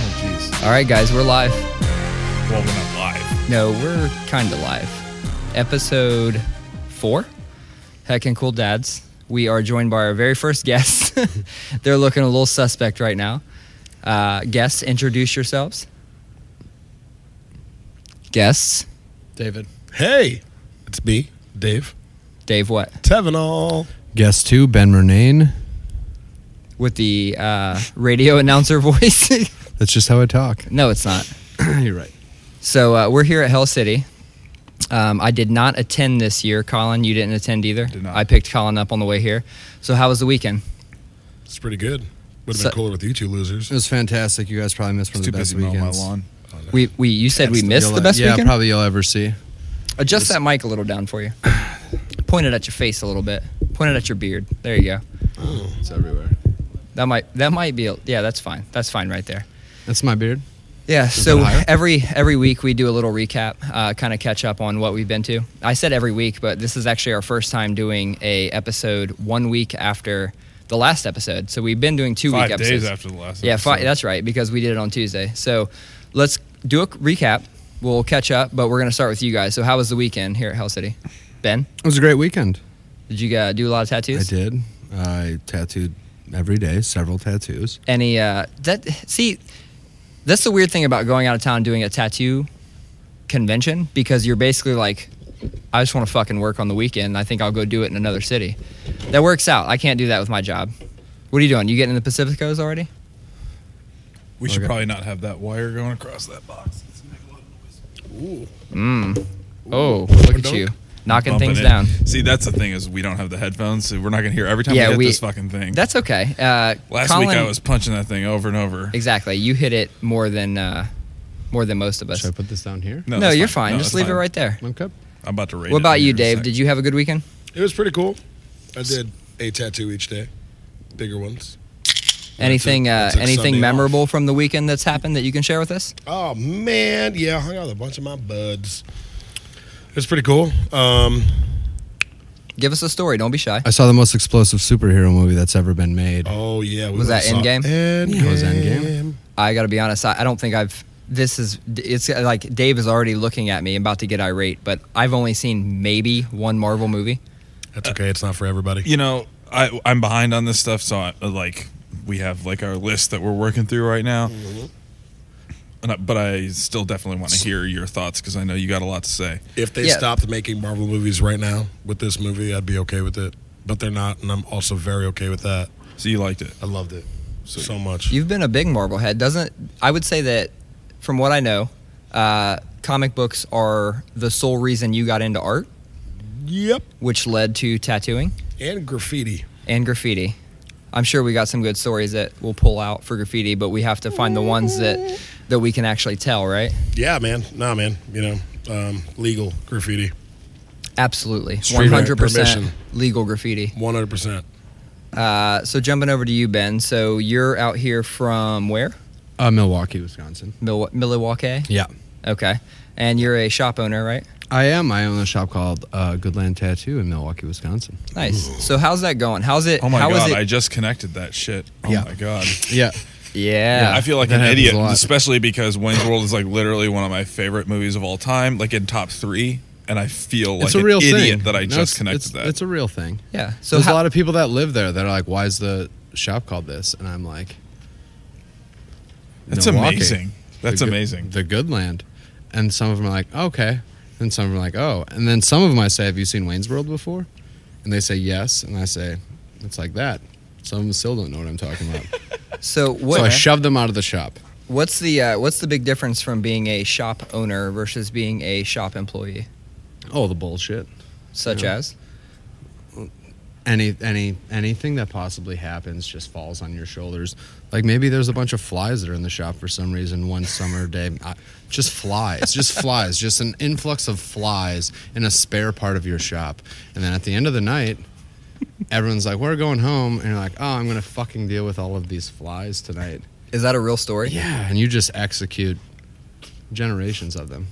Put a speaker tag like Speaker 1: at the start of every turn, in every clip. Speaker 1: Oh, All right, guys, we're live.
Speaker 2: Well, we're not live.
Speaker 1: No, we're kind of live. Episode four, Heck and Cool Dads. We are joined by our very first guest. They're looking a little suspect right now. Uh, guests, introduce yourselves. Guests,
Speaker 3: David.
Speaker 4: Hey, it's me, Dave
Speaker 1: Dave, what?
Speaker 4: Tevenall.
Speaker 3: Guest two, Ben Murnane.
Speaker 1: With the uh, radio announcer voice?
Speaker 3: That's just how I talk.
Speaker 1: no, it's not.
Speaker 3: You're right.
Speaker 1: So uh, we're here at Hell City. Um, I did not attend this year, Colin. You didn't attend either.
Speaker 2: Did not.
Speaker 1: I picked Colin up on the way here. So how was the weekend?
Speaker 4: It's pretty good. Would have
Speaker 1: So-
Speaker 4: been cooler with you two losers.
Speaker 3: It was fantastic. You guys probably missed one
Speaker 2: It's too
Speaker 3: of the best
Speaker 2: busy mowing my
Speaker 3: weekends.
Speaker 2: lawn.
Speaker 1: We we you said we
Speaker 3: You'll
Speaker 1: missed the
Speaker 3: let-
Speaker 1: best
Speaker 3: yeah,
Speaker 1: weekend.
Speaker 3: probably you'll ever see.
Speaker 1: Adjust that mic a little down for you. Point it at your face a little bit. Point it at your beard. There you go.
Speaker 3: It's everywhere.
Speaker 1: That might that might be a, yeah. That's fine. That's fine right there.
Speaker 3: That's my beard.
Speaker 1: Yeah. so
Speaker 3: it higher?
Speaker 1: every every week we do a little recap, uh, kind of catch up on what we've been to. I said every week, but this is actually our first time doing a episode one week after the last episode. So we've been doing two
Speaker 2: Five
Speaker 1: week
Speaker 2: days
Speaker 1: episodes.
Speaker 2: after the last.
Speaker 1: Yeah, fi-
Speaker 2: episode.
Speaker 1: that's right, because we did it on Tuesday. So let's do a recap. We'll catch up, but we're going to start with you guys. So, how was the weekend here at Hell City? Ben,
Speaker 3: It was a great weekend.
Speaker 1: did you uh, do a lot of tattoos?
Speaker 3: I did. I tattooed every day, several tattoos.
Speaker 1: Any, uh, that, see, that's the weird thing about going out of town doing a tattoo convention because you're basically like, I just want to fucking work on the weekend. I think I'll go do it in another city. That works out. I can't do that with my job. What are you doing? You getting in the Pacific Coast already?
Speaker 2: We should
Speaker 3: Okay.
Speaker 2: probably not have that wire going across that box. It's gonna make a lot of noise. Ooh,
Speaker 1: Oh, look at
Speaker 4: dog.
Speaker 1: you. Knocking
Speaker 2: bumping
Speaker 1: things
Speaker 2: it.
Speaker 1: down.
Speaker 2: See, that's the thing is we don't have the headphones, so we're not gonna hear every time
Speaker 1: Yeah,
Speaker 2: we hit
Speaker 1: we-
Speaker 2: this fucking thing.
Speaker 1: That's okay. Uh,
Speaker 2: Last
Speaker 1: Colin-
Speaker 2: week I was punching that thing over and over.
Speaker 1: Exactly. You hit it more than uh, more than most of us.
Speaker 3: Should I put this down here?
Speaker 1: No,
Speaker 2: that's
Speaker 1: you're fine.
Speaker 2: No,
Speaker 1: Just
Speaker 2: that's
Speaker 1: leave
Speaker 2: fine.
Speaker 1: it right there.
Speaker 3: Okay.
Speaker 2: I'm about to rate.
Speaker 1: What about you, Dave? Did you have a good weekend?
Speaker 4: It was pretty cool. I did a tattoo each day, bigger ones.
Speaker 1: Anything uh,
Speaker 4: I took
Speaker 1: anything
Speaker 4: Sunday
Speaker 1: memorable from the weekend that's happened that you can share with us?
Speaker 4: Oh man, yeah, I hung out with a bunch of my buds. It was pretty cool. Um,
Speaker 1: Give us a story. Don't be shy.
Speaker 3: I saw the most explosive superhero movie that's ever been made.
Speaker 4: oh yeah, we
Speaker 1: Was that
Speaker 4: went and saw
Speaker 1: Endgame?
Speaker 4: Endgame.
Speaker 3: Yeah, it was Endgame.
Speaker 1: I got to be honest. I, I don't think I've. This is. It's like Dave is already looking at me, about to get irate. But I've only seen maybe one Marvel movie.
Speaker 4: That's okay. It's not for everybody.
Speaker 2: You know, I I'm behind on this stuff, so I, uh, like we have like our list that we're working through right now.
Speaker 3: Mm-hmm.
Speaker 2: And I- But I still definitely want to hear your thoughts because I know you got a lot to say.
Speaker 4: If they
Speaker 1: Yeah.
Speaker 4: stopped making Marvel movies right now with this movie, I'd be okay with it. But they're not, and I'm also very okay with that.
Speaker 2: So you liked it.
Speaker 4: I loved it so, much.
Speaker 1: You've been a big Marvel head, doesn't? I would say that, from what I know, uh, comic books are the sole reason you got into art,
Speaker 4: yep.
Speaker 1: which led to tattooing.
Speaker 4: And graffiti.
Speaker 1: and graffiti. I'm sure we got some good stories that we'll pull out for graffiti, but we have to find the ones that that we can actually tell, right?
Speaker 4: Yeah, man. Nah, man. You know, um, legal graffiti,
Speaker 1: Absolutely,
Speaker 4: Street art
Speaker 1: 100%
Speaker 4: permission.
Speaker 1: legal graffiti.
Speaker 4: 100%.
Speaker 1: Uh, so jumping over to you, Ben. So you're out here from where?
Speaker 3: Uh, Milwaukee, Wisconsin.
Speaker 1: Mil- Milwaukee.
Speaker 3: Yeah.
Speaker 1: Okay, and you're a shop owner, right?
Speaker 3: I am. I own a shop called uh, Goodland Tattoo in Milwaukee, Wisconsin.
Speaker 1: Nice. So how's that going? How's it?
Speaker 2: Oh my
Speaker 1: how is
Speaker 2: god!
Speaker 1: it?
Speaker 2: I just connected that shit. Oh
Speaker 3: Yeah.
Speaker 2: my god!
Speaker 3: Yeah.
Speaker 1: yeah.
Speaker 2: I feel like
Speaker 3: That
Speaker 2: an
Speaker 3: happens
Speaker 2: idiot,
Speaker 3: a lot.
Speaker 2: especially because Wayne's World is like literally one of my favorite movies of all time, like in top three. And I feel like
Speaker 3: it's a
Speaker 2: an
Speaker 3: real
Speaker 2: idiot
Speaker 3: thing
Speaker 2: that I
Speaker 3: No,
Speaker 2: just
Speaker 3: it's-
Speaker 2: connected
Speaker 3: it's,
Speaker 2: that.
Speaker 3: It's a real thing.
Speaker 1: yeah.
Speaker 3: So
Speaker 1: So
Speaker 3: there's
Speaker 1: how,
Speaker 3: a lot of people that live there that are like, "Why is the shop called this?" And I'm like,
Speaker 2: That's
Speaker 3: Milwaukee.
Speaker 2: amazing. That's
Speaker 3: the good-
Speaker 2: amazing.
Speaker 3: The good land, and some of them are like, "Okay," and some of them are like, "Oh," and then some of them I say, "Have you seen Wayne's World before?" And they say yes, and I say, "It's like that." Some of them still don't know what I'm talking about,
Speaker 1: so what?
Speaker 3: so I shove them out of the shop.
Speaker 1: what's the uh, what's the big difference from being a shop owner versus being a shop employee?
Speaker 3: Oh, the bullshit!
Speaker 1: Such
Speaker 3: Yeah.
Speaker 1: as
Speaker 3: Any any anything that possibly happens just falls on your shoulders. Like maybe there's a bunch of flies that are in the shop for some reason one summer day. I, just flies, just flies, just an influx of flies in a spare part of your shop. And then at the end of the night, everyone's like, "We're going home," and you're like, "Oh, I'm gonna fucking deal with all of these flies tonight."
Speaker 1: Is that a real story?
Speaker 3: Yeah, and you just execute generations of them.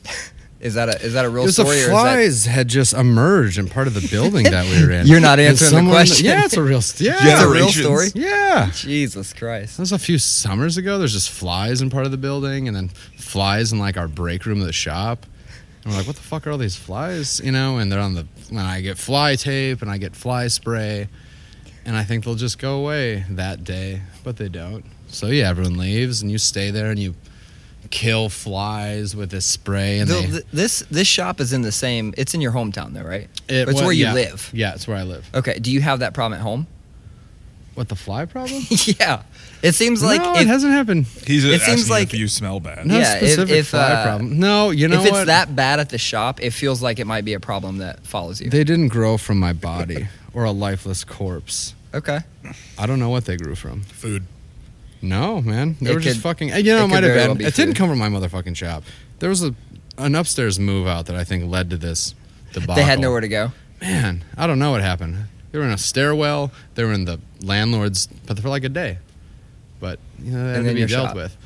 Speaker 1: Is that a is that a real
Speaker 3: It was the
Speaker 1: story? Or is
Speaker 3: flies had just emerged in part of the building that we were in.
Speaker 1: You're not
Speaker 3: And
Speaker 1: answering the question.
Speaker 3: Yeah, it's a real. Yeah,
Speaker 1: that, it's a real
Speaker 2: Generations.
Speaker 1: story.
Speaker 3: Yeah.
Speaker 1: Jesus Christ.
Speaker 3: That was a few summers ago. There's just flies in part of the building, and then flies in like our break room of the shop. And we're like, what the fuck are all these flies? You know, and they're on the. And I get fly tape and I get fly spray, and I think they'll just go away that day, but they don't. So yeah, everyone leaves, and you stay there and you kill flies with this spray, and
Speaker 1: The-
Speaker 3: they,
Speaker 1: th- this this shop is in the same. It's in your hometown though, right?
Speaker 3: it-
Speaker 1: it's
Speaker 3: well,
Speaker 1: where you
Speaker 3: yeah.
Speaker 1: live.
Speaker 3: Yeah, it's where I live.
Speaker 1: Okay. Do you have that problem at home?
Speaker 3: What the fly problem?
Speaker 1: yeah. It seems like
Speaker 3: no,
Speaker 1: if,
Speaker 3: it hasn't happened.
Speaker 2: He's
Speaker 1: It
Speaker 2: it
Speaker 1: seems
Speaker 2: asking
Speaker 1: like-
Speaker 2: if you smell bad.
Speaker 3: No
Speaker 1: Yeah, if-
Speaker 3: specific
Speaker 1: if,
Speaker 3: fly
Speaker 1: uh,
Speaker 3: problem. No, you know
Speaker 1: if it's
Speaker 3: what?
Speaker 1: that bad at the shop, it feels like it might be a problem that follows you.
Speaker 3: They didn't grow from my body or a lifeless corpse.
Speaker 1: okay.
Speaker 3: I don't know what they grew from.
Speaker 4: Food.
Speaker 3: No, man. They
Speaker 1: It
Speaker 3: were just
Speaker 1: could-
Speaker 3: fucking. You know,
Speaker 1: it
Speaker 3: it,
Speaker 1: could
Speaker 3: might have
Speaker 1: very
Speaker 3: been.
Speaker 1: well be
Speaker 3: it didn't
Speaker 1: food.
Speaker 3: come from my motherfucking shop. There was a an upstairs move out that I think led to this debacle.
Speaker 1: They had nowhere to go.
Speaker 3: Man, I don't know what happened. They were in a stairwell. They were in the landlord's, but for like a day. But you know,
Speaker 1: And
Speaker 3: that had to
Speaker 1: then
Speaker 3: be
Speaker 1: your
Speaker 3: dealt
Speaker 1: shop.
Speaker 3: with.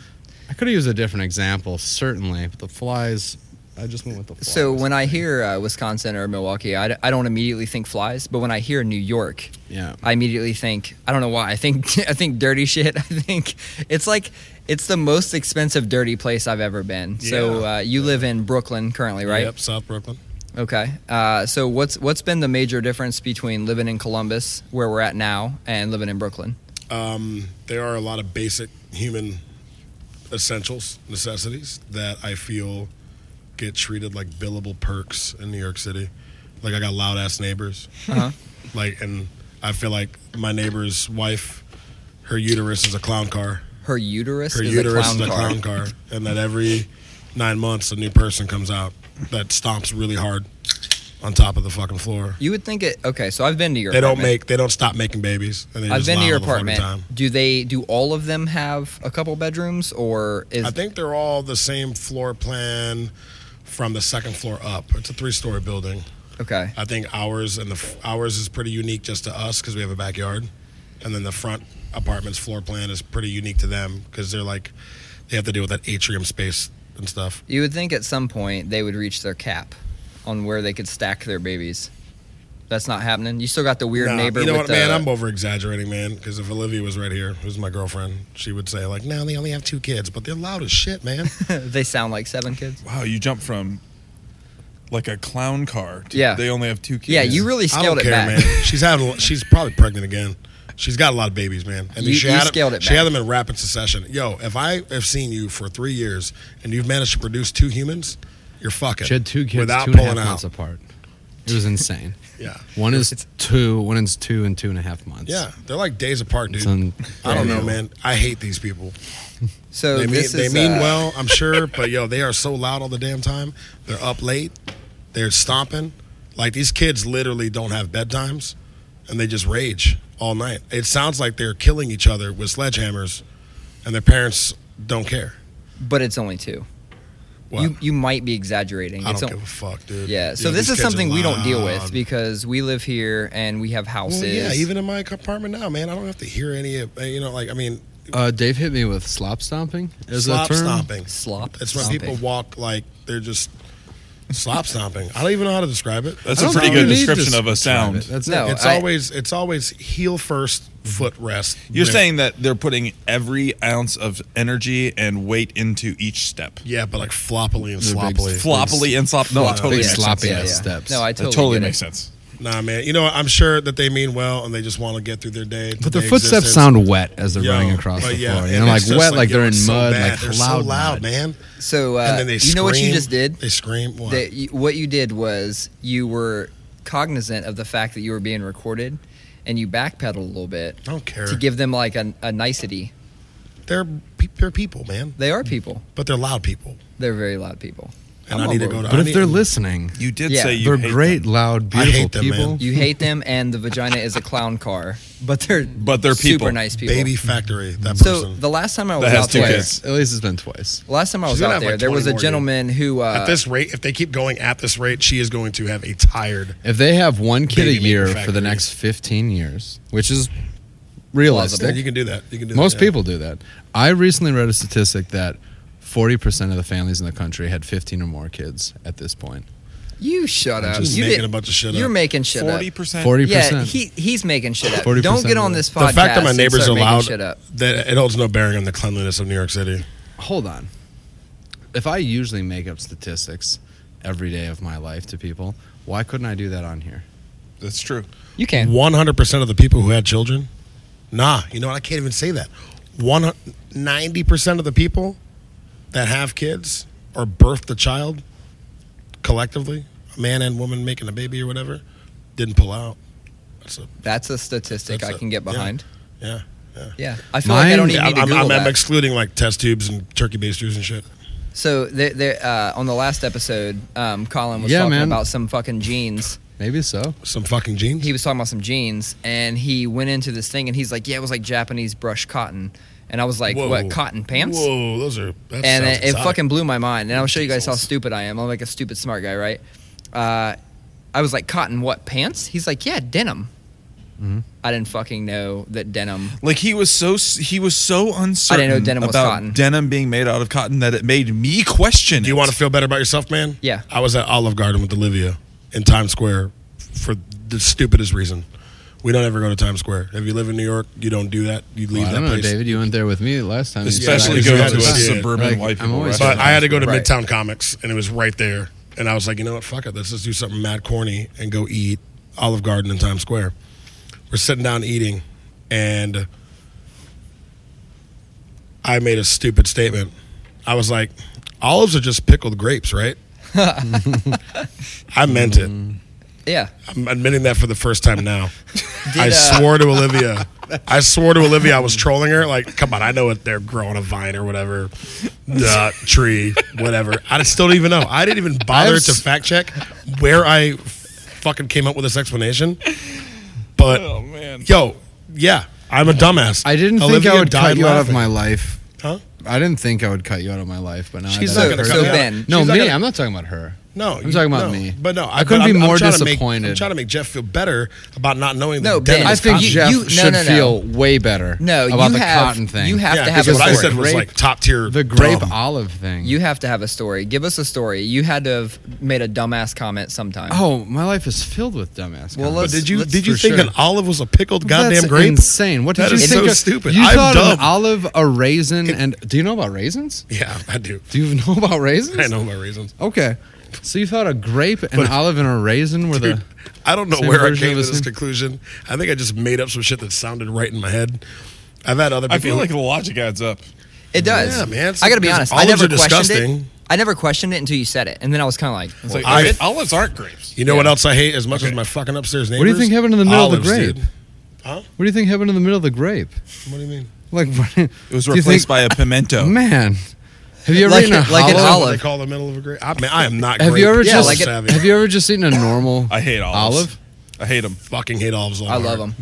Speaker 3: I could have used a different example, certainly, but the flies. I just went with the flies.
Speaker 1: So when I hear uh, Wisconsin or Milwaukee, I, d- I don't immediately think flies, but when I hear New York,
Speaker 3: yeah,
Speaker 1: I immediately think I don't know why. I think I think dirty shit. I think it's like it's the most expensive dirty place I've ever been. So
Speaker 4: Yeah.
Speaker 1: uh, you live in Brooklyn currently, right?
Speaker 4: Yep, South Brooklyn.
Speaker 1: Okay. Uh, so what's what's been the major difference between living in Columbus, where we're at now, and living in Brooklyn?
Speaker 4: Um, there are a lot of basic human essentials, necessities that I feel get treated like billable perks in New York City. Like I got loud ass neighbors.
Speaker 1: Uh-huh.
Speaker 4: Like and I feel like my neighbor's wife, her uterus is a clown car.
Speaker 1: Her uterus
Speaker 4: Her
Speaker 1: is
Speaker 4: uterus
Speaker 1: a clown
Speaker 4: is a
Speaker 1: car.
Speaker 4: clown car. And that every nine months a new person comes out that stomps really hard on top of the fucking floor.
Speaker 1: You would think it. Okay, so I've been to your.
Speaker 4: They don't
Speaker 1: apartment.
Speaker 4: make they don't stop making babies. And they're
Speaker 1: I've
Speaker 4: just
Speaker 1: been to
Speaker 4: loud
Speaker 1: your
Speaker 4: all the fucking
Speaker 1: apartment.
Speaker 4: time.
Speaker 1: Do they? Do all of them have a couple bedrooms, or is?
Speaker 4: I think they're all the same floor plan from the second floor up. It's a three-story building.
Speaker 1: okay.
Speaker 4: I think ours and the f- ours is pretty unique just to us because we have a backyard, and then the front apartment's floor plan is pretty unique to them because they're like they have to deal with that atrium space and stuff.
Speaker 1: You would think at some point they would reach their cap on where they could stack their babies. That's not happening. You still got the weird
Speaker 4: Nah,
Speaker 1: neighbor.
Speaker 4: you know
Speaker 1: with
Speaker 4: what,
Speaker 1: the,
Speaker 4: man? I'm over exaggerating, man. Because if Olivia was right here, who's my girlfriend, she would say like, "No, they only have two kids, but they're loud as shit, man."
Speaker 1: they sound like seven kids.
Speaker 2: Wow, you jump from like a clown car. To,
Speaker 1: Yeah.
Speaker 2: they only have two kids.
Speaker 1: Yeah, you really
Speaker 4: I
Speaker 1: scaled
Speaker 4: don't
Speaker 1: it
Speaker 4: care,
Speaker 1: back.
Speaker 4: man. She's having. She's probably pregnant again. She's got a lot of babies, man. And
Speaker 1: You-
Speaker 4: she
Speaker 1: you
Speaker 4: had 'em-
Speaker 1: scaled it
Speaker 4: She
Speaker 1: back.
Speaker 4: had them in rapid succession. Yo, if I have seen you for three years and you've managed to produce two humans, you're fucking.
Speaker 3: she had two kids,
Speaker 4: without
Speaker 3: two and a
Speaker 4: pulling
Speaker 3: half
Speaker 4: out.
Speaker 3: months apart. It was insane.
Speaker 4: Yeah,
Speaker 3: One is two. One is two and two and a half months.
Speaker 4: yeah, they're like days apart, dude.
Speaker 3: It's un-
Speaker 4: I don't know, man. I hate these people.
Speaker 1: So
Speaker 4: They mean,
Speaker 1: this
Speaker 4: they
Speaker 1: is,
Speaker 4: mean
Speaker 1: uh,
Speaker 4: well, I'm sure, but yo, they are so loud all the damn time. They're up late. They're stomping. Like these kids literally don't have bedtimes, and they just rage all night. It sounds like they're killing each other with sledgehammers, and their parents don't care.
Speaker 1: But it's only two.
Speaker 4: What?
Speaker 1: You you might be exaggerating.
Speaker 4: I
Speaker 1: it's
Speaker 4: don't
Speaker 1: on-
Speaker 4: give a fuck, dude.
Speaker 1: yeah. So
Speaker 4: Yo,
Speaker 1: this
Speaker 4: these
Speaker 1: is
Speaker 4: kids are
Speaker 1: something we don't deal
Speaker 4: loud.
Speaker 1: with because we live here and we have houses.
Speaker 4: Well, yeah, even in my apartment now, man, I don't have to hear any. of You know, like I mean,
Speaker 3: Uh, Dave hit me with slop stomping. Is
Speaker 4: slop
Speaker 3: a term.
Speaker 4: stomping.
Speaker 1: slop.
Speaker 4: It's when
Speaker 1: stomping.
Speaker 4: people walk like they're just slop stomping. I don't even know how to describe it.
Speaker 2: That's
Speaker 3: I
Speaker 2: a
Speaker 3: don't
Speaker 2: pretty
Speaker 3: think
Speaker 2: good
Speaker 3: we need to
Speaker 2: description of a
Speaker 3: describe
Speaker 2: sound.
Speaker 3: it. That's
Speaker 1: No.
Speaker 3: it.
Speaker 4: it's
Speaker 1: I-
Speaker 4: always it's always heel first, foot rest.
Speaker 2: You're
Speaker 4: Rip.
Speaker 2: saying that they're putting every ounce of energy and weight into each step.
Speaker 4: yeah, but like floppily and
Speaker 3: They're big
Speaker 4: sloppily.
Speaker 2: Floppily and slop. No, it
Speaker 4: Flop.
Speaker 2: totally
Speaker 3: Big
Speaker 2: makes
Speaker 3: sloppy
Speaker 2: sense.
Speaker 3: ass steps.
Speaker 1: No, I
Speaker 2: It
Speaker 1: totally,
Speaker 2: totally
Speaker 1: get it.
Speaker 2: makes sense.
Speaker 4: Nah, man. You know what? I'm sure that they mean well and they just want to get through their day.
Speaker 3: But their
Speaker 4: their
Speaker 3: footsteps
Speaker 4: existence.
Speaker 3: sound wet as they're
Speaker 4: Yo,
Speaker 3: running across
Speaker 4: but
Speaker 3: the
Speaker 4: yeah,
Speaker 3: floor. You
Speaker 4: and
Speaker 3: know, like
Speaker 4: it's just
Speaker 3: wet, like,
Speaker 4: yo,
Speaker 3: they're in
Speaker 4: it's so
Speaker 3: mud,
Speaker 4: bad.
Speaker 3: like
Speaker 4: they're
Speaker 3: loud,
Speaker 4: so loud,
Speaker 3: mud.
Speaker 4: man.
Speaker 1: So uh,
Speaker 4: and then they
Speaker 1: you know what you
Speaker 4: scream.
Speaker 1: just did?
Speaker 4: They scream. What?
Speaker 1: that you, what you did was you were cognizant of the fact that you were being recorded and you backpedaled a little bit
Speaker 4: I don't care.
Speaker 1: to give them like a, a nicety
Speaker 4: they're pe- they're people, man.
Speaker 1: they are people
Speaker 4: But they're loud people.
Speaker 1: they're very loud people
Speaker 4: And
Speaker 1: I'm
Speaker 4: i need to
Speaker 1: over
Speaker 4: go
Speaker 1: it.
Speaker 4: to.
Speaker 3: But
Speaker 4: I
Speaker 3: if
Speaker 4: need-
Speaker 3: they're listening,
Speaker 2: You did
Speaker 1: Yeah.
Speaker 2: say you
Speaker 3: they're
Speaker 2: hate
Speaker 3: great,
Speaker 2: them,
Speaker 3: loud,
Speaker 4: I
Speaker 3: beautiful
Speaker 4: hate them,
Speaker 3: people.
Speaker 4: man.
Speaker 1: you hate them and the vagina is a clown car but they're
Speaker 2: But they're people.
Speaker 1: super nice people
Speaker 4: baby factory. That
Speaker 1: so
Speaker 4: person.
Speaker 1: the last time i was
Speaker 2: That has
Speaker 1: out
Speaker 2: two
Speaker 1: there
Speaker 2: kids.
Speaker 3: At least it's been twice.
Speaker 1: last time i was
Speaker 4: She's gonna
Speaker 1: out
Speaker 4: have,
Speaker 1: there
Speaker 4: like,
Speaker 1: there was
Speaker 4: 20
Speaker 1: a
Speaker 4: more,
Speaker 1: gentleman who uh,
Speaker 4: at this rate, if they keep going at this rate, she is going to have a tired.
Speaker 3: If they have one kid
Speaker 4: Baby
Speaker 3: a year
Speaker 4: maker
Speaker 3: for the
Speaker 4: factory.
Speaker 3: next 15 years, which is
Speaker 4: You
Speaker 3: realistic,
Speaker 4: can do that. You can do that,
Speaker 3: most
Speaker 4: yeah.
Speaker 3: people do that. I recently read a statistic that Forty percent of the families in the country had fifteen or more kids at this point.
Speaker 1: You shut up.
Speaker 4: just
Speaker 1: you
Speaker 4: making
Speaker 1: did-
Speaker 4: a bunch of shit
Speaker 1: You're
Speaker 4: up.
Speaker 1: making shit
Speaker 2: Forty
Speaker 1: up.
Speaker 2: percent.
Speaker 3: Forty
Speaker 1: Yeah,
Speaker 3: percent.
Speaker 1: he he's making shit up.
Speaker 3: 40%
Speaker 1: Don't get on
Speaker 3: of
Speaker 1: this
Speaker 4: The
Speaker 1: podcast.
Speaker 4: fact that my
Speaker 1: and
Speaker 4: neighbors
Speaker 1: start
Speaker 4: are
Speaker 1: making
Speaker 4: loud,
Speaker 1: shit up.
Speaker 4: that it holds no bearing on the cleanliness of New York City.
Speaker 3: Hold on. If I usually make up statistics every day of my life to people, why couldn't I do that on here?
Speaker 2: That's true.
Speaker 1: You can.
Speaker 4: One hundred percent of the people who had children. Nah, you know what? I can't even say that. One ninety percent of the people that have kids or birthed a child collectively, a man and woman making a baby or whatever, didn't pull out. That's a
Speaker 1: That's a statistic
Speaker 4: That's
Speaker 1: I
Speaker 4: a-
Speaker 1: can get
Speaker 4: yeah.
Speaker 1: behind.
Speaker 4: yeah. Yeah.
Speaker 1: Yeah, I feel like I
Speaker 3: Mine-
Speaker 1: don't even
Speaker 4: Yeah,
Speaker 1: need to
Speaker 4: I'm,
Speaker 1: Google
Speaker 4: I'm, I'm
Speaker 1: that.
Speaker 4: excluding like test tubes and turkey basters and shit.
Speaker 1: so there, there, uh, on the last episode, um, Colin was
Speaker 3: Yeah,
Speaker 1: talking
Speaker 3: man.
Speaker 1: about some fucking jeans.
Speaker 3: Maybe so.
Speaker 4: Some fucking jeans.
Speaker 1: he was talking about some jeans and he went into this thing and he's like, yeah, it was like Japanese brush cotton. And I was like,
Speaker 4: Whoa.
Speaker 1: what, cotton pants?
Speaker 4: Whoa, those are. That
Speaker 1: And
Speaker 4: sounds
Speaker 1: it, it
Speaker 4: exotic.
Speaker 1: fucking blew my mind. And I'll show you guys how
Speaker 4: Jesus.
Speaker 1: stupid I am. I'm like a stupid smart guy, right? Uh, I was like, cotton what, pants? He's like, yeah, denim.
Speaker 4: Mm-hmm.
Speaker 1: I didn't fucking know that denim.
Speaker 2: Like he was so he was so uncertain.
Speaker 1: know denim was
Speaker 2: about
Speaker 1: cotton.
Speaker 2: Denim being made out of cotton that it made me question.
Speaker 4: Do you want to feel better about yourself, man?
Speaker 1: Yeah.
Speaker 4: I was at Olive Garden with Olivia in Times Square for the stupidest reason. We don't ever go to Times Square. If you live in New York, you don't do that. You
Speaker 3: Well,
Speaker 4: leave
Speaker 3: I
Speaker 4: that
Speaker 3: don't know,
Speaker 4: place.
Speaker 3: David. You went there with me last time. You said
Speaker 2: especially
Speaker 3: I
Speaker 4: Yeah,
Speaker 2: go
Speaker 3: could
Speaker 4: you
Speaker 2: to
Speaker 4: gotta
Speaker 2: a
Speaker 4: see it.
Speaker 2: suburban
Speaker 3: Like,
Speaker 2: white
Speaker 3: I'm
Speaker 2: people
Speaker 3: always-
Speaker 2: restaurant?
Speaker 4: But I had to go to
Speaker 1: Right.
Speaker 4: Midtown Comics, and it was right there. And I was like, you know what? Fuck it. Let's just do something mad corny and go eat Olive Garden in Times Square. We're sitting down eating, and I made a stupid statement. I was like, olives are just pickled grapes, right? I meant it.
Speaker 1: Yeah.
Speaker 4: I'm admitting that for the first time now. I
Speaker 1: uh,
Speaker 4: swore to Olivia. I swore to Olivia I was trolling her. Like, come on, I know it. They're growing a vine or whatever, the tree, whatever. I still don't even know. I didn't even bother
Speaker 3: I've
Speaker 4: to
Speaker 3: s-
Speaker 4: fact check where I fucking came up with this explanation. But
Speaker 2: Oh, man.
Speaker 4: yo, yeah, I'm a dumbass.
Speaker 3: I didn't think
Speaker 4: Olivia
Speaker 3: I would cut
Speaker 4: died
Speaker 3: you out of
Speaker 4: laughing.
Speaker 3: my life.
Speaker 4: Huh?
Speaker 3: I didn't think I would cut you out of my life, but now
Speaker 4: She's
Speaker 1: not
Speaker 3: I that
Speaker 1: gonna
Speaker 3: I've
Speaker 1: cut
Speaker 3: heard
Speaker 1: me
Speaker 3: that-
Speaker 1: out. She's
Speaker 3: No,
Speaker 4: not
Speaker 3: me.
Speaker 4: gonna-
Speaker 3: I'm not talking about her.
Speaker 4: No,
Speaker 3: I'm
Speaker 4: you-
Speaker 3: talking about
Speaker 4: no.
Speaker 3: me.
Speaker 4: But no,
Speaker 3: I couldn't
Speaker 4: but
Speaker 3: be
Speaker 4: I'm- I'm
Speaker 3: more
Speaker 4: trying to make-
Speaker 3: disappointed.
Speaker 4: I'm trying to make Jeff feel better about not knowing
Speaker 1: No,
Speaker 4: that.
Speaker 1: Ben,
Speaker 4: denim
Speaker 3: I
Speaker 4: is
Speaker 3: think
Speaker 4: cotton.
Speaker 1: you-
Speaker 3: Jeff
Speaker 1: you- no,
Speaker 3: should
Speaker 1: no, no.
Speaker 3: feel way better.
Speaker 1: No,
Speaker 3: about
Speaker 1: you
Speaker 3: the
Speaker 1: have-
Speaker 3: cotton thing.
Speaker 1: you have-
Speaker 4: yeah,
Speaker 1: to have
Speaker 4: 'cause
Speaker 1: a
Speaker 4: what I
Speaker 1: story.
Speaker 4: said was
Speaker 3: Grape-
Speaker 4: like top tier.
Speaker 3: the grape
Speaker 4: dumb.
Speaker 3: olive thing.
Speaker 1: You have to have a story. Give us a story. You had to have made a dumbass comment sometime.
Speaker 3: oh, my life is filled with dumbass.
Speaker 1: Well, let's-
Speaker 3: comments.
Speaker 4: Did you
Speaker 1: Let's-
Speaker 4: did you
Speaker 3: for
Speaker 4: think
Speaker 3: sure.
Speaker 4: an olive was a pickled goddamn
Speaker 3: That's
Speaker 4: grape?
Speaker 3: Insane. What did
Speaker 4: That
Speaker 3: you
Speaker 4: is
Speaker 3: think?
Speaker 4: so
Speaker 3: of-
Speaker 4: stupid.
Speaker 3: You
Speaker 4: I'm
Speaker 3: thought
Speaker 4: dumb.
Speaker 3: an olive, a raisin, and do you know about raisins?
Speaker 4: Yeah, I do.
Speaker 3: Do you know about raisins?
Speaker 4: I know my reasons.
Speaker 3: Okay. So you thought a grape, an olive, and a raisin were
Speaker 4: Dude,
Speaker 3: the
Speaker 4: I don't know
Speaker 3: Same
Speaker 4: where I
Speaker 3: version
Speaker 4: came
Speaker 3: of
Speaker 4: to
Speaker 3: the
Speaker 4: this
Speaker 3: same-
Speaker 4: conclusion. I think I just made up some shit that sounded right in my head. I've had other people.
Speaker 2: I feel like
Speaker 4: who-
Speaker 2: the logic adds up.
Speaker 1: It does.
Speaker 4: Yeah, man. It's
Speaker 1: I gotta
Speaker 4: like-
Speaker 1: be
Speaker 4: 'cause
Speaker 1: honest. I
Speaker 4: olives
Speaker 1: never
Speaker 4: are
Speaker 1: questioned it.
Speaker 4: disgusting.
Speaker 1: I never questioned it until you said it, and then I was kind of like,
Speaker 2: It's
Speaker 1: "Well,
Speaker 2: like
Speaker 4: I-
Speaker 2: it- olives aren't grapes.
Speaker 4: you know what
Speaker 1: Yeah.
Speaker 4: else I hate as much as
Speaker 2: Okay.
Speaker 4: my fucking upstairs neighbors.
Speaker 3: do you think happened in the middle of the
Speaker 4: Olives,
Speaker 3: grape?
Speaker 4: dude. Huh?
Speaker 3: What do you think happened in the middle of the grape?
Speaker 4: What do you mean?
Speaker 3: Like it
Speaker 2: It was replaced by a pimento.
Speaker 3: man. Have you ever
Speaker 1: Like-
Speaker 3: eaten a
Speaker 1: like an
Speaker 3: hollow-
Speaker 1: olive.
Speaker 4: What do they call the middle of a grape? I, man, I am not.
Speaker 3: Have
Speaker 4: grape
Speaker 3: you ever
Speaker 1: Yeah,
Speaker 3: just
Speaker 1: like it-
Speaker 4: savvy.
Speaker 3: have you ever just eaten a normal?
Speaker 2: I hate olives.
Speaker 3: olive.
Speaker 2: I hate them.
Speaker 4: fucking hate olives?
Speaker 1: I love them.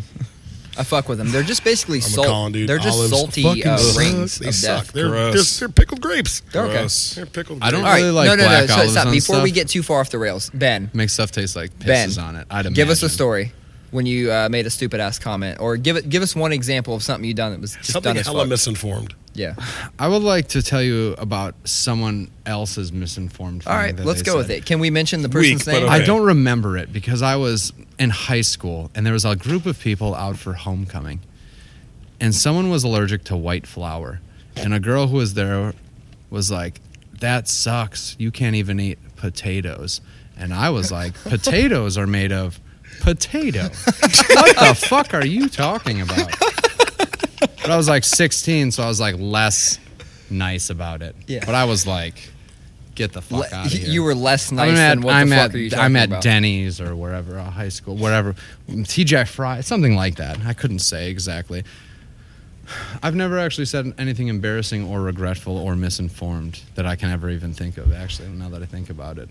Speaker 1: I fuck with them. They're just basically
Speaker 4: I'm
Speaker 1: salt.
Speaker 4: calling, dude.
Speaker 1: They're just
Speaker 4: olives
Speaker 1: salty
Speaker 4: fucking
Speaker 1: uh,
Speaker 4: suck.
Speaker 1: rings
Speaker 4: They
Speaker 1: of
Speaker 4: suck.
Speaker 1: death.
Speaker 4: They're
Speaker 2: Gross.
Speaker 4: just they're pickled grapes.
Speaker 1: They're okay.
Speaker 2: Gross.
Speaker 4: They're pickled.
Speaker 3: I don't
Speaker 1: All
Speaker 4: grapes.
Speaker 1: right,
Speaker 3: really like
Speaker 1: no, no,
Speaker 3: black
Speaker 1: no. So
Speaker 3: olives
Speaker 1: stop.
Speaker 3: on
Speaker 1: Before we
Speaker 3: stuff.
Speaker 1: get too far off the rails, Ben,
Speaker 3: Makes stuff taste like
Speaker 1: Ben,
Speaker 3: pisses on it. I'd imagine.
Speaker 1: give us a story when you uh, made a stupid ass comment, or give it, give us one example of something you done that was just
Speaker 4: Something
Speaker 1: done as
Speaker 4: hella
Speaker 1: fuck.
Speaker 4: misinformed.
Speaker 1: yeah.
Speaker 3: I would like to tell you about someone else's misinformed.
Speaker 1: All
Speaker 3: thing
Speaker 1: right,
Speaker 3: that
Speaker 1: let's
Speaker 3: they
Speaker 1: go
Speaker 3: said.
Speaker 1: with it. Can we mention the
Speaker 2: Weak,
Speaker 1: person's
Speaker 2: but
Speaker 1: name?
Speaker 2: okay.
Speaker 3: I don't remember it because I was in high school and there was a group of people out for homecoming. And someone was allergic to white flour. And a girl who was there was like, That sucks. You can't even eat potatoes. And I was like, Potatoes are made of potato. what the fuck are you talking about? But I was like 16, so I was like less nice about it.
Speaker 1: Yeah.
Speaker 3: But I was like, Get the fuck
Speaker 1: Le-
Speaker 3: out of here.
Speaker 1: you were less nice
Speaker 3: I'm at,
Speaker 1: than what
Speaker 3: I'm
Speaker 1: the fuck
Speaker 3: at,
Speaker 1: are you talking
Speaker 3: I'm at
Speaker 1: about?
Speaker 3: Denny's or wherever, a high school, whatever. TJ Fry, something like that. I couldn't say exactly. I've never actually said anything embarrassing or regretful or misinformed that I can ever even think of, actually, now that I think about it.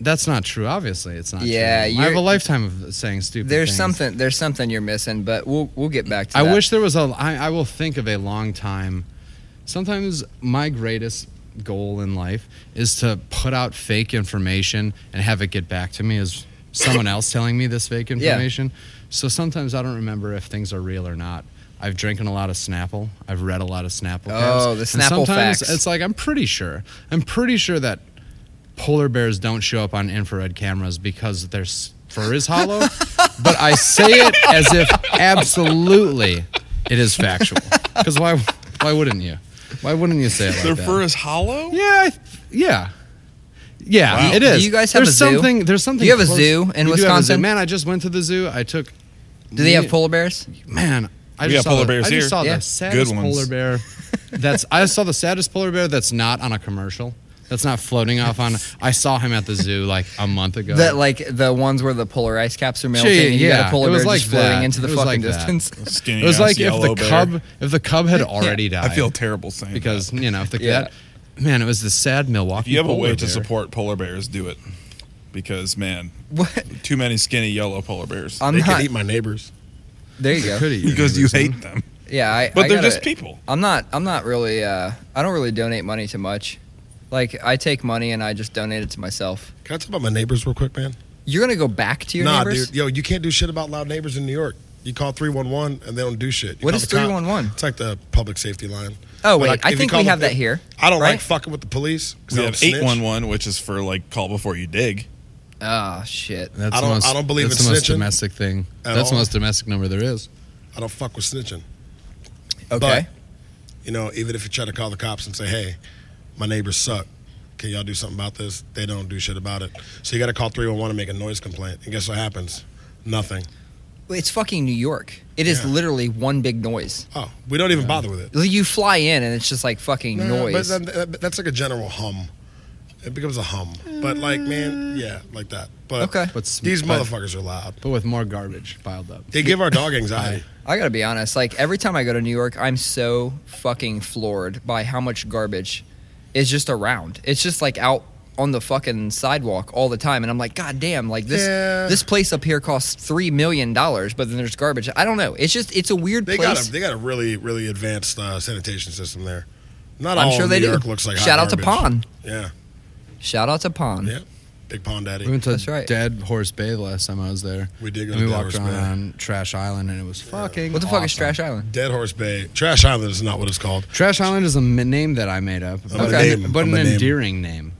Speaker 3: That's not true, obviously. It's not
Speaker 1: Yeah,
Speaker 3: true. I have
Speaker 1: you're-
Speaker 3: a lifetime of saying stupid
Speaker 1: There's
Speaker 3: things.
Speaker 1: something. There's something you're missing, but we'll we'll get back to.
Speaker 3: I
Speaker 1: that.
Speaker 3: wish there was a. I, I will think of a long time. Sometimes my greatest goal in life is to put out fake information and have it get back to me as someone else telling me this fake information. So sometimes I don't remember if things are real or not. I've drinking a lot of Snapple. I've read a lot of Snapple.
Speaker 1: Oh,
Speaker 3: caps.
Speaker 1: the
Speaker 3: And
Speaker 1: Snapple
Speaker 3: sometimes
Speaker 1: facts.
Speaker 3: It's like I'm pretty sure. I'm pretty sure that polar bears don't show up on infrared cameras because their s- fur is hollow. but I say it as if absolutely it is factual. Because why? Why wouldn't you? Why wouldn't you say it like
Speaker 2: Their
Speaker 3: that?
Speaker 2: fur is hollow.
Speaker 3: Yeah, I th- yeah, yeah.
Speaker 1: Wow.
Speaker 3: It
Speaker 1: Do
Speaker 3: is.
Speaker 1: you guys have
Speaker 3: there's
Speaker 1: a zoo?
Speaker 3: something. There's something.
Speaker 1: Do you have a
Speaker 3: close-
Speaker 1: zoo in
Speaker 3: We do have a zoo.
Speaker 1: Wisconsin?
Speaker 3: Man, I just went to the zoo. I took.
Speaker 1: Do they have polar bears?
Speaker 3: Man, I
Speaker 2: We
Speaker 3: just
Speaker 2: got
Speaker 3: saw
Speaker 2: polar
Speaker 3: the,
Speaker 2: bears
Speaker 3: I
Speaker 2: here.
Speaker 3: just saw
Speaker 1: Yeah.
Speaker 3: the saddest
Speaker 2: Good ones.
Speaker 3: polar bear. That's I saw the saddest polar bear that's not on a commercial. That's not floating off on. I saw him at the zoo like a month ago.
Speaker 1: That like the ones where the polar ice caps are melting
Speaker 3: Gee,
Speaker 1: and you got
Speaker 3: yeah,
Speaker 1: a polar
Speaker 3: it
Speaker 1: bear
Speaker 3: was
Speaker 1: just
Speaker 3: like
Speaker 1: floating
Speaker 3: that.
Speaker 1: into the
Speaker 3: It was
Speaker 1: fucking
Speaker 3: like that.
Speaker 1: distance.
Speaker 2: Skinny.
Speaker 3: it was
Speaker 2: ass
Speaker 3: like if
Speaker 2: yellow
Speaker 3: the
Speaker 2: bear.
Speaker 3: cub if the cub had already died.
Speaker 2: I feel terrible saying that.
Speaker 3: because you know if the
Speaker 1: Yeah.
Speaker 3: that man it was the sad
Speaker 2: If
Speaker 3: Milwaukee.
Speaker 2: you have a
Speaker 3: polar
Speaker 2: way to
Speaker 3: bear.
Speaker 2: support polar bears, do it. Because man,
Speaker 1: What?
Speaker 2: too many skinny yellow polar bears.
Speaker 1: I'm
Speaker 4: They
Speaker 1: not.
Speaker 4: could eat my neighbors.
Speaker 1: There you go.
Speaker 3: Could eat your
Speaker 2: because you
Speaker 3: neighbors, huh?
Speaker 2: hate them.
Speaker 1: Yeah, I,
Speaker 2: But
Speaker 1: I
Speaker 2: they're
Speaker 1: gotta-
Speaker 2: just people.
Speaker 1: I'm not. I'm not really. Uh, I don't really donate money to much. Like I take money and I just donate it to myself.
Speaker 4: Can I talk about my neighbors real quick, man?
Speaker 1: You're gonna go back to your
Speaker 4: nah,
Speaker 1: neighbors.
Speaker 4: dude. Yo, you can't do shit about loud neighbors in New York. You call 311 and they don't do shit. You
Speaker 1: What
Speaker 4: call
Speaker 1: is
Speaker 4: the cop.
Speaker 1: 311?
Speaker 4: It's like the public safety line.
Speaker 1: Oh,
Speaker 4: But
Speaker 1: wait, I
Speaker 4: if you
Speaker 1: think
Speaker 4: call
Speaker 1: we
Speaker 4: the-
Speaker 1: have that here,
Speaker 4: I don't
Speaker 1: right?
Speaker 4: like fucking with the police. 'cause
Speaker 2: We
Speaker 4: I
Speaker 2: have
Speaker 4: don't
Speaker 2: eight
Speaker 4: snitch.
Speaker 2: one one, which is for like call before you dig.
Speaker 1: Oh
Speaker 4: Ah,
Speaker 1: shit.
Speaker 3: That's
Speaker 4: I don't-
Speaker 3: the most,
Speaker 4: I don't believe
Speaker 3: that's
Speaker 4: in
Speaker 3: the most
Speaker 4: snitching
Speaker 3: domestic thing.
Speaker 4: at
Speaker 3: That's the
Speaker 4: all.
Speaker 3: most domestic number there is.
Speaker 4: I don't fuck with snitching.
Speaker 1: Okay.
Speaker 4: You know, even if you try to call the cops and say, hey, my neighbors suck. Can y'all do something about this? They don't do shit about it. So you got to call 311 and make a noise complaint. And guess what happens? Nothing.
Speaker 1: It's fucking New York. It is
Speaker 4: Yeah.
Speaker 1: literally one big noise.
Speaker 4: Oh, we don't even bother with it.
Speaker 1: You fly in and it's just like fucking
Speaker 4: No, no,
Speaker 1: noise.
Speaker 4: But then, uh, but that's like a general hum. It becomes a hum. But like, man, yeah, like that. But
Speaker 1: Mm. Okay.
Speaker 3: But sm-
Speaker 4: these
Speaker 3: but-
Speaker 4: motherfuckers are loud.
Speaker 3: But with more garbage piled up.
Speaker 4: They give our dog anxiety.
Speaker 1: I gotta be honest. Like every time I go to New York, I'm so fucking floored by how much garbage is just around. It's just like out on the fucking sidewalk all the time, and I'm like, God damn! Like this
Speaker 4: Yeah.
Speaker 1: this place up here costs three million dollars, but then there's garbage. I don't know. It's just it's a weird
Speaker 4: They got
Speaker 1: place.
Speaker 4: a they got a really really advanced uh, sanitation system there. Not
Speaker 1: I'm
Speaker 4: all
Speaker 1: sure
Speaker 4: of
Speaker 1: they
Speaker 4: New
Speaker 1: do.
Speaker 4: York looks like hot
Speaker 1: Shout out to
Speaker 4: garbage.
Speaker 1: Pond.
Speaker 4: Yeah,
Speaker 1: Shout out to Pond.
Speaker 4: yeah, big Pond Daddy.
Speaker 3: We went to
Speaker 1: That's right.
Speaker 3: Dead Horse Bay the last time I was there.
Speaker 4: We did go
Speaker 3: and
Speaker 4: to
Speaker 3: we
Speaker 4: Dead
Speaker 3: walked
Speaker 4: Horse
Speaker 3: around
Speaker 4: Bay.
Speaker 3: on Trash Island, and it was fucking.
Speaker 1: What the fuck is
Speaker 3: awesome.
Speaker 1: Trash Island?
Speaker 4: Dead Horse Bay, Trash Island is not what it's called.
Speaker 3: Trash Island is a m- name that I made up, but,
Speaker 1: Okay.
Speaker 3: an-
Speaker 4: name.
Speaker 3: but
Speaker 4: I'm
Speaker 3: an
Speaker 4: a name.
Speaker 3: endearing name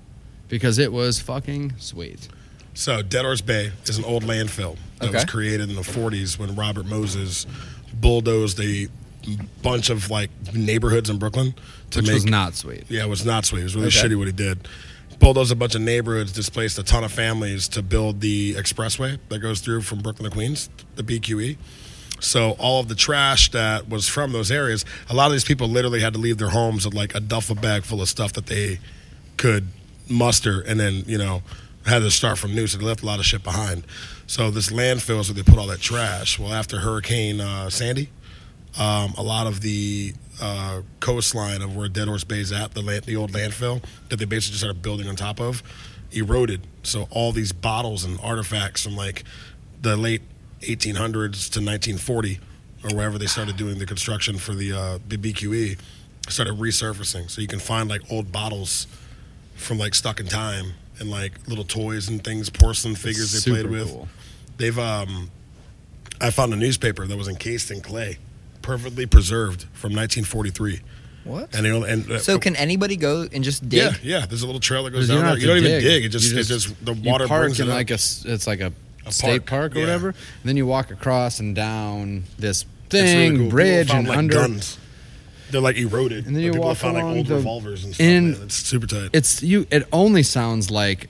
Speaker 3: because it was fucking sweet.
Speaker 4: So Dead Horse Bay is an old landfill that was
Speaker 1: Okay.
Speaker 4: created in the 40s when Robert Moses bulldozed a bunch of like neighborhoods in Brooklyn to
Speaker 3: Which
Speaker 4: make
Speaker 3: was not sweet.
Speaker 4: Yeah, it was not sweet. It was really
Speaker 1: Okay.
Speaker 4: shitty what he did. Bulldozed a bunch of neighborhoods, displaced a ton of families to build the expressway that goes through from Brooklyn to Queens, the BQE. So all of the trash that was from those areas, a lot of these people literally had to leave their homes with like a duffel bag full of stuff that they could muster, and then you know had to start from new. So they left a lot of shit behind. So this landfill is where they put all that trash. Well, after Hurricane uh, Sandy, um, a lot of the uh, coastline of where Dead Horse Bay is at, the, land, the old landfill that they basically just started building on top of, eroded. So all these bottles and artifacts from like the late 1800s to 1940 or wherever they started doing the construction for the uh, the BQE started resurfacing. So you can find like old bottles from like Stuck in Time and like little toys and things, porcelain figures they
Speaker 3: super
Speaker 4: played with.
Speaker 3: cool.
Speaker 4: They've um, I found a newspaper that was encased in clay, perfectly preserved from 1943.
Speaker 1: What?
Speaker 4: And they only, and uh,
Speaker 1: so can anybody go and just dig?
Speaker 4: yeah, yeah. There's a little trail that
Speaker 3: Because
Speaker 4: goes
Speaker 3: you
Speaker 4: down
Speaker 3: don't
Speaker 4: there.
Speaker 3: have to
Speaker 4: You don't even
Speaker 3: dig.
Speaker 4: dig. It just,
Speaker 3: You
Speaker 4: it's just the water
Speaker 3: you park
Speaker 4: brings
Speaker 3: in
Speaker 4: it up.
Speaker 3: like a s- it's like a, state
Speaker 4: park,
Speaker 3: park, or
Speaker 4: yeah.
Speaker 3: whatever. And then you walk across and down this
Speaker 4: It's
Speaker 3: thing
Speaker 4: really cool.
Speaker 3: bridge
Speaker 4: People found,
Speaker 3: and
Speaker 4: like,
Speaker 3: under.
Speaker 4: guns. They're like eroded.
Speaker 3: And then
Speaker 4: but
Speaker 3: you
Speaker 4: people
Speaker 3: walk
Speaker 4: found like
Speaker 3: along
Speaker 4: old
Speaker 3: the-
Speaker 4: revolvers and stuff.
Speaker 3: in-
Speaker 4: man. It's super tight.
Speaker 3: It's you. It only sounds like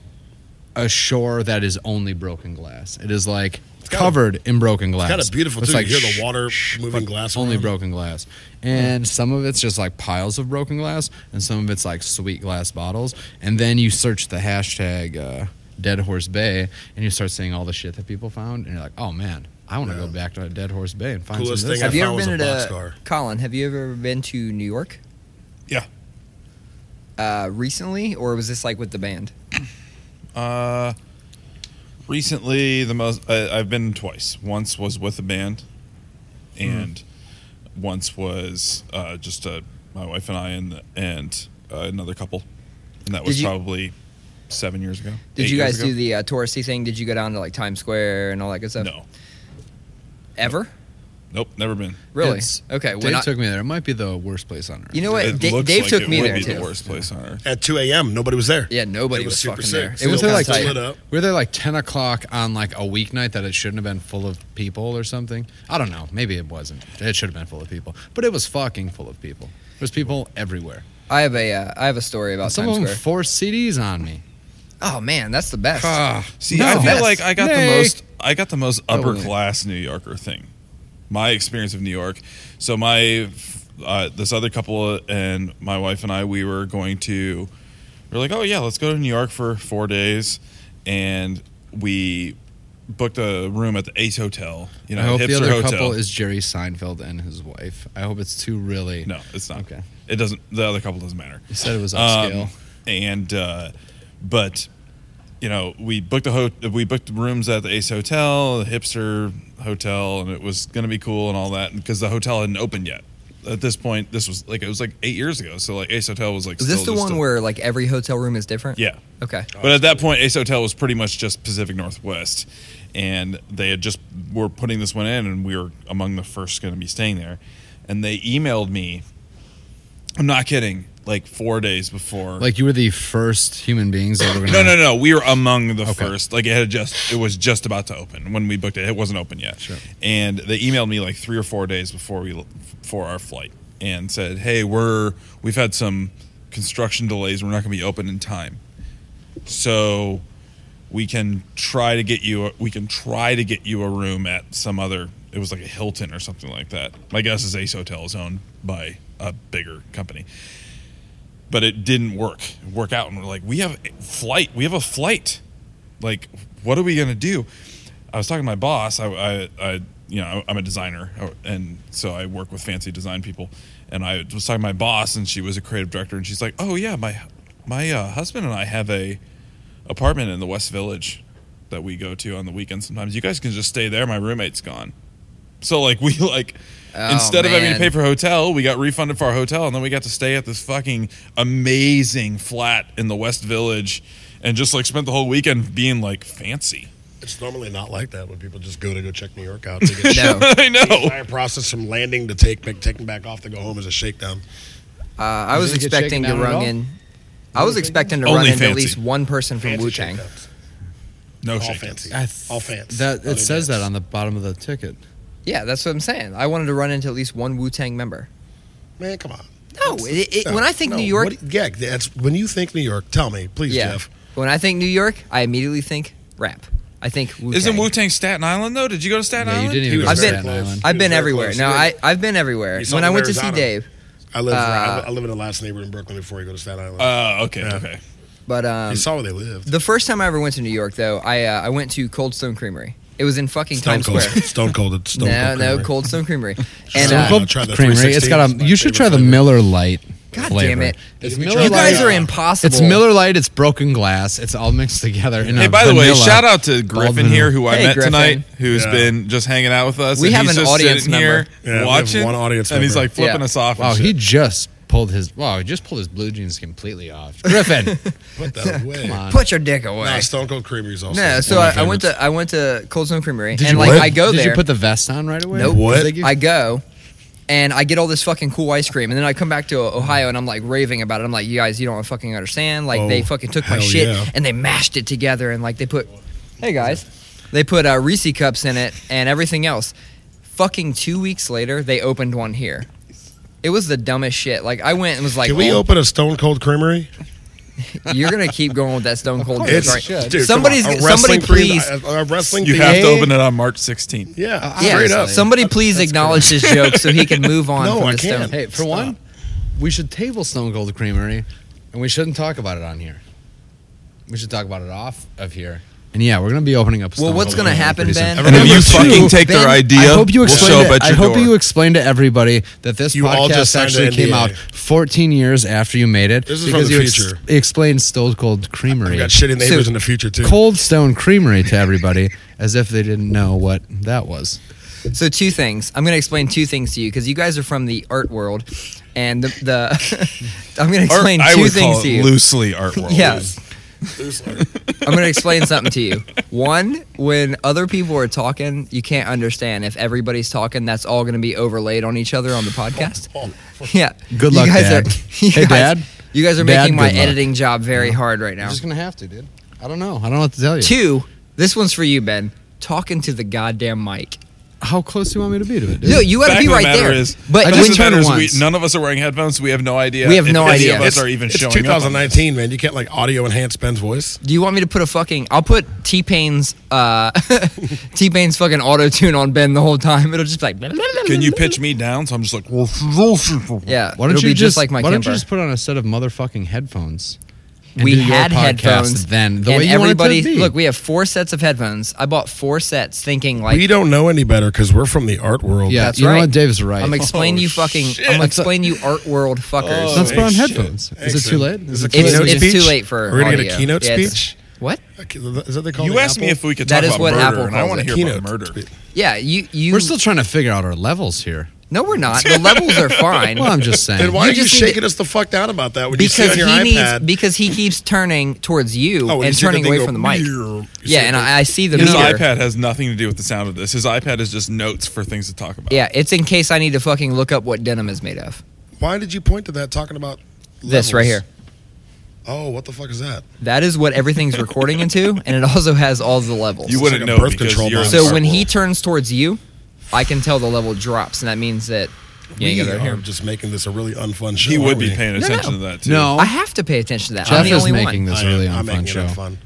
Speaker 3: a shore that is only broken glass. It is like
Speaker 4: got a-
Speaker 3: covered in broken glass.
Speaker 4: kinda beautiful,
Speaker 3: It's
Speaker 4: too. You hear the
Speaker 3: shh,
Speaker 4: water
Speaker 3: shh,
Speaker 4: moving
Speaker 3: but
Speaker 4: glass
Speaker 3: Only
Speaker 4: around.
Speaker 3: broken glass, and some of it's just like piles of broken glass, and some of it's like sweet glass bottles. And then you search the hashtag uh, Dead Horse Bay, and you start seeing all the shit that people found, and you're like, oh man, I want to go back to Dead Horse Bay and find
Speaker 4: Coolest
Speaker 3: some of this.
Speaker 4: thing
Speaker 1: Have
Speaker 4: I
Speaker 1: you
Speaker 4: found
Speaker 1: ever
Speaker 4: was
Speaker 1: been
Speaker 4: a
Speaker 1: to
Speaker 4: boxcar.
Speaker 1: Colin? Have you ever been to New York
Speaker 2: Yeah.
Speaker 1: uh, recently, or was this like with the band?
Speaker 2: Uh, recently, the most I, I've been twice. Once was with a band,
Speaker 1: Hmm.
Speaker 2: and once was uh, just uh, my wife and I and and uh, another couple, and that was
Speaker 1: Did you-
Speaker 2: probably seven years ago.
Speaker 1: Did
Speaker 2: eight
Speaker 1: you
Speaker 2: years
Speaker 1: guys
Speaker 2: ago.
Speaker 1: do the uh, touristy thing? Did you go down to like Times Square and all that good stuff?
Speaker 2: No,
Speaker 1: Ever?
Speaker 2: Nope, never been.
Speaker 1: Really?
Speaker 3: It's-
Speaker 1: okay. When
Speaker 3: Dave
Speaker 1: I,
Speaker 3: took me there. It might be the worst place on earth.
Speaker 1: you know what?
Speaker 2: It
Speaker 1: Da-
Speaker 2: looks
Speaker 1: Dave
Speaker 2: like
Speaker 1: took
Speaker 2: it
Speaker 1: me
Speaker 2: would
Speaker 1: there
Speaker 2: be
Speaker 1: too.
Speaker 2: the worst place on earth.
Speaker 4: At 2 a.m., nobody was there.
Speaker 1: Yeah, nobody
Speaker 4: It was
Speaker 1: was,
Speaker 4: super
Speaker 1: fucking
Speaker 4: sick.
Speaker 1: there.
Speaker 4: So
Speaker 1: It was
Speaker 3: we
Speaker 1: kind
Speaker 3: were,
Speaker 1: of
Speaker 4: like,
Speaker 1: tight.
Speaker 4: lit up.
Speaker 3: we were there like 10 o'clock on like a weeknight that it shouldn't have been full of people or something. I don't know. Maybe it wasn't. It should have been full of people. But it was fucking full of people. There's people everywhere.
Speaker 1: I have a uh, I have a story about
Speaker 3: Some
Speaker 1: Times
Speaker 3: of them
Speaker 1: Square.
Speaker 3: forced CDs on me.
Speaker 1: Oh man, that's the best.
Speaker 3: Ah.
Speaker 2: See,
Speaker 1: No.
Speaker 2: I feel
Speaker 1: Yes.
Speaker 2: like I got
Speaker 3: Nay.
Speaker 2: the most. I got the most upper
Speaker 3: Totally.
Speaker 2: class New Yorker thing. My experience of New York. So my uh, this other couple and my wife and I we were going to. We are like, oh yeah, let's go to New York for four days, and we booked a room at the Ace Hotel. You know,
Speaker 3: I hope
Speaker 2: hipster
Speaker 3: the other
Speaker 2: hotel.
Speaker 3: couple is Jerry Seinfeld and his wife. I hope it's two really.
Speaker 2: No, Um, it's not.
Speaker 3: Okay.
Speaker 2: It doesn't. The other couple doesn't matter.
Speaker 3: You said it was upscale.
Speaker 2: and uh, but you know we booked the ho- we booked rooms at the Ace Hotel, the hipster hotel, and it was gonna be cool and all that because the hotel hadn't opened yet. At this point, this was like it was like eight years ago. So like Ace Hotel was like.
Speaker 1: Is this
Speaker 2: still
Speaker 1: the
Speaker 2: just
Speaker 1: one
Speaker 2: a-
Speaker 1: where Oh, like every hotel room is different?
Speaker 2: Yeah.
Speaker 1: Okay. Uh,
Speaker 2: But at that point, Ace Hotel was pretty much just Pacific Northwest, and they had just were putting this one in, and we were among the first going to be staying there. And they emailed me. I'm not kidding. Like four days before.
Speaker 3: Like you were the first human beings that were gonna
Speaker 2: no, no, no. We were among the
Speaker 3: Okay.
Speaker 2: first. Like it had just it was just about to open when we booked it. It wasn't open yet.
Speaker 3: Sure.
Speaker 2: And they emailed me like three or four days before we for our flight and said, "Hey, we're we've had some construction delays. We're not going to be open in time." so we can try to get you we can try to get you a room at some other it was like a hilton or something like that my guess is ace hotel is owned by a bigger company but it didn't work work out and we're like we have a flight we have a flight like what are we going to do i was talking to my boss i, I, I you know i'm a designer oh, and so i work with fancy design people and i was talking to my boss and she was a creative director and she's like oh yeah my my uh, husband and i have a apartment in the west village that we go to on the weekends sometimes you guys can just stay there my roommate's gone so like we like
Speaker 1: Oh,
Speaker 2: instead of having to
Speaker 1: man.
Speaker 2: pay for a hotel we got refunded for our hotel and then we got to stay at this fucking amazing flat in the west village and just like spent the whole weekend being like fancy
Speaker 4: It's normally not like that when people just go to go check New York out. They get
Speaker 1: No.
Speaker 2: i
Speaker 4: the
Speaker 2: know
Speaker 4: entire process from landing to take back, taking back off to go home is a shakedown.
Speaker 1: Uh, I
Speaker 3: You
Speaker 1: was
Speaker 3: didn't get
Speaker 1: expecting
Speaker 3: shaken
Speaker 1: to
Speaker 3: down at
Speaker 1: run
Speaker 3: all?
Speaker 1: in. I was expecting to
Speaker 2: Only
Speaker 1: run into at
Speaker 2: fancy.
Speaker 1: least one person from
Speaker 4: Fancy
Speaker 1: Wu Tang.
Speaker 4: shakedowns.
Speaker 2: no
Speaker 4: All
Speaker 2: shit
Speaker 4: fancy.
Speaker 3: I th-
Speaker 4: All fancy.
Speaker 3: That
Speaker 4: Other
Speaker 3: it says
Speaker 4: dance.
Speaker 3: that on the bottom of the ticket.
Speaker 1: Yeah, that's what I'm saying. I wanted to run into at least one Wu Tang member.
Speaker 4: Man, come on.
Speaker 1: No, it, it, when I think
Speaker 4: No,
Speaker 1: New York,
Speaker 4: what- yeah, that's when you think New York. Tell me, please,
Speaker 1: yeah,
Speaker 4: Jeff.
Speaker 1: when I think New York, I immediately think rap. I think Wu Tang.
Speaker 2: isn't wu-tang staten island though did you go to staten
Speaker 3: Yeah, you
Speaker 2: island
Speaker 3: didn't even
Speaker 4: He
Speaker 3: go
Speaker 1: was
Speaker 3: to
Speaker 1: very
Speaker 3: Staten
Speaker 4: close.
Speaker 3: Island.
Speaker 1: I've
Speaker 4: He was
Speaker 1: been
Speaker 4: very
Speaker 1: everywhere.
Speaker 4: close.
Speaker 1: No,
Speaker 4: He
Speaker 1: I
Speaker 4: did.
Speaker 1: I've been everywhere.
Speaker 4: He saw
Speaker 1: When
Speaker 4: them
Speaker 1: I
Speaker 4: in
Speaker 1: went to see
Speaker 4: Arizona.
Speaker 1: Dave,
Speaker 4: I live.
Speaker 1: Uh,
Speaker 4: I live in the last neighborhood in Brooklyn before you go to Staten Island.
Speaker 2: uh, okay
Speaker 4: Yeah.
Speaker 2: okay
Speaker 1: but um,
Speaker 4: you saw where they lived.
Speaker 1: the first time I ever went to New York, though, I uh, I went to Cold Stone Creamery. It was in fucking Times
Speaker 4: Cold.
Speaker 1: Square.
Speaker 4: Stone Cold. Stone
Speaker 1: no,
Speaker 4: Cold
Speaker 1: no,
Speaker 4: Creamery.
Speaker 1: Cold Stone Creamery. And
Speaker 4: Stone
Speaker 1: uh,
Speaker 4: Cold Try the
Speaker 3: Creamery. It's got
Speaker 4: 316.
Speaker 3: a. You should
Speaker 4: It's
Speaker 3: try
Speaker 4: my
Speaker 3: the
Speaker 4: favorite
Speaker 3: Miller Light.
Speaker 1: God
Speaker 3: flavor.
Speaker 1: damn it.
Speaker 3: It's
Speaker 4: Have you
Speaker 3: Miller
Speaker 1: you guys
Speaker 3: Lite.
Speaker 1: are impossible.
Speaker 3: It's Miller Light. It's broken glass. It's all mixed together. In
Speaker 2: Hey,
Speaker 3: a
Speaker 2: by the way,
Speaker 3: vanilla-
Speaker 2: shout out to
Speaker 3: bald
Speaker 2: Griffin
Speaker 3: vanilla.
Speaker 2: here, who I
Speaker 1: Hey,
Speaker 2: met
Speaker 1: Griffin.
Speaker 2: tonight, who's
Speaker 4: Yeah.
Speaker 2: been just hanging out with us.
Speaker 1: We
Speaker 2: and
Speaker 1: have
Speaker 2: he's
Speaker 1: an
Speaker 2: just
Speaker 1: audience
Speaker 2: sitting here
Speaker 1: member.
Speaker 4: Yeah, we have
Speaker 2: watching,
Speaker 4: one audience
Speaker 2: and he's
Speaker 4: member.
Speaker 2: like flipping
Speaker 1: Yeah.
Speaker 2: us off. and
Speaker 3: Wow, he
Speaker 2: shit.
Speaker 3: just pulled his. Wow, he just pulled his blue jeans completely off. Griffin,
Speaker 4: Put that away.
Speaker 3: on.
Speaker 1: put your dick away.
Speaker 4: Nah, Stone Cold Creamery is also.
Speaker 1: No, so
Speaker 4: one
Speaker 1: I,
Speaker 4: of my
Speaker 1: I went
Speaker 4: favorites.
Speaker 1: to I went to Cold Stone Creamery,
Speaker 3: did
Speaker 1: and
Speaker 3: you
Speaker 1: like
Speaker 3: put-
Speaker 1: I go
Speaker 3: did
Speaker 1: there.
Speaker 3: you put the vest on right away?
Speaker 1: Nope.
Speaker 4: What?
Speaker 3: They give-
Speaker 1: I go, and I get all this fucking cool ice cream, and then I come back to Ohio, and I'm like raving about it. I'm like, you guys, you don't fucking understand. Like they
Speaker 4: Oh,
Speaker 1: fucking took my
Speaker 4: hell
Speaker 1: shit
Speaker 4: yeah.
Speaker 1: and they mashed it together, and like they put, hey guys, they put uh, Reese cups in it and everything else. Fucking two weeks later, they opened one here. It was the dumbest shit. Like I went and was like,
Speaker 4: Can we
Speaker 1: oh,
Speaker 4: open a Stone Cold Creamery?
Speaker 1: you're gonna keep going with that Stone Cold.
Speaker 3: course
Speaker 1: dick,
Speaker 3: you
Speaker 1: right?
Speaker 3: should.
Speaker 4: dude, come
Speaker 1: Somebody's-
Speaker 4: on. A
Speaker 1: somebody
Speaker 4: wrestling
Speaker 1: please-
Speaker 4: themed- A, a wrestling.
Speaker 2: You
Speaker 4: themed-
Speaker 2: have to open it on March 16th.
Speaker 4: Yeah,
Speaker 1: Yeah,
Speaker 4: straight up.
Speaker 1: somebody please acknowledge this joke so he can move on
Speaker 4: No,
Speaker 1: from
Speaker 4: I
Speaker 1: the
Speaker 4: can't.
Speaker 1: Stone.
Speaker 3: Hey, for one, we should table Stone Cold Creamery, and we shouldn't talk about it on here. We should talk about it off of here. And yeah, we're gonna be opening up. Stone
Speaker 1: Well, what's
Speaker 3: Cold
Speaker 1: gonna
Speaker 3: Creamery
Speaker 1: happen,
Speaker 3: pretty soon.
Speaker 1: Ben?
Speaker 2: And if
Speaker 3: Number
Speaker 2: you
Speaker 3: two,
Speaker 2: fucking take their
Speaker 1: Ben,
Speaker 2: idea,
Speaker 3: I hope you
Speaker 2: we'll
Speaker 3: explain.
Speaker 2: show
Speaker 3: to,
Speaker 2: up at
Speaker 3: I
Speaker 2: your
Speaker 3: hope
Speaker 2: door.
Speaker 3: you explain to everybody that this
Speaker 4: You all just
Speaker 3: podcast
Speaker 4: signed
Speaker 3: actually
Speaker 4: an
Speaker 3: came
Speaker 4: NDA.
Speaker 3: out 14 years after you made it.
Speaker 4: This is from
Speaker 3: because
Speaker 4: the
Speaker 3: you ex-
Speaker 4: future.
Speaker 3: explained Stone Cold Creamery,
Speaker 4: We got shitty neighbors
Speaker 1: So-
Speaker 4: in the future too.
Speaker 3: Cold Stone Creamery, to everybody, as if they didn't know what that was.
Speaker 1: So two things. I'm going to explain two things to you because you guys are from the art world, and the, the I'm going to
Speaker 2: Art-
Speaker 1: explain
Speaker 2: I
Speaker 1: two
Speaker 2: would
Speaker 1: things
Speaker 2: call
Speaker 1: to
Speaker 2: it
Speaker 1: you.
Speaker 2: loosely art world.
Speaker 1: Yes. I'm going to explain something to you. One, when other people are talking, you can't understand. If everybody's talking, that's all going to be overlaid on each other on the podcast. Yeah.
Speaker 3: Good
Speaker 1: You
Speaker 3: luck,
Speaker 1: guys
Speaker 3: Dad.
Speaker 1: Are,
Speaker 3: Hey,
Speaker 1: you guys-
Speaker 3: Dad?
Speaker 1: You guys are
Speaker 3: Dad,
Speaker 1: making my
Speaker 3: good luck.
Speaker 1: editing job very hard right now.
Speaker 3: I'm just gonna have to, dude. I don't know. I don't know what to tell you.
Speaker 1: Two, this one's for you, Ben. Talking to the goddamn mic.
Speaker 3: How close do you want me to be to it, dude?
Speaker 1: Yo, you got to
Speaker 2: Fact
Speaker 1: be
Speaker 2: of
Speaker 1: right
Speaker 2: the matter
Speaker 1: there.
Speaker 2: is,
Speaker 1: but
Speaker 3: I
Speaker 2: fact
Speaker 3: just
Speaker 1: when-
Speaker 2: of the matter is
Speaker 3: turned
Speaker 2: we-
Speaker 3: once.
Speaker 2: none of us are wearing headphones. so we have no idea.
Speaker 1: We have
Speaker 2: if
Speaker 1: no
Speaker 2: any
Speaker 1: idea.
Speaker 2: Of us are even
Speaker 4: it's
Speaker 2: showing up.
Speaker 4: 2019, man. You can't like audio enhance Ben's voice.
Speaker 1: do you want me to put a fucking? I'll put T Pain's uh, T Pain's fucking auto tune on Ben the whole time. It'll just be like.
Speaker 2: Can you pitch me down? So I'm just like,
Speaker 1: Yeah.
Speaker 3: Why don't
Speaker 1: it'll
Speaker 3: you
Speaker 1: be
Speaker 3: just,
Speaker 1: like my
Speaker 3: Why don't
Speaker 1: Kemper.
Speaker 3: you just put on a set of motherfucking headphones? and
Speaker 1: we
Speaker 3: do your
Speaker 1: had
Speaker 3: podcast
Speaker 1: headphones
Speaker 3: Then the
Speaker 1: and
Speaker 3: way you want it to
Speaker 1: everybody
Speaker 3: be.
Speaker 1: look we have four sets of headphones i bought four sets thinking like
Speaker 4: we don't know any better because we're from the art world.
Speaker 3: Yeah,
Speaker 1: that's
Speaker 3: you know
Speaker 1: right.
Speaker 3: what? Dave's right.
Speaker 1: i'm explaining
Speaker 2: Oh,
Speaker 1: you fucking
Speaker 2: shit.
Speaker 1: i'm gonna explain you art world fuckers
Speaker 3: Let's put on
Speaker 2: Shit.
Speaker 3: headphones. Is it too late?
Speaker 4: Excellent. Is it
Speaker 3: too
Speaker 1: it's,
Speaker 3: late?
Speaker 4: Keynote
Speaker 1: it's too
Speaker 4: speech?
Speaker 1: late for
Speaker 4: Are we gonna get a
Speaker 1: audio.
Speaker 4: keynote
Speaker 1: Yeah, it's-
Speaker 4: speech?
Speaker 1: what
Speaker 4: Is that they call
Speaker 2: you
Speaker 4: the
Speaker 2: asked me
Speaker 4: Apple?
Speaker 2: if we could
Speaker 1: That
Speaker 2: talk
Speaker 1: is
Speaker 2: about
Speaker 1: what
Speaker 2: murder,
Speaker 1: Apple
Speaker 2: and I
Speaker 1: calls
Speaker 2: want
Speaker 1: it.
Speaker 2: to hear
Speaker 4: Keynote
Speaker 2: about murder.
Speaker 4: speech.
Speaker 1: yeah you you
Speaker 3: We're still trying to figure out our levels here.
Speaker 1: no we're not the levels are fine
Speaker 3: Well, I'm just saying.
Speaker 4: Then why
Speaker 1: You
Speaker 4: are you
Speaker 1: just need to-
Speaker 4: shaking us the fuck down about that when you
Speaker 1: because
Speaker 4: see
Speaker 1: he
Speaker 4: on your
Speaker 1: needs
Speaker 4: iPad?
Speaker 1: because he keeps turning towards you
Speaker 4: Oh, when you
Speaker 1: and
Speaker 4: see the
Speaker 1: turning
Speaker 4: thing
Speaker 1: away
Speaker 4: go,
Speaker 1: from the mic
Speaker 4: "Meow," you see
Speaker 1: yeah
Speaker 4: the
Speaker 1: and
Speaker 4: thing-
Speaker 1: I, I see the
Speaker 2: His
Speaker 1: meter.
Speaker 2: iPad has nothing to do with the sound of this. His iPad is just notes for things to talk about.
Speaker 1: yeah it's in case i need to fucking look up what denim is made of
Speaker 4: Why did you point to that talking about
Speaker 1: this right here
Speaker 4: levels? Oh, what the fuck is that?
Speaker 1: that is what everything's recording into and it also has all the levels
Speaker 2: You wouldn't
Speaker 4: like a
Speaker 2: know
Speaker 4: birth
Speaker 2: because
Speaker 4: control
Speaker 2: you're in
Speaker 4: box.
Speaker 1: So
Speaker 2: our
Speaker 1: when he
Speaker 2: world.
Speaker 1: turns towards you, I can tell the level drops, and that means that you ain't
Speaker 4: we
Speaker 1: gonna
Speaker 4: are
Speaker 1: hear.
Speaker 4: just making this a really unfun show.
Speaker 2: he would
Speaker 4: aren't
Speaker 2: be
Speaker 4: we?
Speaker 2: paying
Speaker 1: No,
Speaker 2: attention
Speaker 1: no.
Speaker 2: to that too.
Speaker 3: No,
Speaker 1: I have to pay attention to that.
Speaker 3: Jeff
Speaker 1: I'm the
Speaker 3: is
Speaker 1: only
Speaker 3: making
Speaker 1: one.
Speaker 3: this
Speaker 4: I am-
Speaker 3: really
Speaker 4: I'm
Speaker 3: unfun
Speaker 4: making
Speaker 3: show.
Speaker 4: it fun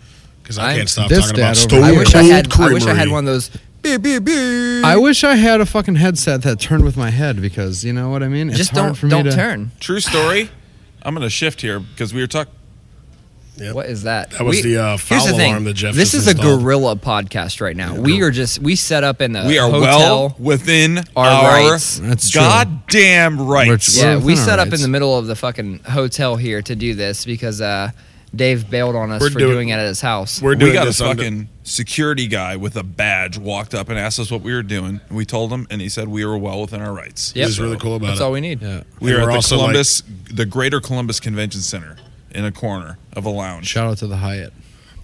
Speaker 4: because
Speaker 1: I
Speaker 4: I
Speaker 1: am-
Speaker 4: can't stop
Speaker 3: this
Speaker 4: talking about
Speaker 3: dad over
Speaker 4: Stone
Speaker 3: here-
Speaker 1: I wish I
Speaker 4: Cold
Speaker 1: had. I wish I had
Speaker 4: Creamery.
Speaker 1: one of those. Beep, beep, beep.
Speaker 3: I wish I had a fucking headset that turned with my head because you know what I mean. It's
Speaker 1: just
Speaker 3: hard
Speaker 1: don't
Speaker 3: for me
Speaker 1: don't
Speaker 3: to,
Speaker 1: turn.
Speaker 2: True story. I'm going to shift here because we were talking.
Speaker 4: Yep.
Speaker 1: What is that?
Speaker 4: That was the, uh,
Speaker 1: here's
Speaker 4: foul
Speaker 1: thing.
Speaker 4: alarm that Jeff
Speaker 1: This
Speaker 4: just
Speaker 1: is a
Speaker 4: installed.
Speaker 1: gorilla podcast right now. we are just we set up in a
Speaker 2: We are
Speaker 1: Uh, hotel.
Speaker 2: well within
Speaker 1: Our
Speaker 2: our,
Speaker 1: rights.
Speaker 3: That's true.
Speaker 2: goddamn rights.
Speaker 3: We're
Speaker 1: yeah, we
Speaker 3: within our
Speaker 1: set up in
Speaker 3: rights.
Speaker 1: the middle of the fucking hotel here to do this because uh, Dave bailed on us
Speaker 4: We're
Speaker 1: for
Speaker 4: doing-
Speaker 1: doing it at his house.
Speaker 4: We're doing
Speaker 2: we got a
Speaker 4: this under-
Speaker 2: fucking security guy with a badge walked up and asked us what we were doing. And we told him, and he said we were well within our rights.
Speaker 1: Yep.
Speaker 4: This is really cool about
Speaker 1: That's
Speaker 4: it.
Speaker 1: all we need.
Speaker 3: Yeah.
Speaker 2: We
Speaker 4: And
Speaker 2: are
Speaker 4: we're
Speaker 2: at the
Speaker 4: also, like-
Speaker 2: Columbus, the Greater Columbus Convention Center, in a corner of a lounge.
Speaker 3: Shout out to the Hyatt.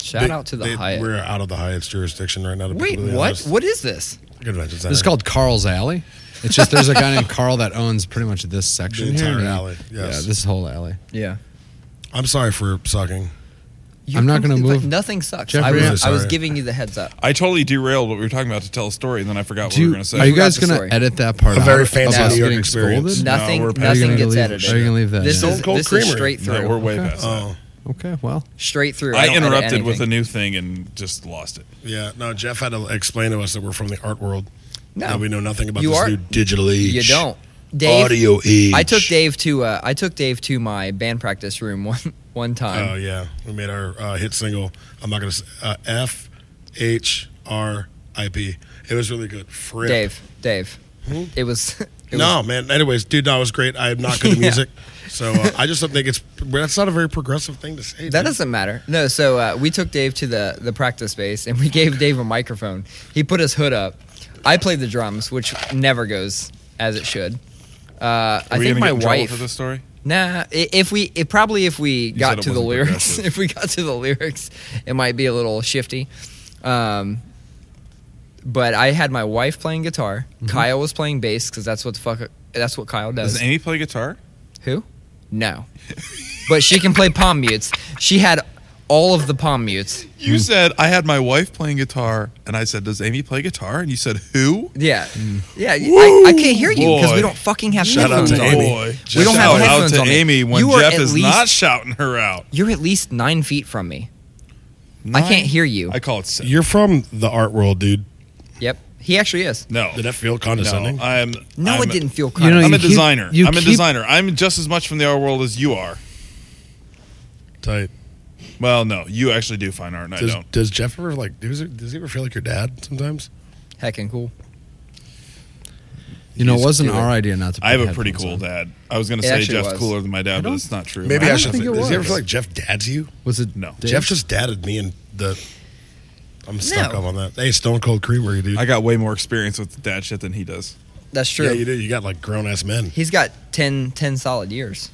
Speaker 1: Shout
Speaker 4: They-
Speaker 1: out to the
Speaker 4: they-
Speaker 1: Hyatt.
Speaker 4: We're out of the Hyatt's jurisdiction right now. To be
Speaker 1: Wait,
Speaker 4: completely
Speaker 1: what?
Speaker 4: honest.
Speaker 1: What is this?
Speaker 4: Convention center.
Speaker 3: It's called Carl's Alley. It's just there's a guy named Carl that owns pretty much this section
Speaker 4: entire
Speaker 3: here. and he-
Speaker 4: alley, yes.
Speaker 3: Yeah, this whole alley.
Speaker 1: Yeah.
Speaker 4: I'm sorry for sucking.
Speaker 3: I'm not gonna
Speaker 1: completely-
Speaker 3: move.
Speaker 1: Nothing sucks. I
Speaker 3: Jeffrey,
Speaker 1: was,
Speaker 4: I'm
Speaker 1: I was
Speaker 4: sorry.
Speaker 1: giving you the heads up.
Speaker 2: I totally derailed what we were talking about to tell a story, and then I forgot what
Speaker 3: Do
Speaker 2: we
Speaker 3: you,
Speaker 2: were going to say.
Speaker 3: are you
Speaker 1: Forgot
Speaker 3: guys
Speaker 1: the
Speaker 3: going
Speaker 1: story.
Speaker 3: to edit that part?
Speaker 4: A
Speaker 3: out
Speaker 4: very
Speaker 3: of us
Speaker 4: fancy New York
Speaker 3: getting
Speaker 4: experience.
Speaker 3: scolded?
Speaker 1: Nothing.
Speaker 2: we're- Are you
Speaker 1: nothing
Speaker 3: gonna
Speaker 1: gets
Speaker 3: leave-
Speaker 1: edited.
Speaker 3: are you gonna leave that
Speaker 1: This
Speaker 3: in?
Speaker 1: is,
Speaker 4: Stone Cold
Speaker 1: this is
Speaker 4: Creamery.
Speaker 1: straight
Speaker 2: No,
Speaker 1: through.
Speaker 2: we're way past that.
Speaker 4: Oh
Speaker 3: Okay, well,
Speaker 1: Straight through.
Speaker 2: I
Speaker 1: don't edit
Speaker 2: interrupted with a
Speaker 1: anything.
Speaker 2: new thing and just lost it.
Speaker 4: yeah, no. Jeff had to explain to us that we're from the art world.
Speaker 1: No.
Speaker 4: that we know nothing about
Speaker 1: You
Speaker 4: this
Speaker 1: are-
Speaker 4: new digital age.
Speaker 1: You don't. Dave,
Speaker 4: Audio age.
Speaker 1: I took Dave to. Uh, I took Dave to my band practice room one one
Speaker 4: Oh
Speaker 1: time.
Speaker 4: yeah, we made our uh, hit single. I'm not gonna s- uh, F H R I P. It was really good. Frick.
Speaker 1: Dave, Dave. It was. It
Speaker 4: no man. Anyways, dude, that was great. I'm not good at
Speaker 1: Yeah.
Speaker 4: music, so uh, I just don't think it's. That's not a very progressive thing to say.
Speaker 1: That
Speaker 4: dude.
Speaker 1: doesn't matter. No, so uh, we took Dave to the, the practice space and we gave Dave a microphone. He put his hood up. I played the drums, which never goes as it should. Uh, I
Speaker 2: Are we
Speaker 1: think
Speaker 2: gonna
Speaker 1: my
Speaker 2: get in trouble for
Speaker 1: wife.
Speaker 2: this story.
Speaker 1: Nah, i- if we it probably if we got
Speaker 2: said it
Speaker 1: to the
Speaker 2: wasn't
Speaker 1: lyrics,
Speaker 2: progressive.
Speaker 1: if we got to the lyrics, it might be a little shifty. Um, but I had my wife playing guitar.
Speaker 2: Mm-hmm.
Speaker 1: Kyle was playing bass because that's what the fuck that's what Kyle does.
Speaker 2: Does Amy play guitar?
Speaker 1: Who? No. but she can play palm mutes. She had all of the palm mutes.
Speaker 2: You said I had my wife playing guitar, and I said, "Does Amy play guitar?" And you said, "Who?"
Speaker 1: Yeah.
Speaker 3: Mm.
Speaker 1: Yeah. I, I can't hear you because we
Speaker 2: Boy.
Speaker 1: don't fucking have
Speaker 4: Shout out
Speaker 1: headphones
Speaker 4: to
Speaker 1: on.
Speaker 4: Amy.
Speaker 1: We
Speaker 2: Shout
Speaker 1: don't have
Speaker 2: out
Speaker 1: headphones
Speaker 2: to
Speaker 1: on me.
Speaker 2: Amy when
Speaker 1: You are
Speaker 2: Jeff
Speaker 1: at
Speaker 2: is
Speaker 1: least-
Speaker 2: not shouting her out.
Speaker 1: You're at least nine feet from me. I can't
Speaker 2: Nine-
Speaker 1: hear you.
Speaker 2: I call it seven.
Speaker 4: You're from the art world, dude.
Speaker 1: Yep. He actually is.
Speaker 2: no.
Speaker 4: Did that feel condescending?
Speaker 2: No, I'm.
Speaker 1: No,
Speaker 2: I'm,
Speaker 1: it didn't feel
Speaker 3: You know,
Speaker 1: kind
Speaker 2: I'm
Speaker 3: you
Speaker 2: a
Speaker 3: keep-
Speaker 2: designer.
Speaker 3: you
Speaker 2: I'm a
Speaker 3: keep-
Speaker 2: designer. I'm just as much from the art world as you are.
Speaker 4: Tight.
Speaker 2: Well, no, you actually do fine art, and I
Speaker 4: Does,
Speaker 2: don't.
Speaker 4: does Jeff ever like? Does, he- does he ever feel like your dad sometimes?
Speaker 1: heckin' cool.
Speaker 3: you know, it
Speaker 2: He's
Speaker 3: wasn't
Speaker 2: cute.
Speaker 3: our idea not to. Put
Speaker 2: I have a pretty cool
Speaker 3: headphones on.
Speaker 2: dad. I was going
Speaker 1: It
Speaker 2: to say
Speaker 1: actually
Speaker 2: Jeff's
Speaker 1: was.
Speaker 2: cooler than my dad, but
Speaker 3: don't-
Speaker 2: it's not true.
Speaker 4: Maybe
Speaker 3: I
Speaker 4: I,
Speaker 3: don't
Speaker 4: should.
Speaker 3: think it
Speaker 4: Does he ever
Speaker 3: was.
Speaker 4: feel like Jeff dads you?
Speaker 3: Was it
Speaker 2: No.
Speaker 3: Dave?
Speaker 4: Jeff just dadded me and the. I'm stuck up on that. Hey, Stone Cold Creamery, dude.
Speaker 2: I got way more experience with dad shit than he does.
Speaker 1: That's true.
Speaker 4: Yeah, you do. You got like grown ass men.
Speaker 1: He's got 10, 10 solid years.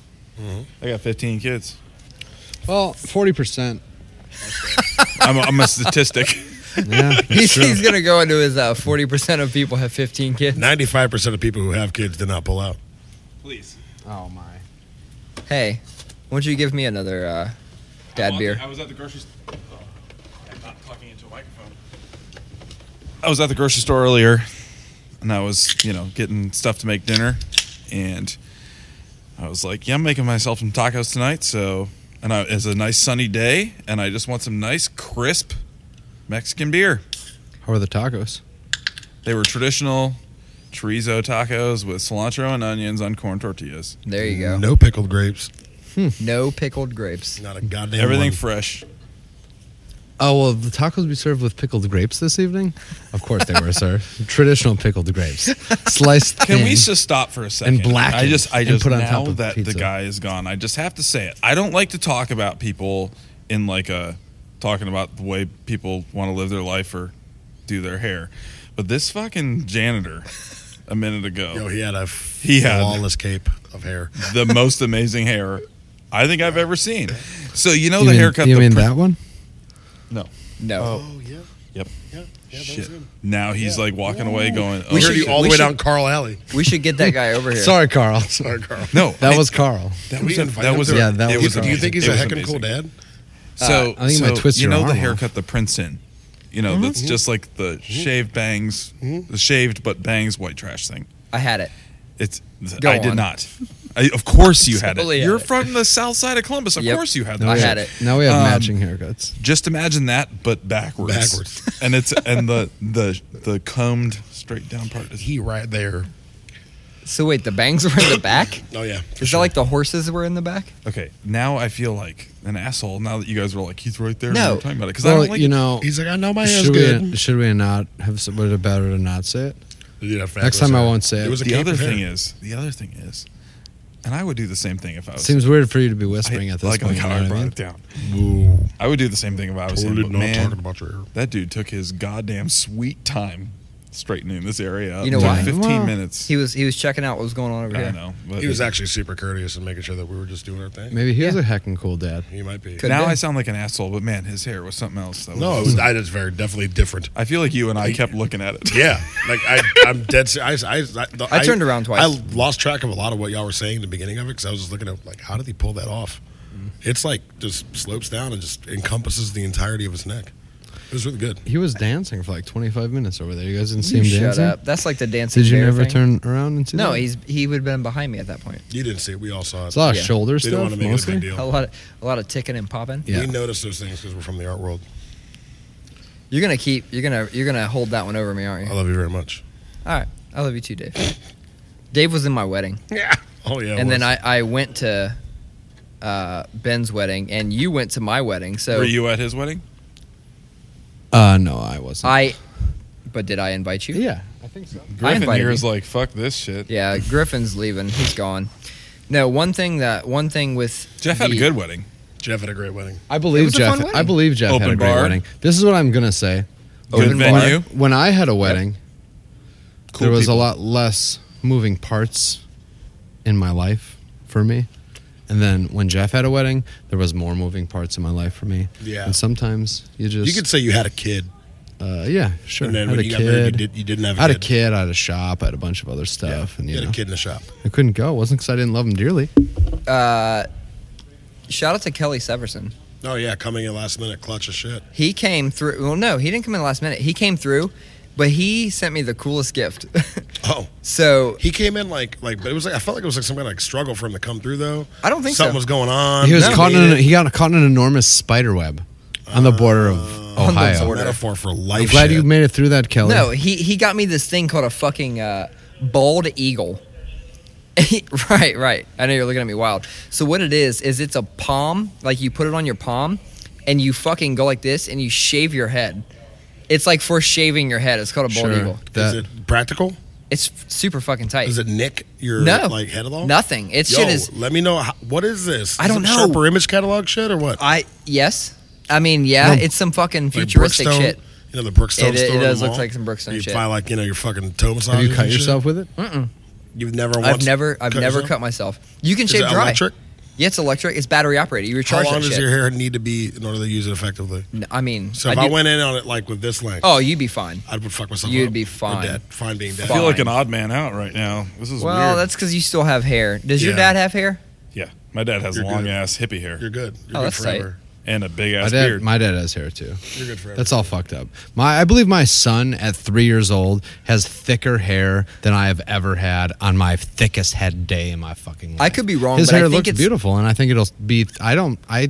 Speaker 2: I got 15 kids.
Speaker 3: Well, forty percent.
Speaker 2: I'm a, I'm a statistic.
Speaker 3: Yeah, that's
Speaker 1: He's,
Speaker 3: true.
Speaker 1: he's gonna go into his uh, forty percent of people have fifteen kids.
Speaker 4: Ninety-five percent of people who have kids did not pull out.
Speaker 2: Please.
Speaker 3: oh my.
Speaker 1: Hey, why don't you give me another uh, dad beer?
Speaker 2: I was at the grocery. Store. I'm not talking into a microphone. I was at the grocery store earlier, and I was, you know, getting stuff to make dinner, and I was like, "Yeah, I'm making myself some tacos tonight." So, and I, it's a nice sunny day, and I just want some nice, crisp Mexican beer.
Speaker 3: How are the tacos?
Speaker 2: They were traditional chorizo tacos with cilantro and onions on corn tortillas.
Speaker 1: There you go.
Speaker 4: No pickled grapes.
Speaker 1: No pickled grapes.
Speaker 4: Not a goddamn.
Speaker 2: Everything
Speaker 4: one.
Speaker 2: fresh.
Speaker 3: Oh well, the tacos be served with pickled grapes this evening. Of course they were, sir. Traditional pickled grapes, sliced
Speaker 2: Can
Speaker 3: thin.
Speaker 2: we just stop for a second?
Speaker 3: blackened
Speaker 2: I just, I
Speaker 3: and
Speaker 2: just
Speaker 3: put on
Speaker 2: now
Speaker 3: top of
Speaker 2: that
Speaker 3: pizza.
Speaker 2: the guy is gone. I just have to say it. I don't like to talk about people in like a talking about the way people want to live their life or do their hair, but this fucking janitor a minute ago,
Speaker 4: Yo, he had a
Speaker 2: He had-
Speaker 4: flawless cape of hair.
Speaker 2: the most amazing hair I think I've ever seen. So you know
Speaker 3: You
Speaker 2: the
Speaker 3: mean,
Speaker 2: haircut.
Speaker 3: You
Speaker 2: the
Speaker 3: mean
Speaker 2: pr-
Speaker 3: that one?
Speaker 2: No.
Speaker 1: No.
Speaker 4: Oh yeah,
Speaker 2: Yep.
Speaker 4: yeah, yeah
Speaker 2: Shit. Now he's like walking away, going.
Speaker 1: We
Speaker 4: We
Speaker 2: "Oh,
Speaker 1: should-
Speaker 4: should all the
Speaker 1: we
Speaker 4: way
Speaker 1: should-
Speaker 4: down Carl Alley.
Speaker 1: We should get that guy over here.
Speaker 3: Sorry, Carl.
Speaker 4: Sorry, Carl.
Speaker 2: No,
Speaker 3: That
Speaker 2: I-
Speaker 3: was Carl.
Speaker 2: That
Speaker 4: We
Speaker 2: was, a,
Speaker 4: invited him
Speaker 2: that was
Speaker 4: to
Speaker 2: a-
Speaker 4: our-
Speaker 3: Yeah, that
Speaker 2: it
Speaker 3: was
Speaker 2: was
Speaker 4: Do you
Speaker 3: amazing.
Speaker 4: think he's
Speaker 2: it
Speaker 4: a
Speaker 2: was
Speaker 4: heckin' cool
Speaker 2: amazing.
Speaker 4: dad?
Speaker 2: So
Speaker 3: I think it might
Speaker 2: so,
Speaker 3: twist
Speaker 2: you
Speaker 3: your
Speaker 2: know the
Speaker 3: arm off.
Speaker 2: haircut the Prince in. You know that's just like the shaved bangs, the shaved but bangs white trash thing.
Speaker 1: I had it.
Speaker 2: It's
Speaker 1: Go
Speaker 2: I did
Speaker 1: on.
Speaker 2: not. I, of course you had it.
Speaker 1: Totally had
Speaker 2: You're
Speaker 1: it.
Speaker 2: from the south side of Columbus. Of
Speaker 1: Yep.
Speaker 2: course you had that.
Speaker 1: I
Speaker 3: we
Speaker 1: had
Speaker 3: have-
Speaker 1: it.
Speaker 3: Now we have
Speaker 2: Um,
Speaker 3: matching haircuts.
Speaker 2: Just imagine that, but backwards.
Speaker 4: Backwards.
Speaker 2: and it's and the the the combed straight down part is
Speaker 4: He right there.
Speaker 1: So wait, the bangs were in the back.
Speaker 4: Oh yeah.
Speaker 1: Is that like the horses were in the back?
Speaker 2: okay. Now I feel like an asshole. Now that you guys were like he's right there.
Speaker 1: No.
Speaker 2: we were talking about it because I
Speaker 3: Well,
Speaker 2: don't like
Speaker 3: you
Speaker 2: it.
Speaker 3: know,
Speaker 4: He's like, I know my hair's
Speaker 3: should we,
Speaker 4: good.
Speaker 3: should we not have? s- Would it be better to not say it?
Speaker 4: You did have
Speaker 3: Next
Speaker 4: fabulous
Speaker 3: time I
Speaker 4: hair.
Speaker 3: won't say it.
Speaker 4: It was a
Speaker 2: the
Speaker 4: cape
Speaker 2: other
Speaker 4: of hair.
Speaker 2: thing is the other thing is, and I would do the same thing if I was
Speaker 3: Seems weird for you to be
Speaker 2: I-
Speaker 3: whispering at this
Speaker 2: like,
Speaker 3: point.
Speaker 2: like
Speaker 3: you
Speaker 2: how
Speaker 3: know
Speaker 2: I
Speaker 3: what I
Speaker 2: brought
Speaker 3: mean?
Speaker 2: it down.
Speaker 4: Ooh,
Speaker 2: I would do the same thing if I was
Speaker 4: totally
Speaker 2: him. But
Speaker 4: not
Speaker 2: man,
Speaker 4: talking about your hair.
Speaker 2: that dude took his goddamn sweet time straightening this area. Up.
Speaker 1: You know
Speaker 2: It took
Speaker 1: why?
Speaker 2: Fifteen
Speaker 3: Well,
Speaker 2: minutes.
Speaker 1: He was he was checking out what was going on over
Speaker 2: I
Speaker 1: here.
Speaker 2: know. But
Speaker 4: He was actually super courteous and making sure that we were just doing our thing.
Speaker 3: Maybe he was
Speaker 1: Yeah.
Speaker 3: a heckin' cool dad.
Speaker 4: He might be.
Speaker 1: Could-
Speaker 2: now
Speaker 1: been.
Speaker 2: I sound like an asshole, but man, his hair was something else. That was,
Speaker 4: No, it was. I, it's very definitely different.
Speaker 2: I feel like you and I kept looking at it.
Speaker 4: Yeah, like I, I'm dead. ser- I, I, I, the-
Speaker 1: I turned around twice.
Speaker 4: I lost track of a lot of what y'all were saying in the beginning of it because I was just looking at like, how did he pull that off?
Speaker 3: Mm-hmm.
Speaker 4: It's like just slopes down and just encompasses the entirety of his neck. It was really good.
Speaker 3: He was dancing for like 25 minutes over there. You guys didn't see
Speaker 1: You
Speaker 3: him
Speaker 1: shut
Speaker 3: dancing.
Speaker 1: up. That's like the dancing.
Speaker 3: Did you
Speaker 1: bear
Speaker 3: never
Speaker 1: thing.
Speaker 3: turn around and see?
Speaker 1: No,
Speaker 3: that?
Speaker 1: he's he would have been behind me at that point.
Speaker 4: You didn't see it. We all saw it.
Speaker 3: It's a lot of
Speaker 1: Yeah.
Speaker 3: shoulder
Speaker 4: They
Speaker 3: stuff
Speaker 4: don't want to make it a
Speaker 3: mostly.
Speaker 4: big
Speaker 1: A
Speaker 4: deal.
Speaker 1: lot of a lot of ticking and popping.
Speaker 3: Yeah.
Speaker 4: We notice those things because we're from the art world.
Speaker 1: You're gonna keep. You're gonna you're gonna hold that one over me, aren't
Speaker 4: I
Speaker 1: you?
Speaker 4: love you very much.
Speaker 1: All right. I love you too, Dave. Dave was in my wedding,
Speaker 4: Yeah. Oh yeah.
Speaker 1: and then I I went to uh, Ben's wedding, and you went to my wedding. So
Speaker 2: Were you at his wedding?
Speaker 3: Uh, no, I wasn't.
Speaker 1: I. But did I invite you?
Speaker 3: yeah, I think so.
Speaker 2: Griffin
Speaker 1: invited
Speaker 2: here is
Speaker 1: you.
Speaker 2: like, fuck this shit.
Speaker 1: Yeah, Griffin's leaving. He's gone. No, one thing that one thing with
Speaker 2: Jeff had a
Speaker 1: the-
Speaker 2: good wedding.
Speaker 4: Jeff had a great wedding.
Speaker 3: I
Speaker 1: It
Speaker 3: believe
Speaker 1: was a
Speaker 3: Jeff.
Speaker 1: fun wedding.
Speaker 3: I believe Jeff had
Speaker 2: Open
Speaker 3: a great
Speaker 2: bar.
Speaker 3: wedding. This is what I'm gonna say.
Speaker 2: Good
Speaker 1: Open bar.
Speaker 2: venue.
Speaker 3: When I had a wedding,
Speaker 2: Cool
Speaker 3: there was
Speaker 2: people.
Speaker 3: a lot less moving parts in my life for me. And then when Jeff had a wedding, there was more moving parts in my life for me.
Speaker 4: Yeah.
Speaker 3: And sometimes you just
Speaker 4: You could say you had a kid,
Speaker 3: uh, yeah, sure.
Speaker 4: and then
Speaker 3: I had
Speaker 4: when
Speaker 3: a
Speaker 4: you
Speaker 3: kid.
Speaker 4: got married, you, did, you didn't have. A
Speaker 3: I had
Speaker 4: kid.
Speaker 3: a kid. I had a shop. I had a bunch of other stuff, and
Speaker 4: You
Speaker 3: you,
Speaker 4: had
Speaker 3: know,
Speaker 4: a kid in the shop.
Speaker 3: I couldn't go. It wasn't because I didn't love him dearly.
Speaker 1: Uh, shout out to Kelly Severson.
Speaker 4: Oh yeah, coming in last minute, clutch of shit.
Speaker 1: He came through. Well, no, he didn't come in last minute. He came through, but he sent me the coolest gift.
Speaker 4: Oh.
Speaker 1: so
Speaker 4: He came in like like, but it was like I felt like it was like some kind of like struggle for him to come through though.
Speaker 1: I don't think
Speaker 4: something
Speaker 1: so.
Speaker 4: was going on.
Speaker 3: He was
Speaker 1: No.
Speaker 3: caught in
Speaker 4: needed-
Speaker 3: an, he got caught in an enormous spider web on the border of
Speaker 1: the
Speaker 3: Ohio.
Speaker 4: It's a
Speaker 1: border.
Speaker 4: metaphor for life.
Speaker 3: I'm glad
Speaker 4: shit.
Speaker 3: you made it through that, Kelly.
Speaker 1: no, he he got me this thing called a fucking uh, bald eagle. right, right. I know you're looking at me wild. So what it is is it's a palm. Like you put it on your palm, and you fucking go like this, and you shave your head. It's like for shaving your head. It's called a bald
Speaker 3: Sure.
Speaker 1: eagle.
Speaker 4: Is
Speaker 3: That-
Speaker 4: it practical?
Speaker 1: It's f- super fucking tight.
Speaker 4: Does it nick your
Speaker 1: No.
Speaker 4: like head at all?
Speaker 1: Nothing. It
Speaker 4: Yo,
Speaker 1: shit is-
Speaker 4: Let me know how, what is this?
Speaker 1: I
Speaker 4: Is
Speaker 1: don't
Speaker 4: it
Speaker 1: know.
Speaker 4: Sharper image catalog shit or what?
Speaker 1: I yes. I mean, yeah, it's some fucking
Speaker 4: Like
Speaker 1: futuristic
Speaker 4: Brookstone?
Speaker 1: shit.
Speaker 4: You know the Brookstone
Speaker 1: It- it
Speaker 4: store. in the
Speaker 1: does look
Speaker 4: mall?
Speaker 1: like some Brookstone
Speaker 4: you
Speaker 1: shit.
Speaker 4: buy like you know your fucking toe massage.
Speaker 3: Have you cut yourself with it?
Speaker 4: You've never. Once
Speaker 1: I've never, I've never
Speaker 4: yourself?
Speaker 1: cut myself. You can
Speaker 4: Is
Speaker 1: shave
Speaker 4: it
Speaker 1: dry.
Speaker 4: electric?
Speaker 1: Yeah, it's electric. It's battery operated. You
Speaker 4: How
Speaker 1: recharge
Speaker 4: long
Speaker 1: that
Speaker 4: does
Speaker 1: shit.
Speaker 4: your hair need to be in order to use it effectively?
Speaker 1: N- I mean,
Speaker 4: So if I,
Speaker 1: do-
Speaker 4: went in on it like with this length,
Speaker 1: oh, you'd be fine.
Speaker 4: I would fuck myself.
Speaker 1: You'd
Speaker 4: up.
Speaker 1: be
Speaker 4: Or
Speaker 1: fine.
Speaker 4: Dead. Fine being dead.
Speaker 2: I feel like
Speaker 1: Fine.
Speaker 2: an odd man out right now. This is
Speaker 1: Well,
Speaker 2: weird.
Speaker 1: that's because you still have hair. Does your
Speaker 4: Yeah.
Speaker 1: dad have hair?
Speaker 2: yeah. My dad has
Speaker 4: You're
Speaker 2: long
Speaker 4: good.
Speaker 2: ass hippie hair
Speaker 4: You're good. You're
Speaker 1: Oh,
Speaker 4: good
Speaker 1: that's tight.
Speaker 4: forever.
Speaker 2: and a big
Speaker 3: My
Speaker 2: ass
Speaker 3: dad,
Speaker 2: beard.
Speaker 3: my dad has hair too.
Speaker 4: You're good forever.
Speaker 3: That's all fucked up. My, I believe my son at three years old has thicker hair than I have ever had on my thickest head day in my fucking life.
Speaker 1: I could be wrong,
Speaker 3: His
Speaker 1: but I
Speaker 3: hair
Speaker 1: think
Speaker 3: looks
Speaker 1: it's-
Speaker 3: beautiful, and I think it'll be. I don't. I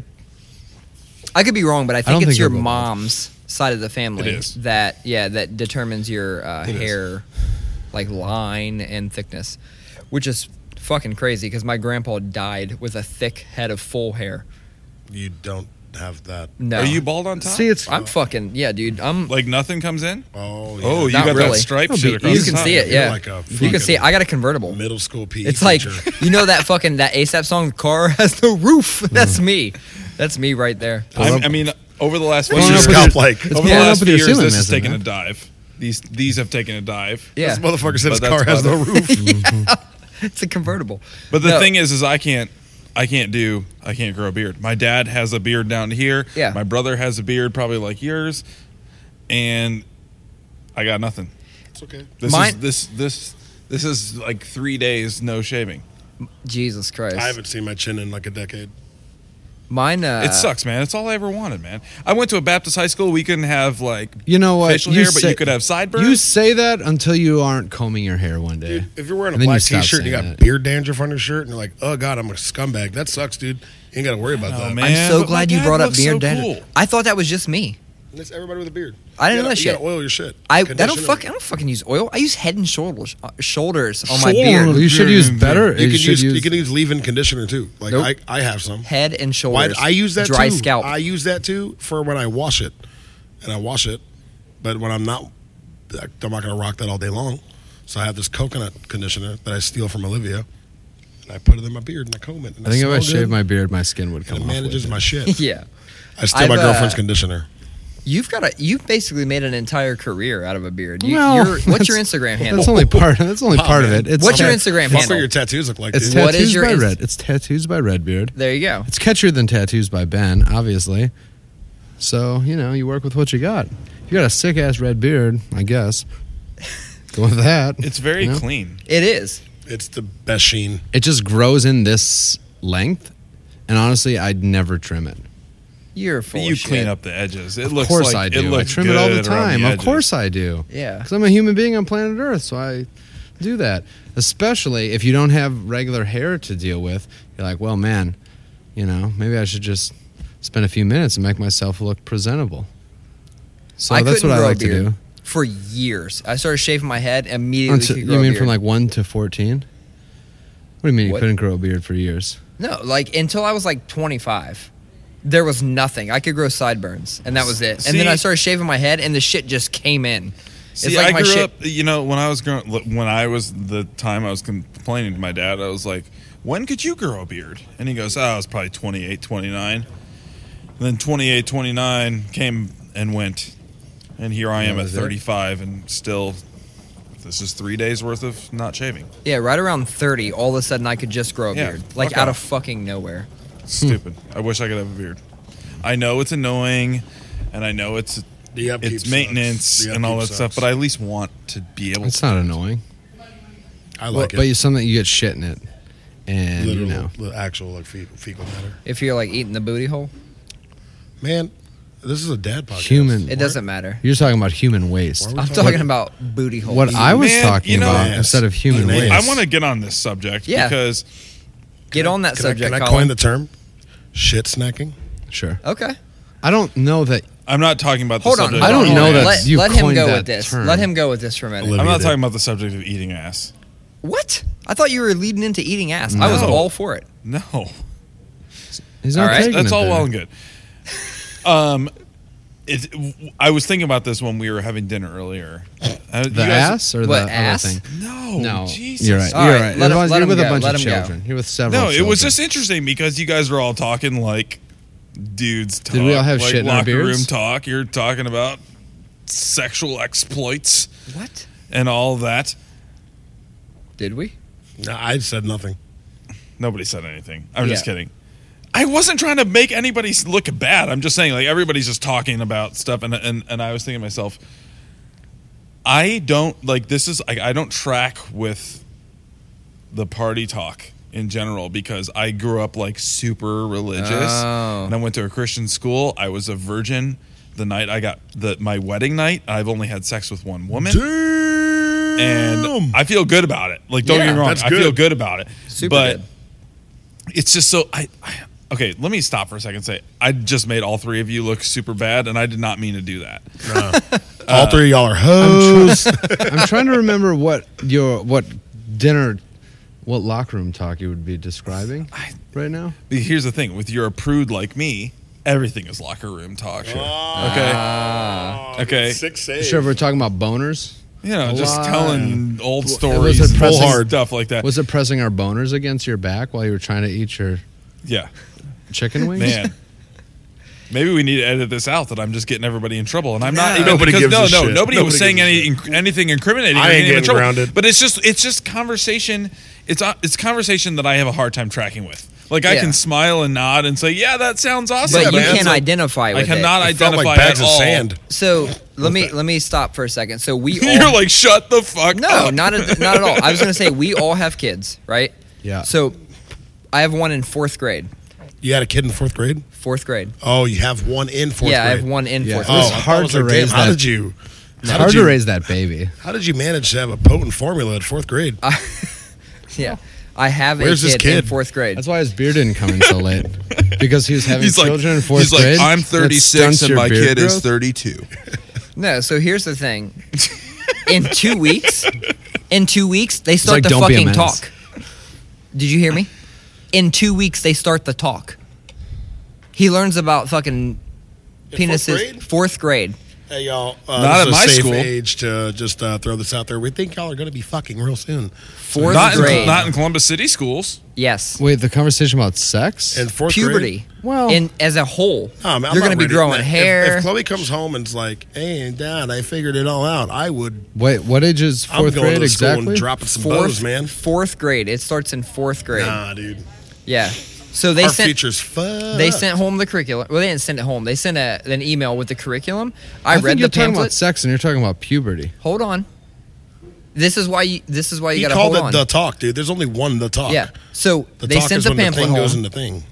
Speaker 1: I could be wrong, but I think
Speaker 3: don't
Speaker 1: it's
Speaker 3: think
Speaker 1: your
Speaker 3: they're both.
Speaker 1: mom's side of the family
Speaker 2: It is.
Speaker 1: that yeah that determines your uh,
Speaker 4: It is.
Speaker 1: hair like line and thickness, which is fucking crazy because my grandpa died with a thick head of full hair.
Speaker 4: You don't have that.
Speaker 1: No,
Speaker 2: Are you bald on top?
Speaker 3: see it's.
Speaker 1: I'm fucking yeah, dude. I'm.
Speaker 2: like nothing comes in?
Speaker 4: Oh, yeah.
Speaker 2: Oh, you
Speaker 1: Not
Speaker 2: got that
Speaker 1: really.
Speaker 2: stripe
Speaker 3: It'll
Speaker 2: shit
Speaker 3: be
Speaker 2: across
Speaker 1: you
Speaker 2: the
Speaker 1: can
Speaker 2: top.
Speaker 1: see it,
Speaker 4: You're
Speaker 1: yeah.
Speaker 4: like a
Speaker 1: you can see it.
Speaker 4: fucking
Speaker 1: I got a convertible.
Speaker 4: middle school PE.
Speaker 1: It's like
Speaker 4: teacher.
Speaker 1: you know that fucking that ASAP song "Car Has No Roof." That's me. That's me right there.
Speaker 2: I'm, I mean, over the last few
Speaker 4: What's your
Speaker 2: years,
Speaker 3: up with
Speaker 4: scalp like?
Speaker 3: It's
Speaker 2: over the
Speaker 3: blowing
Speaker 2: last
Speaker 3: up with
Speaker 2: few
Speaker 3: your
Speaker 2: years,
Speaker 3: ceiling,
Speaker 2: this has
Speaker 3: isn't
Speaker 2: taken
Speaker 3: it?
Speaker 2: a dive. These these have taken a dive.
Speaker 1: Yeah,
Speaker 4: This motherfucker said his
Speaker 2: But
Speaker 4: car
Speaker 2: that's
Speaker 4: has no
Speaker 2: about
Speaker 4: roof.
Speaker 1: it's a convertible.
Speaker 2: But the
Speaker 1: No.
Speaker 2: thing is, is I can't, I can't do, I can't grow a beard. My dad has a beard down here.
Speaker 1: Yeah.
Speaker 2: My brother has a beard, probably like yours, and I got nothing.
Speaker 4: It's okay.
Speaker 2: This
Speaker 1: Mine-
Speaker 2: is this this this is like three days no shaving.
Speaker 1: Jesus Christ,
Speaker 4: I haven't seen my chin in like a decade.
Speaker 1: mine. Uh,
Speaker 2: it sucks, man. It's all I ever wanted, man. I went to a Baptist high school. We couldn't have like
Speaker 3: You know what?
Speaker 2: facial hair, but you could have sideburns.
Speaker 3: You say that until you aren't combing your hair one day.
Speaker 4: Dude, if you're wearing a
Speaker 3: And then
Speaker 4: black
Speaker 3: stop
Speaker 4: t-shirt and you
Speaker 3: saying
Speaker 4: got
Speaker 3: that.
Speaker 4: beard dandruff on your shirt and you're like, oh god, I'm a scumbag. That sucks, dude. You ain't got to worry about
Speaker 2: Oh,
Speaker 4: that.
Speaker 2: man.
Speaker 1: I'm so
Speaker 2: but my
Speaker 1: glad you
Speaker 2: dad
Speaker 1: brought up
Speaker 2: looks so
Speaker 1: beard dandruff.
Speaker 2: cool.
Speaker 1: I thought that was just me.
Speaker 4: That's everybody with a beard.
Speaker 1: I didn't know
Speaker 4: You gotta-
Speaker 1: that
Speaker 4: you
Speaker 1: shit.
Speaker 4: gotta oil your shit.
Speaker 1: I, I
Speaker 4: Condition
Speaker 1: don't
Speaker 4: it.
Speaker 1: fuck. I don't fucking use oil. I use head and shoulders uh, shoulders on my
Speaker 3: Sure,
Speaker 1: beard.
Speaker 3: You should use better.
Speaker 4: You,
Speaker 3: You,
Speaker 4: can
Speaker 3: should
Speaker 4: use,
Speaker 3: use.
Speaker 4: you can use leave-in conditioner too. Like
Speaker 1: Nope.
Speaker 4: I, I have some.
Speaker 1: Head and
Speaker 4: Why
Speaker 1: shoulders.
Speaker 4: I use that
Speaker 1: dry
Speaker 4: too.
Speaker 1: scalp.
Speaker 4: I use that too for when I wash it, and I wash it, but when I'm not, I'm not gonna rock that all day long. So I have this coconut conditioner that I steal from Olivia, and I put it in my beard and I comb it. And
Speaker 3: I think if I
Speaker 4: shave
Speaker 3: shaved my beard, my skin would come
Speaker 4: it
Speaker 3: off.
Speaker 4: manages
Speaker 3: with
Speaker 4: my
Speaker 3: it.
Speaker 4: shit.
Speaker 1: yeah,
Speaker 4: I steal
Speaker 1: I've,
Speaker 4: my
Speaker 1: uh,
Speaker 4: girlfriend's conditioner.
Speaker 1: you've got a. You've basically made an entire career out of a beard. You,
Speaker 3: Well,
Speaker 1: you're, what's your
Speaker 3: that's-
Speaker 1: Instagram handle?
Speaker 3: That's only part. That's only
Speaker 2: Oh,
Speaker 4: Pop,
Speaker 3: part of
Speaker 4: man.
Speaker 3: it. It's
Speaker 1: What's your
Speaker 3: tat-
Speaker 1: Instagram
Speaker 4: Fuck
Speaker 1: handle?
Speaker 4: what your tattoos look like.
Speaker 3: It's
Speaker 4: dude.
Speaker 1: tat- What
Speaker 3: tattoos
Speaker 1: is your
Speaker 3: by
Speaker 1: Inst-
Speaker 3: red. It's tattoos by Redbeard.
Speaker 1: There you go.
Speaker 3: It's catchier than tattoos by Ben, obviously. So you know you work with what you got. If you got a sick ass red beard, I guess. Go with that.
Speaker 2: It's very
Speaker 3: you know?
Speaker 2: clean.
Speaker 1: It is.
Speaker 4: it's the best sheen.
Speaker 3: It just grows in this length, and honestly, I'd never trim it.
Speaker 1: You're full.
Speaker 2: But
Speaker 1: of
Speaker 2: you
Speaker 1: shit.
Speaker 2: clean up the edges. It
Speaker 3: Of
Speaker 2: looks
Speaker 3: course
Speaker 2: like
Speaker 3: I
Speaker 2: it
Speaker 3: do. I
Speaker 2: looks
Speaker 3: trim it all the
Speaker 2: good around
Speaker 3: time. of
Speaker 2: edges.
Speaker 3: course I do.
Speaker 1: Yeah.
Speaker 3: Because I'm a human being on planet Earth, so I do that. Especially if you don't have regular hair to deal with, you're like, well, man, you know, maybe I should just spend a few minutes and make myself look presentable. So
Speaker 1: I
Speaker 3: that's
Speaker 1: couldn't
Speaker 3: what I
Speaker 1: grow a
Speaker 3: like to
Speaker 1: beard
Speaker 3: do.
Speaker 1: For years, I started shaving my head and immediately.
Speaker 3: Until-
Speaker 1: could
Speaker 3: you
Speaker 1: grow a
Speaker 3: mean from
Speaker 1: beard.
Speaker 3: like one to fourteen? What do you mean you
Speaker 1: What?
Speaker 3: couldn't grow a beard for years?
Speaker 1: No, like until I was like 25, there was nothing. I could grow sideburns, and that was it. and then I
Speaker 2: See-
Speaker 1: started shaving my head, and the shit just came in.
Speaker 2: See, I grew up. You know, when I was growing, look, when I was the time I was complaining to my dad, I was like, "When could you grow a beard?" And he goes, "Oh, I was probably 28, 29." And then 28, 29 came and went, and here I am
Speaker 3: That
Speaker 2: at
Speaker 3: was it.
Speaker 2: 35, and still, this is three days worth of not shaving.
Speaker 1: Yeah, right around 30, all of a sudden I could just grow a
Speaker 2: Yeah,
Speaker 1: beard, like
Speaker 2: fuck
Speaker 1: out
Speaker 2: off.
Speaker 1: of fucking nowhere.
Speaker 3: Hmm.
Speaker 2: Stupid. I wish I could have a beard. I know it's annoying, and I know it's
Speaker 4: The upkeep
Speaker 2: it's
Speaker 4: sucks.
Speaker 2: maintenance
Speaker 4: The
Speaker 2: and all that
Speaker 4: upkeep
Speaker 2: stuff,
Speaker 4: sucks.
Speaker 2: but I at least want to be able.
Speaker 3: It's
Speaker 2: to.
Speaker 3: not annoying,
Speaker 4: I like
Speaker 3: but, but
Speaker 4: it.
Speaker 3: you something you get shit in it, and
Speaker 4: Literal,
Speaker 3: you know.
Speaker 4: the actual like fe- fecal matter.
Speaker 1: If you're like eating the booty hole,
Speaker 4: Man, this is a dad podcast.
Speaker 3: Human.
Speaker 1: it doesn't matter.
Speaker 3: You're talking about human waste.
Speaker 4: Why
Speaker 1: I'm
Speaker 4: What-
Speaker 1: talking about booty hole.
Speaker 3: What I was
Speaker 2: Man,
Speaker 3: talking
Speaker 2: you know-
Speaker 3: about
Speaker 4: Yes.
Speaker 3: instead of human
Speaker 4: Yes.
Speaker 3: waste.
Speaker 2: I want to get on this subject
Speaker 1: Yeah.
Speaker 2: because
Speaker 1: get on that
Speaker 4: Can,
Speaker 1: subject.
Speaker 4: I, can I
Speaker 1: Colin.
Speaker 4: coin the term? Shit snacking.
Speaker 3: Sure.
Speaker 1: okay,
Speaker 3: I don't know that.
Speaker 2: I'm not talking about the
Speaker 1: hold on.
Speaker 2: subject.
Speaker 3: I
Speaker 1: hold
Speaker 3: don't
Speaker 1: on.
Speaker 3: know that
Speaker 1: Let,
Speaker 3: you
Speaker 1: let him
Speaker 3: coined
Speaker 1: go
Speaker 3: that
Speaker 1: with this.
Speaker 3: term.
Speaker 1: Let him go with this for a minute.
Speaker 4: Olivia.
Speaker 2: I'm not
Speaker 4: did.
Speaker 2: talking about the subject of eating ass.
Speaker 1: What? I thought you were leading into eating ass. I was
Speaker 2: No.
Speaker 1: all for it.
Speaker 2: No,
Speaker 3: He's not
Speaker 1: All right,
Speaker 3: taking
Speaker 2: that's
Speaker 3: it
Speaker 2: all
Speaker 3: there.
Speaker 2: well and good. Um, it, I was thinking about this when we were having dinner earlier. Uh, you
Speaker 3: The
Speaker 2: guys-
Speaker 3: ass or
Speaker 1: What,
Speaker 3: the
Speaker 1: ass?
Speaker 3: other thing?
Speaker 2: No,
Speaker 3: No,
Speaker 2: Jesus.
Speaker 3: you're right.
Speaker 1: All
Speaker 3: you're
Speaker 1: right, let
Speaker 3: right.
Speaker 1: him-
Speaker 3: Otherwise,
Speaker 1: let
Speaker 3: you're
Speaker 1: him
Speaker 3: with
Speaker 1: go,
Speaker 3: a bunch
Speaker 1: let
Speaker 3: of
Speaker 1: him go.
Speaker 3: children. You're with several.
Speaker 2: No, it was
Speaker 3: children.
Speaker 2: just interesting because you guys were all talking like dudes talk.
Speaker 3: we all have
Speaker 2: like
Speaker 3: shit in our
Speaker 2: locker room
Speaker 3: beards?
Speaker 2: talk. You're talking about sexual exploits
Speaker 1: What?
Speaker 2: and all that.
Speaker 1: Did we?
Speaker 4: No, I said nothing.
Speaker 2: Nobody said anything. I'm just
Speaker 1: Yeah.
Speaker 2: kidding. I wasn't trying to make anybody s- look bad. I'm just saying, like everybody's just talking about stuff, and and, and I was thinking to myself, I don't like this is I, I don't track with the party talk in general because I grew up like super religious,
Speaker 1: Oh.
Speaker 2: and I went to a Christian school. I was a virgin the night I got the my wedding night. I've only had sex with one woman and I feel good about it. Like, don't
Speaker 1: Yeah,
Speaker 2: get me wrong,
Speaker 4: that's
Speaker 2: I feel
Speaker 4: good.
Speaker 2: good about it.
Speaker 1: Super
Speaker 2: but
Speaker 1: good.
Speaker 2: it's just so I, I. Okay, let me stop for a second. and Say I just made all three of you look super bad, and I did not mean to do that.
Speaker 4: uh, All three of y'all are hoes.
Speaker 3: I'm trying to remember what your what dinner, what locker room talk you would be describing
Speaker 2: I-
Speaker 3: right now.
Speaker 2: But here's the thing: with you're a prude like me, everything is locker room talk. shit. Okay, okay,
Speaker 4: Six eight.
Speaker 3: Sure, if we're talking about boners.
Speaker 2: you know, just
Speaker 3: Wow.
Speaker 2: telling old
Speaker 3: Was it
Speaker 2: stories, and
Speaker 3: pressing-
Speaker 2: hard stuff like that.
Speaker 3: Was it pressing our boners against your back while you were trying to eat your
Speaker 2: yeah,
Speaker 3: chicken wings?
Speaker 2: man. Maybe we need to edit this out that I'm just getting everybody in trouble, and I'm not.
Speaker 4: Nah.
Speaker 2: Even,
Speaker 4: Nobody
Speaker 2: because,
Speaker 4: gives
Speaker 2: no,
Speaker 4: a
Speaker 2: no,
Speaker 4: shit.
Speaker 2: nobody, was
Speaker 4: Nobody
Speaker 2: saying
Speaker 4: gives a
Speaker 2: any inc- anything incriminating.
Speaker 4: I
Speaker 2: or
Speaker 4: ain't
Speaker 2: anything in
Speaker 4: getting
Speaker 2: trouble.
Speaker 4: grounded.
Speaker 2: But it's just it's just conversation. It's uh, it's conversation that I have a hard time tracking with. Like I
Speaker 1: Yeah.
Speaker 2: can smile and nod and say, "Yeah, that sounds awesome."
Speaker 4: Yeah,
Speaker 1: but you
Speaker 4: man,
Speaker 1: can
Speaker 4: so
Speaker 1: identify
Speaker 2: I
Speaker 1: with it.
Speaker 2: cannot
Speaker 4: I felt
Speaker 2: identify
Speaker 4: like bags
Speaker 2: at
Speaker 4: of
Speaker 2: all.
Speaker 4: sand.
Speaker 1: So let me let me stop for a second. So we all
Speaker 2: You're like, "Shut the fuck
Speaker 1: no,
Speaker 2: up."
Speaker 1: not at, not at all. I was gonna say we all have kids, right?
Speaker 3: Yeah.
Speaker 1: So I have one in fourth grade.
Speaker 4: You had a kid in fourth grade?
Speaker 1: Fourth grade.
Speaker 4: Oh, you have one in fourth
Speaker 1: yeah,
Speaker 4: grade.
Speaker 1: I have one in
Speaker 3: Yeah.
Speaker 1: fourth
Speaker 3: It was
Speaker 4: Oh,
Speaker 1: grade.
Speaker 4: I
Speaker 3: hard
Speaker 4: was
Speaker 3: to
Speaker 4: like, damn,
Speaker 3: raise
Speaker 4: How
Speaker 3: that-
Speaker 4: did you?
Speaker 3: it's
Speaker 4: how
Speaker 3: hard
Speaker 4: did you,
Speaker 3: to raise that baby.
Speaker 4: How did you manage to have a potent formula at fourth grade?
Speaker 1: Yeah. I have
Speaker 4: Where's
Speaker 1: a
Speaker 4: this
Speaker 1: kid, in
Speaker 4: kid?
Speaker 1: fourth grade.
Speaker 3: That's why his beer didn't come in so late because he was having
Speaker 2: He's like,
Speaker 3: children in fourth
Speaker 2: he's like,
Speaker 3: grade.
Speaker 2: "I'm
Speaker 3: That
Speaker 2: 36
Speaker 3: stunts
Speaker 2: and
Speaker 3: your
Speaker 2: my
Speaker 3: beard
Speaker 2: kid is
Speaker 3: growth.
Speaker 2: 32."
Speaker 1: No, so here's the thing. In two weeks, in two weeks, they start
Speaker 3: like,
Speaker 1: the
Speaker 3: don't be a
Speaker 1: fucking
Speaker 3: menace.
Speaker 1: talk. Did you hear me? In two weeks, they start the talk. He learns about fucking
Speaker 4: In fourth
Speaker 1: penises.
Speaker 4: grade?
Speaker 1: fourth grade.
Speaker 4: Hey y'all, uh,
Speaker 2: Not
Speaker 4: this
Speaker 2: at
Speaker 4: is a
Speaker 2: my
Speaker 4: safe
Speaker 2: school.
Speaker 4: Age to just uh, throw this out there. We think y'all are going to be fucking real soon.
Speaker 1: Fourth
Speaker 2: Not
Speaker 1: grade.
Speaker 2: in, not in Columbus City schools.
Speaker 1: yes.
Speaker 3: Wait, the conversation about sex?
Speaker 4: In fourth
Speaker 1: Puberty.
Speaker 4: grade.
Speaker 3: Well-
Speaker 1: and as a whole,
Speaker 4: No, I'm- I'm
Speaker 1: you're
Speaker 4: not
Speaker 1: going to be
Speaker 4: ready.
Speaker 1: growing
Speaker 4: If-
Speaker 1: hair.
Speaker 4: If, Chloe comes home and's like, "Hey, Dad, I figured it all out," I would.
Speaker 3: Wait, what age is
Speaker 4: I'm
Speaker 3: fourth
Speaker 4: going
Speaker 3: grade
Speaker 4: to school
Speaker 3: exactly?
Speaker 4: and dropping some
Speaker 1: fourth,
Speaker 4: bows, man.
Speaker 1: fourth grade. It starts in fourth grade.
Speaker 4: Nah, dude.
Speaker 1: Yeah. So they
Speaker 4: Our
Speaker 1: sent
Speaker 4: features fuck.
Speaker 1: They sent home the curriculum. Well, they didn't send it home. They sent a, an email with the curriculum. I,
Speaker 3: think
Speaker 1: read
Speaker 3: you're
Speaker 1: the
Speaker 3: talking about
Speaker 1: pamphlet.
Speaker 3: sex and you're talking about puberty.
Speaker 1: hold on. This is why you. This is why you
Speaker 4: He
Speaker 1: got to
Speaker 4: called
Speaker 1: hold
Speaker 4: it
Speaker 1: on.
Speaker 4: the talk, dude. There's only one the talk.
Speaker 1: yeah. So
Speaker 4: The
Speaker 1: they
Speaker 4: talk
Speaker 1: sent
Speaker 4: is
Speaker 1: the
Speaker 4: when the
Speaker 1: pamphlet
Speaker 4: thing
Speaker 1: home,
Speaker 4: goes in the thing.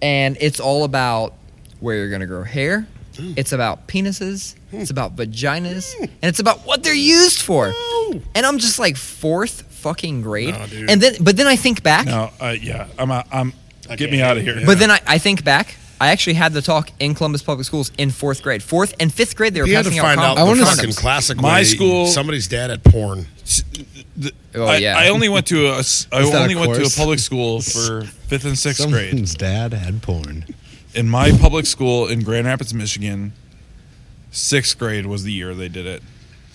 Speaker 1: and it's all about where you're gonna grow hair.
Speaker 4: Hmm.
Speaker 1: It's about penises. It's about vaginas, and it's about what they're used for.
Speaker 4: No.
Speaker 1: And I'm just like fourth fucking grade.
Speaker 4: No, dude.
Speaker 1: and then, but then I think back.
Speaker 2: No, uh, yeah, I'm. out- I'm.
Speaker 4: I
Speaker 2: Get
Speaker 4: can't
Speaker 2: me out of here.
Speaker 1: But then I, I think back. I actually had the talk in Columbus Public Schools in fourth grade. Fourth and fifth grade, they were
Speaker 4: He had to
Speaker 1: passing
Speaker 4: find
Speaker 1: out.
Speaker 4: out
Speaker 1: condoms.
Speaker 3: I
Speaker 4: the
Speaker 3: wanna-
Speaker 4: fucking classic
Speaker 2: My
Speaker 4: way
Speaker 2: school-
Speaker 4: Somebody's dad had porn.
Speaker 2: The-
Speaker 1: Oh,
Speaker 2: I,
Speaker 1: yeah.
Speaker 2: I only went to a s- I
Speaker 3: Is that a
Speaker 2: only went to a
Speaker 3: course?
Speaker 2: public school for fifth and sixth grade.
Speaker 3: Someone's dad had porn.
Speaker 2: In my public school in Grand Rapids, Michigan, sixth grade was the year they did it,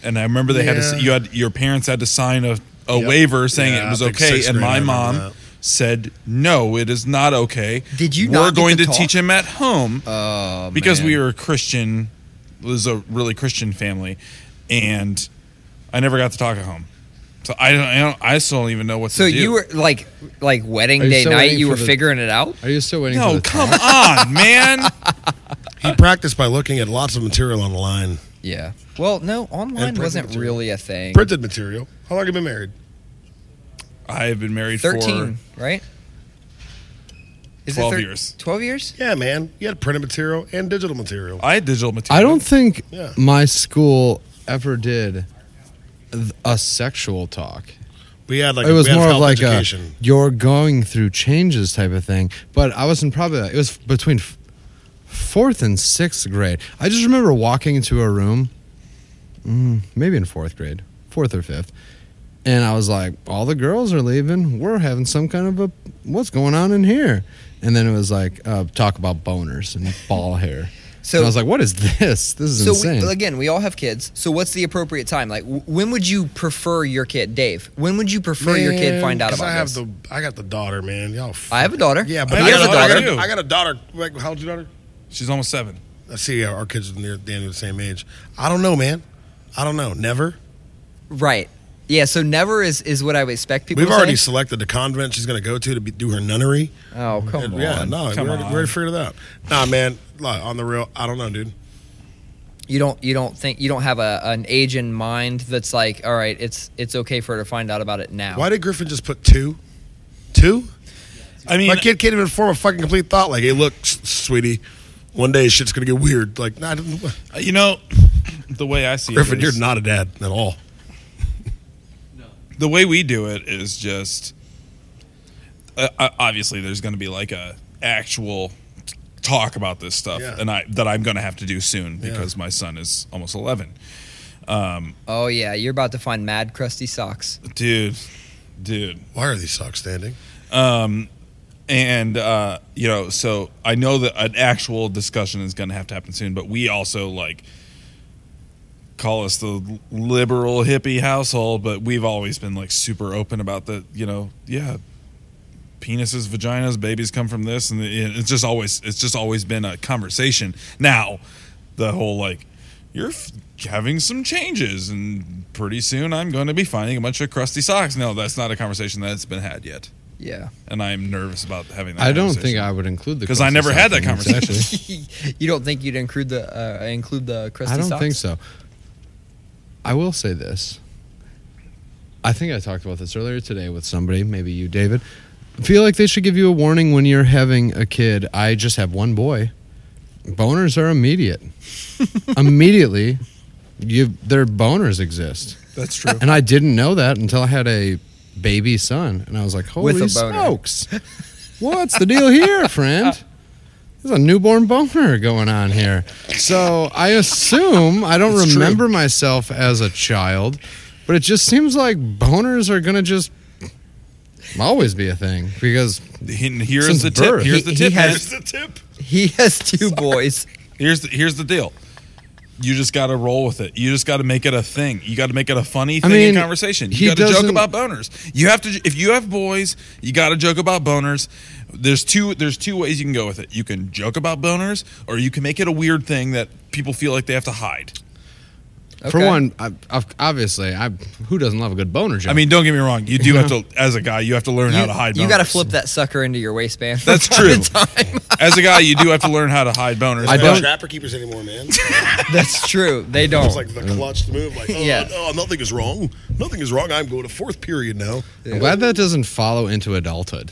Speaker 2: and I remember they had to, s-
Speaker 4: Yeah.
Speaker 2: you had your parents had to sign a, a
Speaker 4: Yep.
Speaker 2: waiver saying
Speaker 4: Yeah,
Speaker 2: it was
Speaker 4: I think
Speaker 2: okay,
Speaker 4: sixth
Speaker 2: and
Speaker 4: grade, I
Speaker 2: my
Speaker 4: remember
Speaker 2: mom
Speaker 4: that.
Speaker 2: said no, it is not okay.
Speaker 1: Did you
Speaker 2: We're
Speaker 1: not get
Speaker 2: going
Speaker 1: to
Speaker 2: to
Speaker 1: talk?
Speaker 2: teach him at home
Speaker 1: Oh,
Speaker 2: because
Speaker 1: man.
Speaker 2: we were a Christian, was a really Christian family, and I never got to talk at home. So I don't, I, don't, I still don't even know what
Speaker 1: So
Speaker 2: to do.
Speaker 1: you were like, like wedding
Speaker 3: Are you
Speaker 1: day
Speaker 3: still
Speaker 1: night,
Speaker 3: waiting
Speaker 1: you
Speaker 3: for
Speaker 1: were
Speaker 3: the-
Speaker 1: figuring it out.
Speaker 3: Are you still waiting for
Speaker 2: no,
Speaker 3: the
Speaker 2: come
Speaker 3: talk?
Speaker 2: on, man.
Speaker 4: He practiced by looking at lots of material on the line.
Speaker 1: Yeah. Well, no, online
Speaker 4: printed
Speaker 1: wasn't
Speaker 4: material.
Speaker 1: really a thing.
Speaker 4: Printed material. How long have you been married?
Speaker 2: I've been married
Speaker 1: Thirteen,
Speaker 2: for
Speaker 1: right? Is
Speaker 2: 12
Speaker 1: thir-
Speaker 2: years.
Speaker 1: Twelve years.
Speaker 4: Yeah, man. You had printed material and digital material.
Speaker 2: I had digital material.
Speaker 3: I don't think
Speaker 4: Yeah.
Speaker 3: my school ever did th- a sexual talk.
Speaker 4: We had like
Speaker 3: it was
Speaker 4: we had
Speaker 3: more of
Speaker 4: health
Speaker 3: like
Speaker 4: education.
Speaker 3: a you're going through changes type of thing. But I was in probably it was between f- fourth and sixth grade. I just remember walking into a room, mm, maybe in fourth grade, fourth or fifth, and I was like, all the girls are leaving. We're having some kind of a what's going on in here. And then it was like uh, talk about boners and ball
Speaker 1: So-
Speaker 3: hair. So and I was like, "What is this? This is
Speaker 1: So
Speaker 3: insane."
Speaker 1: we, again, we all have kids. So what's the appropriate time? Like, w- when would you prefer your kid, Dave? When would you prefer your kid
Speaker 3: Man,
Speaker 1: find out
Speaker 4: 'Cause
Speaker 1: about
Speaker 4: I have
Speaker 1: this?
Speaker 4: the I got the daughter, man. Y'all.
Speaker 1: I have a daughter.
Speaker 4: Yeah, but
Speaker 2: I
Speaker 4: I
Speaker 2: have
Speaker 4: got,
Speaker 2: a daughter,
Speaker 4: a daughter.
Speaker 2: too.
Speaker 4: I got a daughter. Like, how old's your daughter?
Speaker 2: She's almost seven.
Speaker 4: I see uh, our kids are near damn near the same age. I don't know, man. I don't know. Never.
Speaker 1: Right. yeah, so never is is what I would expect people.
Speaker 4: We've
Speaker 1: to
Speaker 4: already
Speaker 1: Say.
Speaker 4: selected the convent she's going to go to to be, do her nunnery.
Speaker 1: Oh come on.
Speaker 4: yeah, no,
Speaker 2: Come
Speaker 4: we already, we
Speaker 2: on.
Speaker 4: already figured it out. Nah, man, look, on the real, I don't know, dude.
Speaker 1: You don't you don't think you don't have a an age in mind that's like all right it's it's okay for her to find out about it now.
Speaker 4: Why did Griffin just put two? Two?
Speaker 2: I mean,
Speaker 4: My kid can't even form a fucking complete thought. Like, hey, look, s- sweetie, one day shit's going to get weird. Like, nah, I didn't-
Speaker 2: you know, the way I see
Speaker 4: Griffin,
Speaker 2: it,
Speaker 4: you're
Speaker 2: is-
Speaker 4: not a dad at all.
Speaker 2: the way we do it is just uh, uh, obviously there's going to be like a actual t- talk about this stuff
Speaker 4: Yeah.
Speaker 2: and I that I'm going to have to do soon
Speaker 4: Yeah.
Speaker 2: because my son is almost 11.
Speaker 1: Oh yeah, you're about to find mad crusty socks.
Speaker 2: Dude. Dude.
Speaker 4: Why are these socks standing?
Speaker 2: And uh, you know, so I know that an actual discussion is going to have to happen soon, but we also like call us the liberal hippie household, but we've always been like super open about the, you know, yeah, penises, vaginas, babies come from this, and it- it's just always it's just always been a conversation. Now, the whole like you're f- having some changes, and pretty soon I'm going to be finding a bunch of crusty socks. No, that's not a conversation that's been had yet
Speaker 1: Yeah.
Speaker 2: and I'm nervous about having that.
Speaker 3: I don't think I would include the
Speaker 2: 'Cause I
Speaker 3: crusty
Speaker 2: never
Speaker 3: sock
Speaker 2: had that
Speaker 3: thing,
Speaker 2: conversation.
Speaker 3: actually.
Speaker 1: you don't think you'd include the uh, include the crusty
Speaker 3: I don't
Speaker 1: socks?
Speaker 3: think so. I will say this. I think I talked about this earlier today with somebody, maybe you, David. I feel like they should give you a warning when you're having a kid. I just have one boy. Boners are immediate. Immediately, you their boners exist,
Speaker 2: that's true.
Speaker 3: and I didn't know that until I had a baby son, and I was like, "Holy
Speaker 1: With a boner.
Speaker 3: smokes, what's the deal here, friend?" There's a newborn boner going on here. So I assume I don't
Speaker 4: It's true.
Speaker 3: remember myself as a child, but it just seems like boners are gonna just always be a thing because
Speaker 2: And here's
Speaker 3: Since
Speaker 2: the tip.
Speaker 3: birth.
Speaker 2: Here's the
Speaker 1: He-
Speaker 2: tip.
Speaker 1: he
Speaker 2: man.
Speaker 1: has-
Speaker 2: here's the tip.
Speaker 1: He has two boys.
Speaker 2: Here's the, here's the deal. You just got to roll with it. You just got to make it a thing. You got to make it a funny thing in
Speaker 3: mean,
Speaker 2: conversation.
Speaker 3: he
Speaker 2: You got to joke
Speaker 3: doesn't-
Speaker 2: about boners. You have to if you have boys, you got to joke about boners. There's two there's two ways you can go with it. You can joke about boners or you can make it a weird thing that people feel like they have to hide.
Speaker 3: for
Speaker 1: Okay.
Speaker 3: one, I, I've- obviously, I who doesn't love a good boner joke?
Speaker 2: I mean, don't get me wrong. You do have to as a guy, you have to learn how to hide boners.
Speaker 1: you got to flip that sucker into your waistband. from
Speaker 2: That's
Speaker 1: time
Speaker 2: true.
Speaker 1: to time.
Speaker 2: As a guy, you do have to learn how to hide boners.
Speaker 3: I
Speaker 2: but-
Speaker 3: don't-
Speaker 4: trapper keepers anymore, man.
Speaker 1: That's true. They don't.
Speaker 4: It's like the clutched move. Like, oh,
Speaker 1: Yeah.
Speaker 4: no, nothing is wrong. Nothing is wrong. I'm going to fourth period now.
Speaker 3: I'm glad that doesn't follow into adulthood.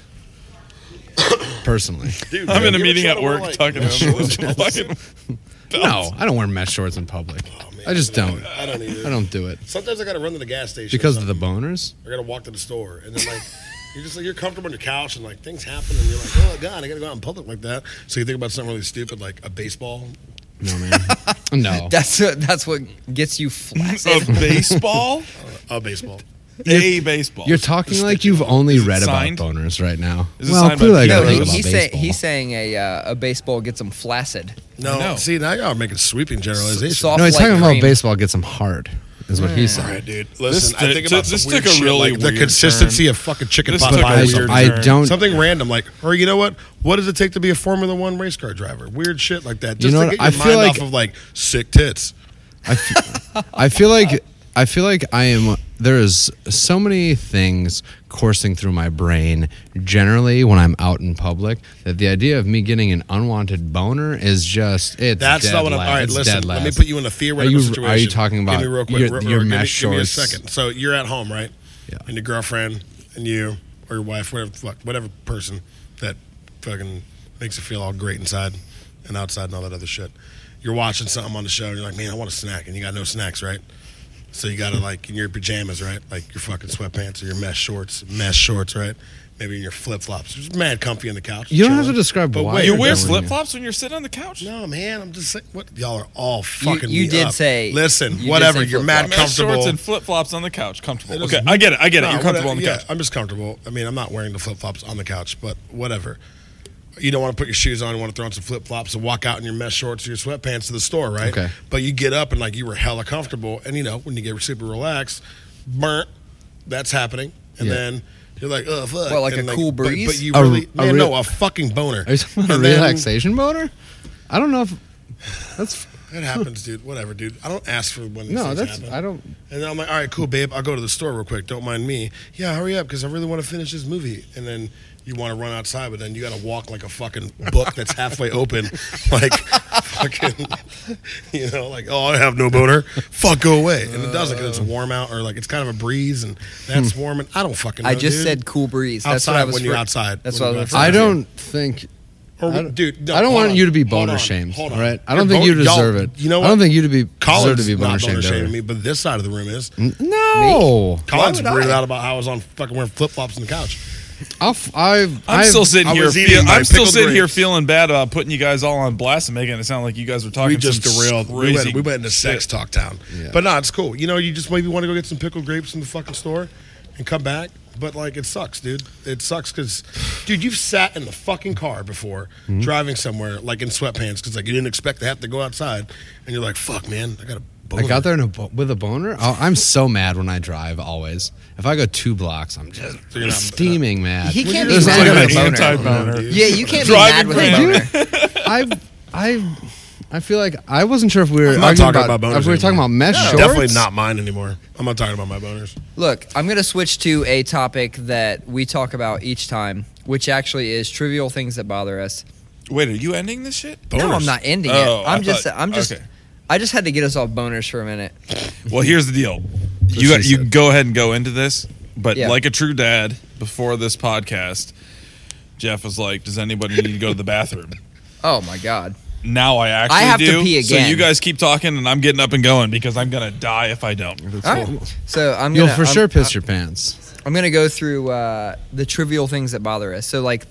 Speaker 3: Personally,
Speaker 4: Dude,
Speaker 2: I'm in a
Speaker 4: you ever
Speaker 2: meeting
Speaker 4: try
Speaker 2: at
Speaker 4: to wear,
Speaker 2: work
Speaker 4: like, Oh,
Speaker 2: talking to
Speaker 4: shorts
Speaker 2: him.
Speaker 4: and stuff?
Speaker 2: Fucking-
Speaker 3: no, I don't wear mesh shorts in public.
Speaker 4: Oh, man,
Speaker 3: I just don't.
Speaker 4: I don't either.
Speaker 3: I don't do it
Speaker 4: Sometimes I got to run to the gas station.
Speaker 3: because
Speaker 4: or
Speaker 3: of the boners.
Speaker 4: I gotta walk to the store, and then like you're just like you're comfortable on your couch, and like things happen, and you're like, oh god, I gotta go out in public like that. So you think about something really stupid, like a baseball.
Speaker 3: No man, no.
Speaker 1: That's what, that's what gets you
Speaker 2: a
Speaker 1: flaccid.
Speaker 2: baseball,
Speaker 4: A baseball.
Speaker 2: a baseball.
Speaker 3: You're talking like you've only
Speaker 2: it
Speaker 3: read
Speaker 2: signed?
Speaker 3: about boners right now.
Speaker 2: Is it
Speaker 3: well,
Speaker 2: signed by
Speaker 3: clearly I
Speaker 2: Pete
Speaker 3: gotta
Speaker 1: no,
Speaker 3: think
Speaker 1: he,
Speaker 2: Rose?
Speaker 3: about
Speaker 1: he's, saying,
Speaker 3: baseball.
Speaker 1: he's saying a uh, a baseball gets them flaccid.
Speaker 4: No,
Speaker 2: No.
Speaker 4: see now y'all are making sweeping generalizations.
Speaker 1: Soft
Speaker 3: no, he's
Speaker 1: like
Speaker 3: talking
Speaker 1: cream.
Speaker 3: about baseball gets him hard. Is what
Speaker 2: Hmm.
Speaker 3: he's
Speaker 4: All
Speaker 3: saying.
Speaker 4: right, dude.
Speaker 2: This
Speaker 4: Listen, I
Speaker 2: took-
Speaker 4: think about
Speaker 2: this
Speaker 4: some
Speaker 2: took
Speaker 4: weird
Speaker 2: a
Speaker 4: shit,
Speaker 2: really weird
Speaker 4: like the consistency
Speaker 2: turn.
Speaker 4: of fucking chicken
Speaker 2: This
Speaker 4: pot
Speaker 2: took a
Speaker 4: pie.
Speaker 3: I,
Speaker 2: weird
Speaker 3: I
Speaker 2: turn.
Speaker 3: don't.
Speaker 4: Something random, like, or you know what? What does it take to be a Formula One race car driver? Weird shit like that. Just
Speaker 3: know
Speaker 4: to
Speaker 3: what?
Speaker 4: get your
Speaker 3: I feel
Speaker 4: mind
Speaker 3: like-
Speaker 4: off of like sick tits.
Speaker 3: I, f- I feel like I feel like I am. There is so many things coursing through my brain generally when I'm out in public that the idea of me getting an unwanted boner is just it's
Speaker 4: That's
Speaker 3: dead
Speaker 4: not what I'm.
Speaker 3: last.
Speaker 4: All right,
Speaker 3: It's
Speaker 4: listen.
Speaker 3: dead
Speaker 4: Let me
Speaker 3: last.
Speaker 4: put you in a theoretical
Speaker 3: Are you-
Speaker 4: situation.
Speaker 3: are you talking about
Speaker 4: Give me real quick.
Speaker 3: your-
Speaker 4: real-
Speaker 3: your
Speaker 4: give me-
Speaker 3: mesh
Speaker 4: give me a
Speaker 3: shorts?
Speaker 4: second. So you're at home, right?
Speaker 3: Yeah.
Speaker 4: And your girlfriend and you or your wife, whatever, the fuck, whatever person that fucking makes you feel all great inside and outside and all that other shit. You're watching something on the show and you're like, man, I want a snack, and you got no snacks, right? So you gotta like in your pajamas, right? Like your fucking sweatpants or your mesh shorts, mesh shorts, right? Maybe in your flip flops. Just mad comfy on the couch.
Speaker 3: You don't have
Speaker 4: chilling.
Speaker 3: to describe
Speaker 4: But
Speaker 3: why
Speaker 4: wait,
Speaker 2: you
Speaker 3: you're
Speaker 2: wear
Speaker 3: doing
Speaker 2: flip
Speaker 3: it.
Speaker 2: flops when you're sitting on the couch.
Speaker 4: no, man, I'm just saying. What y'all are all fucking.
Speaker 1: you
Speaker 4: me
Speaker 1: did
Speaker 4: up.
Speaker 1: say-
Speaker 4: Listen,
Speaker 1: you did
Speaker 4: whatever.
Speaker 1: say
Speaker 4: You're mad
Speaker 2: Mesh shorts
Speaker 4: comfortable.
Speaker 2: and flip flops on the couch, comfortable.
Speaker 4: doesn't-
Speaker 2: Okay, I get it. I get
Speaker 4: No,
Speaker 2: it. You're comfortable
Speaker 4: whatever,
Speaker 2: on the
Speaker 4: yeah,
Speaker 2: couch.
Speaker 4: I'm just comfortable. I mean, I'm not wearing the flip flops on the couch, but whatever. You don't want to put your shoes on. You want to throw on some flip flops and walk out in your mesh shorts or your sweatpants to the store, right?
Speaker 3: Okay.
Speaker 4: But you get up and like you were hella comfortable, and you know when you get super relaxed, burnt. That's happening, and
Speaker 3: Yeah.
Speaker 4: then. You're like, oh fuck.
Speaker 1: What, like
Speaker 4: and
Speaker 1: a cool
Speaker 4: but-
Speaker 1: breeze?
Speaker 4: But, you
Speaker 3: A-
Speaker 4: really,
Speaker 3: a
Speaker 4: man,
Speaker 3: real-
Speaker 4: no, a fucking boner.
Speaker 3: Are you talking about
Speaker 4: And
Speaker 3: a
Speaker 4: then-
Speaker 3: relaxation boner? I don't know if that's
Speaker 4: It happens, dude. Whatever, dude. I don't ask for when these
Speaker 3: No,
Speaker 4: things
Speaker 3: that's
Speaker 4: happen.
Speaker 3: I don't.
Speaker 4: And then I'm like, all right, cool, babe. I'll go to the store real quick. Don't mind me. Yeah, hurry up because I really want to finish this movie. And then you want to run outside, but then you got to walk like a fucking book that's halfway open, like fucking, you know, like oh, I have no boner. Fuck, go away. And it doesn't because it's warm out or like it's kind of a breeze and that's
Speaker 3: Hmm.
Speaker 4: warm. And I don't fucking. Know,
Speaker 1: I just
Speaker 4: dude.
Speaker 1: said cool breeze. That's what
Speaker 4: Outside
Speaker 1: I was
Speaker 4: when you're
Speaker 1: fir-
Speaker 4: outside.
Speaker 1: That's what
Speaker 4: When
Speaker 1: I
Speaker 4: you're
Speaker 1: was.
Speaker 4: outside.
Speaker 1: referring
Speaker 3: I
Speaker 1: to.
Speaker 3: don't think.
Speaker 4: Or,
Speaker 3: I don't-
Speaker 4: dude, no,
Speaker 3: I don't
Speaker 4: hold
Speaker 3: want
Speaker 4: on,
Speaker 3: you to be
Speaker 4: hold
Speaker 3: boner
Speaker 4: on,
Speaker 3: shamed.
Speaker 4: hold on.
Speaker 3: All right, I
Speaker 4: You're
Speaker 3: don't think
Speaker 4: boner-
Speaker 3: you deserve
Speaker 4: y'all-
Speaker 3: it.
Speaker 4: you know
Speaker 3: I
Speaker 4: what?
Speaker 3: don't think you to be deserve
Speaker 4: Colin's
Speaker 3: to be boner
Speaker 4: not
Speaker 3: shamed.
Speaker 4: shaming
Speaker 3: ever.
Speaker 4: me, but this side of the room is.
Speaker 3: No,
Speaker 4: Colin's
Speaker 1: Why would
Speaker 4: weirded
Speaker 1: I?
Speaker 4: out about how I was on fucking wearing flip flops on the couch.
Speaker 3: I'll f- I've,
Speaker 2: I'm
Speaker 3: I've-
Speaker 2: still sitting
Speaker 4: I
Speaker 2: here.
Speaker 4: was eating
Speaker 2: Feel,
Speaker 4: my
Speaker 2: I'm still
Speaker 4: pickled
Speaker 2: sitting here
Speaker 4: grapes.
Speaker 2: feeling bad about putting you guys all on blast and making it sound like you guys were talking.
Speaker 4: we just
Speaker 2: some
Speaker 4: derailed. We
Speaker 2: Crazy
Speaker 4: went, we went into sex
Speaker 2: shit.
Speaker 4: talk town.
Speaker 3: Yeah.
Speaker 4: But no, it's cool. You know, you just maybe want to go get some pickled grapes from the fucking store and come back. But like, it sucks, dude. It sucks because, dude, you've sat in the fucking car before driving somewhere, like in sweatpants, because like you didn't expect to have to go outside, and you're like, fuck, man, I got a.
Speaker 3: I
Speaker 4: boner."
Speaker 3: got there in a bo- with a boner. Oh, I'm so mad when I drive. Always, if I go two blocks, I'm just
Speaker 4: So you're not-
Speaker 3: steaming mad.
Speaker 1: He can't
Speaker 3: There's
Speaker 1: be
Speaker 3: not
Speaker 1: mad
Speaker 3: gonna
Speaker 1: at
Speaker 3: be
Speaker 1: a
Speaker 3: a
Speaker 1: boner.
Speaker 3: boner.
Speaker 2: Anti-boner.
Speaker 1: Yeah, you can't be
Speaker 2: Driving
Speaker 1: mad with
Speaker 2: friend.
Speaker 1: a boner.
Speaker 3: I, I, I feel like I wasn't sure if we were
Speaker 4: I'm not
Speaker 3: arguing
Speaker 4: talking about boners
Speaker 3: if we were talking
Speaker 4: anymore.
Speaker 3: about mesh shorts.
Speaker 4: Definitely not mine anymore. I'm not talking about my boners.
Speaker 1: Look, I'm going to switch to a topic that we talk about each time, which actually is trivial things that bother us.
Speaker 2: Wait, are you ending this shit?
Speaker 1: No, I'm
Speaker 4: Boners.
Speaker 1: not ending
Speaker 2: Oh,
Speaker 1: it.
Speaker 2: I
Speaker 1: I'm just,
Speaker 2: thought-
Speaker 1: I'm just,
Speaker 2: okay.
Speaker 1: I just had to get us all boners for a minute.
Speaker 2: Well, here's the deal.
Speaker 3: what
Speaker 2: You
Speaker 3: she
Speaker 2: you
Speaker 3: said.
Speaker 2: go ahead and go into this, but
Speaker 1: Yeah.
Speaker 2: like a true dad, before this podcast, Jeff was like, "Does anybody need to go to the bathroom?"
Speaker 1: Oh my god.
Speaker 2: Now I actually
Speaker 1: I have to
Speaker 2: do.
Speaker 1: pee
Speaker 2: So
Speaker 1: again.
Speaker 2: you guys keep talking, and I'm getting up and going because I'm gonna die if I don't.
Speaker 1: All right. So I'm
Speaker 3: You'll
Speaker 1: gonna,
Speaker 3: for
Speaker 1: I'm-
Speaker 3: sure piss your pants.
Speaker 1: I'm gonna go through uh, the trivial things that bother us. So like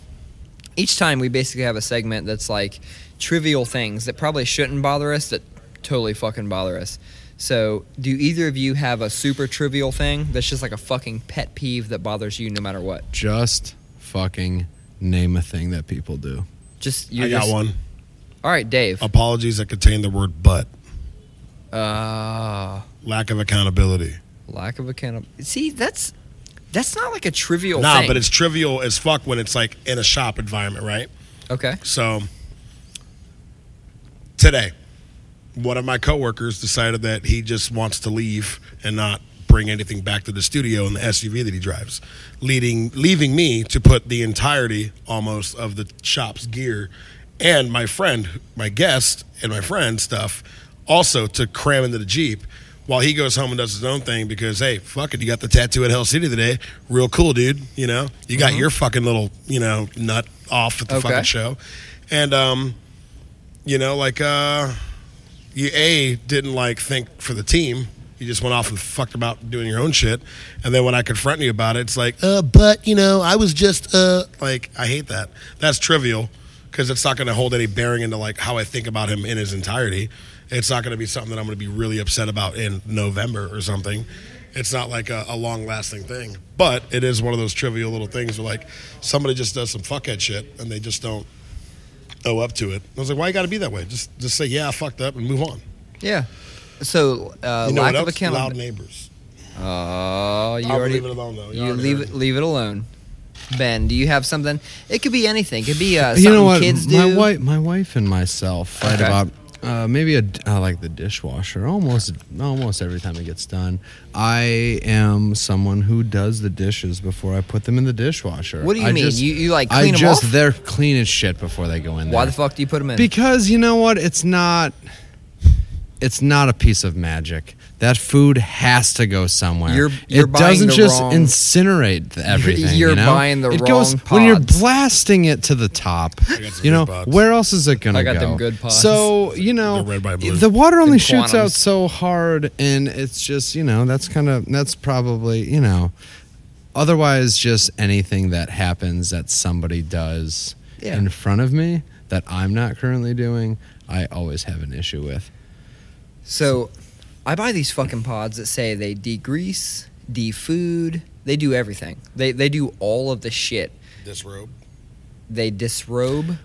Speaker 1: each time we basically have a segment that's like trivial things that probably shouldn't bother us that totally fucking bother us. So do either of you have a super trivial thing that's just like a fucking pet peeve that bothers you no matter what?
Speaker 3: Just fucking name a thing that people do.
Speaker 1: Just you
Speaker 4: I got
Speaker 1: just-
Speaker 4: one.
Speaker 1: All right, Dave.
Speaker 4: Apologies that contain the word "but." Oh.
Speaker 1: Uh,
Speaker 4: Lack of accountability.
Speaker 1: lack of accountability. See, that's that's not like a trivial
Speaker 4: Nah,
Speaker 1: thing.
Speaker 4: but it's trivial as fuck when it's like in a shop environment, right?
Speaker 1: okay.
Speaker 4: So today, one of my coworkers decided that he just wants to leave and not bring anything back to the studio in the SUV that he drives, leading leaving me to put the entirety almost of the shop's gear and my friend, my guest, and my friend stuff also to cram into the Jeep. While he goes home and does his own thing because hey, fuck it, you got the tattoo at Hell City today. Real cool, dude. You know? You got your fucking little, you know, nut off at the
Speaker 1: Okay.
Speaker 4: fucking show. And um, you know, like uh, you a didn't like think for the team. You just went off and fucked about doing your own shit. And then when I confront you about it, it's like, uh, but you know, I was just uh, like, I hate that. That's trivial because it's not going to hold any bearing into like how I think about him in his entirety. It's not going to be something that I'm going to be really upset about in November or something. It's not like a, a long lasting thing, but it is one of those trivial little things where like somebody just does some fuckhead shit and they just don't oh up to it. I was like, why you got to be that way? Just just say, yeah, I fucked up and move on.
Speaker 1: Yeah. So uh,
Speaker 4: You know
Speaker 1: lack
Speaker 4: what
Speaker 1: of
Speaker 4: else? Loud
Speaker 1: accountability.
Speaker 4: neighbors.
Speaker 1: Oh, you
Speaker 4: I'll
Speaker 1: already
Speaker 4: leave it alone, though. You
Speaker 1: You
Speaker 4: already
Speaker 1: leave
Speaker 4: heard
Speaker 1: it,
Speaker 4: it.
Speaker 1: leave it alone. Ben, do you have something? It could be anything. It could be uh, something
Speaker 3: you know what?
Speaker 1: kids do.
Speaker 3: my wife, my wife, and myself fight
Speaker 1: Okay.
Speaker 3: about uh, maybe a d- uh, like the dishwasher. Almost, almost every time it gets done, I am someone who does the dishes before I put them in the dishwasher.
Speaker 1: What do you
Speaker 3: I
Speaker 1: mean?
Speaker 3: just-
Speaker 1: You- you, like,
Speaker 3: I
Speaker 1: clean 'em
Speaker 3: just
Speaker 1: off?
Speaker 3: they're clean as shit before they go in.
Speaker 1: Why
Speaker 3: there.
Speaker 1: the fuck do you put them in?
Speaker 3: Because you know what? It's not. It's not a piece of magic. That food has to go somewhere.
Speaker 1: You're- you're
Speaker 3: it
Speaker 1: buying
Speaker 3: doesn't
Speaker 1: the
Speaker 3: just
Speaker 1: wrong-
Speaker 3: incinerate th- everything.
Speaker 1: you're
Speaker 3: you know?
Speaker 1: buying the
Speaker 3: it
Speaker 1: wrong
Speaker 3: goes, When you're
Speaker 1: pods.
Speaker 3: blasting it to the top,
Speaker 4: got some
Speaker 3: you know
Speaker 4: good pods.
Speaker 3: where else is it gonna
Speaker 1: I got
Speaker 3: go?
Speaker 1: them good pods.
Speaker 3: So you know
Speaker 4: They're red by blue.
Speaker 3: the water only
Speaker 1: And
Speaker 3: shoots
Speaker 1: quantums.
Speaker 3: out so hard, and it's just you know that's kind of that's probably you know otherwise just anything that happens that somebody does
Speaker 1: Yeah.
Speaker 3: in front of me that I'm not currently doing, I always have an issue with.
Speaker 1: so, I buy these fucking pods that say they degrease, defood, they do everything. They they do all of the shit.
Speaker 4: Disrobe.
Speaker 1: They disrobe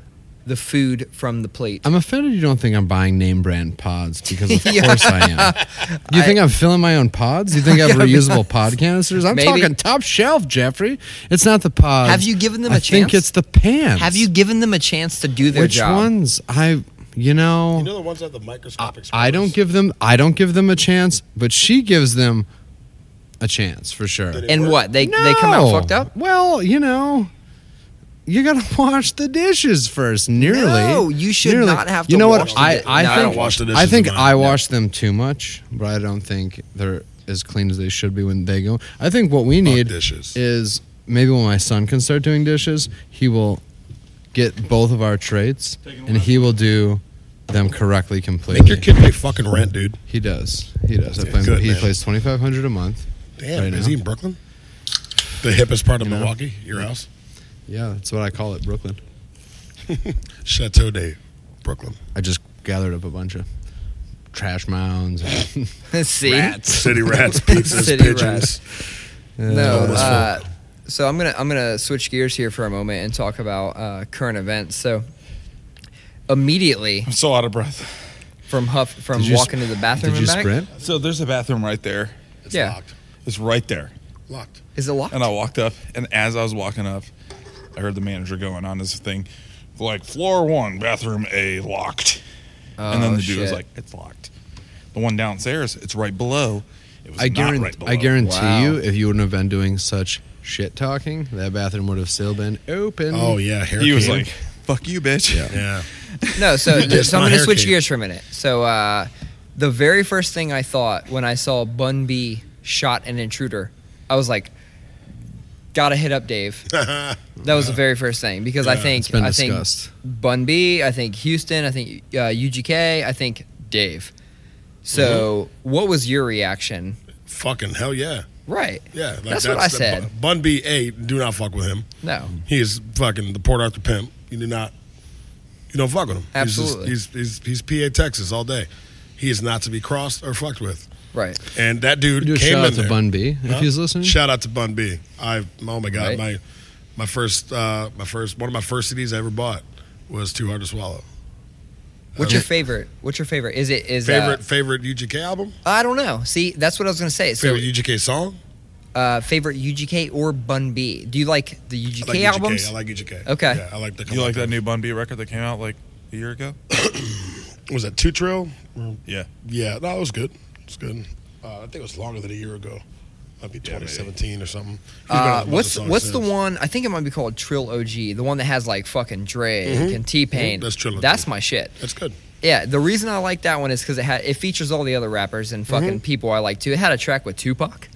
Speaker 1: the food from the plate.
Speaker 3: I'm offended you don't think I'm buying name brand pods because of
Speaker 1: Yeah.
Speaker 3: course I am. You think I'm filling my own pods? You think I have
Speaker 1: Yeah, I mean,
Speaker 3: reusable pod canisters? I'm
Speaker 1: maybe.
Speaker 3: talking top shelf, Jeffrey. It's not the pods.
Speaker 1: Have you given them
Speaker 3: I
Speaker 1: a
Speaker 3: think
Speaker 1: chance?
Speaker 3: it's the pants.
Speaker 1: Have you given them a chance to do their
Speaker 3: Which
Speaker 1: job?
Speaker 3: ones? I You know,
Speaker 4: You know the ones that have the microscopic.
Speaker 3: I don't
Speaker 4: spores?
Speaker 3: give them. I don't give them a chance, but she gives them a chance for sure.
Speaker 4: Did it
Speaker 1: And
Speaker 4: work?
Speaker 1: what they they come out
Speaker 3: No.
Speaker 1: fucked up?
Speaker 3: Well, you know, you gotta wash the dishes first. Nearly.
Speaker 1: No, you should
Speaker 3: Nearly.
Speaker 1: not have to
Speaker 3: You know
Speaker 1: wash
Speaker 3: what?
Speaker 1: the di-
Speaker 3: I I
Speaker 1: No, I
Speaker 3: think
Speaker 1: don't
Speaker 4: wash the
Speaker 3: I
Speaker 4: dishes
Speaker 3: think
Speaker 4: in mine.
Speaker 3: I wash them too much, but I don't think they're as clean as they should be when they go. I think what we need
Speaker 4: dishes.
Speaker 3: is maybe when my son can start doing dishes, he will get both of our traits, and he will do them correctly completely.
Speaker 4: Make your kid pay fucking rent, dude.
Speaker 3: He does. He does. I
Speaker 4: Yeah,
Speaker 3: find
Speaker 4: good
Speaker 3: he
Speaker 4: man.
Speaker 3: plays twenty five hundred a month.
Speaker 4: Damn,
Speaker 3: Right
Speaker 4: is
Speaker 3: now.
Speaker 4: he in Brooklyn? The hippest part of
Speaker 3: You know?
Speaker 4: Milwaukee, your house,
Speaker 3: Yeah, that's what I call it, Brooklyn.
Speaker 4: Chateau de Brooklyn,
Speaker 3: I just gathered up a bunch of trash mounds. and-
Speaker 1: See,
Speaker 4: city rats, pizzas,
Speaker 1: City
Speaker 4: pigeons.
Speaker 1: rats.
Speaker 4: all
Speaker 1: No.
Speaker 4: this
Speaker 1: Uh, so I'm gonna I'm gonna switch gears here for a moment and talk about uh, current events. So immediately
Speaker 2: I'm so out of breath.
Speaker 1: from Huff from
Speaker 3: Did you
Speaker 1: walking
Speaker 3: sp-
Speaker 1: to the bathroom
Speaker 3: Did
Speaker 1: and
Speaker 3: you
Speaker 1: back,
Speaker 3: sprint?
Speaker 2: So there's a bathroom right there.
Speaker 4: It's
Speaker 1: Yeah.
Speaker 4: locked.
Speaker 2: It's right there.
Speaker 4: Locked.
Speaker 1: is it locked?
Speaker 2: And I walked up, and as I was walking up, I heard the manager going on his thing, like floor one, bathroom A locked. and then
Speaker 1: Oh,
Speaker 2: the dude was
Speaker 1: shit.
Speaker 2: like, "It's locked." The one downstairs, it's right below. It was
Speaker 3: I
Speaker 2: not
Speaker 3: guarantee.
Speaker 2: right below.
Speaker 3: I guarantee
Speaker 1: Wow.
Speaker 3: you, if you wouldn't have been doing such shit talking, that bathroom would have still been open.
Speaker 4: Oh yeah, Harry
Speaker 2: He was
Speaker 4: Kane.
Speaker 2: like, "Fuck you, bitch."
Speaker 4: yeah.
Speaker 1: No, so,
Speaker 4: It's
Speaker 1: so I'm
Speaker 4: my
Speaker 1: going to
Speaker 4: hair
Speaker 1: switch
Speaker 4: cake.
Speaker 1: gears for a minute. So uh, the very first thing I thought when I saw Bun B shot an intruder, I was like, "Gotta hit up Dave." that was the very first thing because I think
Speaker 3: it's been
Speaker 1: I
Speaker 3: discussed.
Speaker 1: think Bun B, I think Houston, I think uh, UGK, I think Dave. So
Speaker 4: Mm-hmm.
Speaker 1: what was your reaction?
Speaker 4: Fucking hell yeah,
Speaker 1: Right.
Speaker 4: yeah. Like,
Speaker 1: that's, what I
Speaker 4: the
Speaker 1: said.
Speaker 4: Bun, Bun B A. Do not fuck with him.
Speaker 1: No.
Speaker 4: He is fucking the Port Arthur pimp. You do not, you don't fuck with him. He's just-
Speaker 1: Absolutely.
Speaker 4: He's he's, he's PA Texas all day. He is not to be crossed or fucked with.
Speaker 1: Right.
Speaker 4: And that dude
Speaker 3: do a
Speaker 4: came
Speaker 3: shout
Speaker 4: in
Speaker 3: out to
Speaker 4: there.
Speaker 3: Bun B if
Speaker 4: Huh?
Speaker 3: he's listening.
Speaker 4: Shout out to Bun B. I oh my god,
Speaker 1: Right.
Speaker 4: my my first uh, my first one of my first CDs I ever bought was Too Hard to Swallow.
Speaker 1: What's
Speaker 4: Uh,
Speaker 1: your favorite? What's your favorite? Is it is uh,
Speaker 4: favorite favorite UGK album?
Speaker 1: I don't know. See, that's what I was going to say. So
Speaker 4: Favorite UGK song?
Speaker 1: uh, favorite UGK or Bun B? Do you like the UGK
Speaker 4: I like
Speaker 1: albums?
Speaker 4: UGK. I like UGK.
Speaker 1: Okay.
Speaker 4: Yeah, I like the.
Speaker 2: You like that new Bun B record that came out like a year ago?
Speaker 4: Was that Two Trill? Or-
Speaker 2: Yeah.
Speaker 4: Yeah, no, it was good. It's good. Uh, I think it was longer than a year ago. Might be 2017 or something. He's been on a
Speaker 1: Uh,
Speaker 4: bunch of
Speaker 1: what's
Speaker 4: songs
Speaker 1: what's the
Speaker 4: since.
Speaker 1: one? I think it might be called Trill OG, the one that has like fucking Drake and T Pain.
Speaker 4: Mhm, that's Trill OG.
Speaker 1: That's my shit.
Speaker 4: That's good.
Speaker 1: Yeah, the reason I like that one is because it had it features all the other rappers and fucking people I like too. It had a track with Tupac.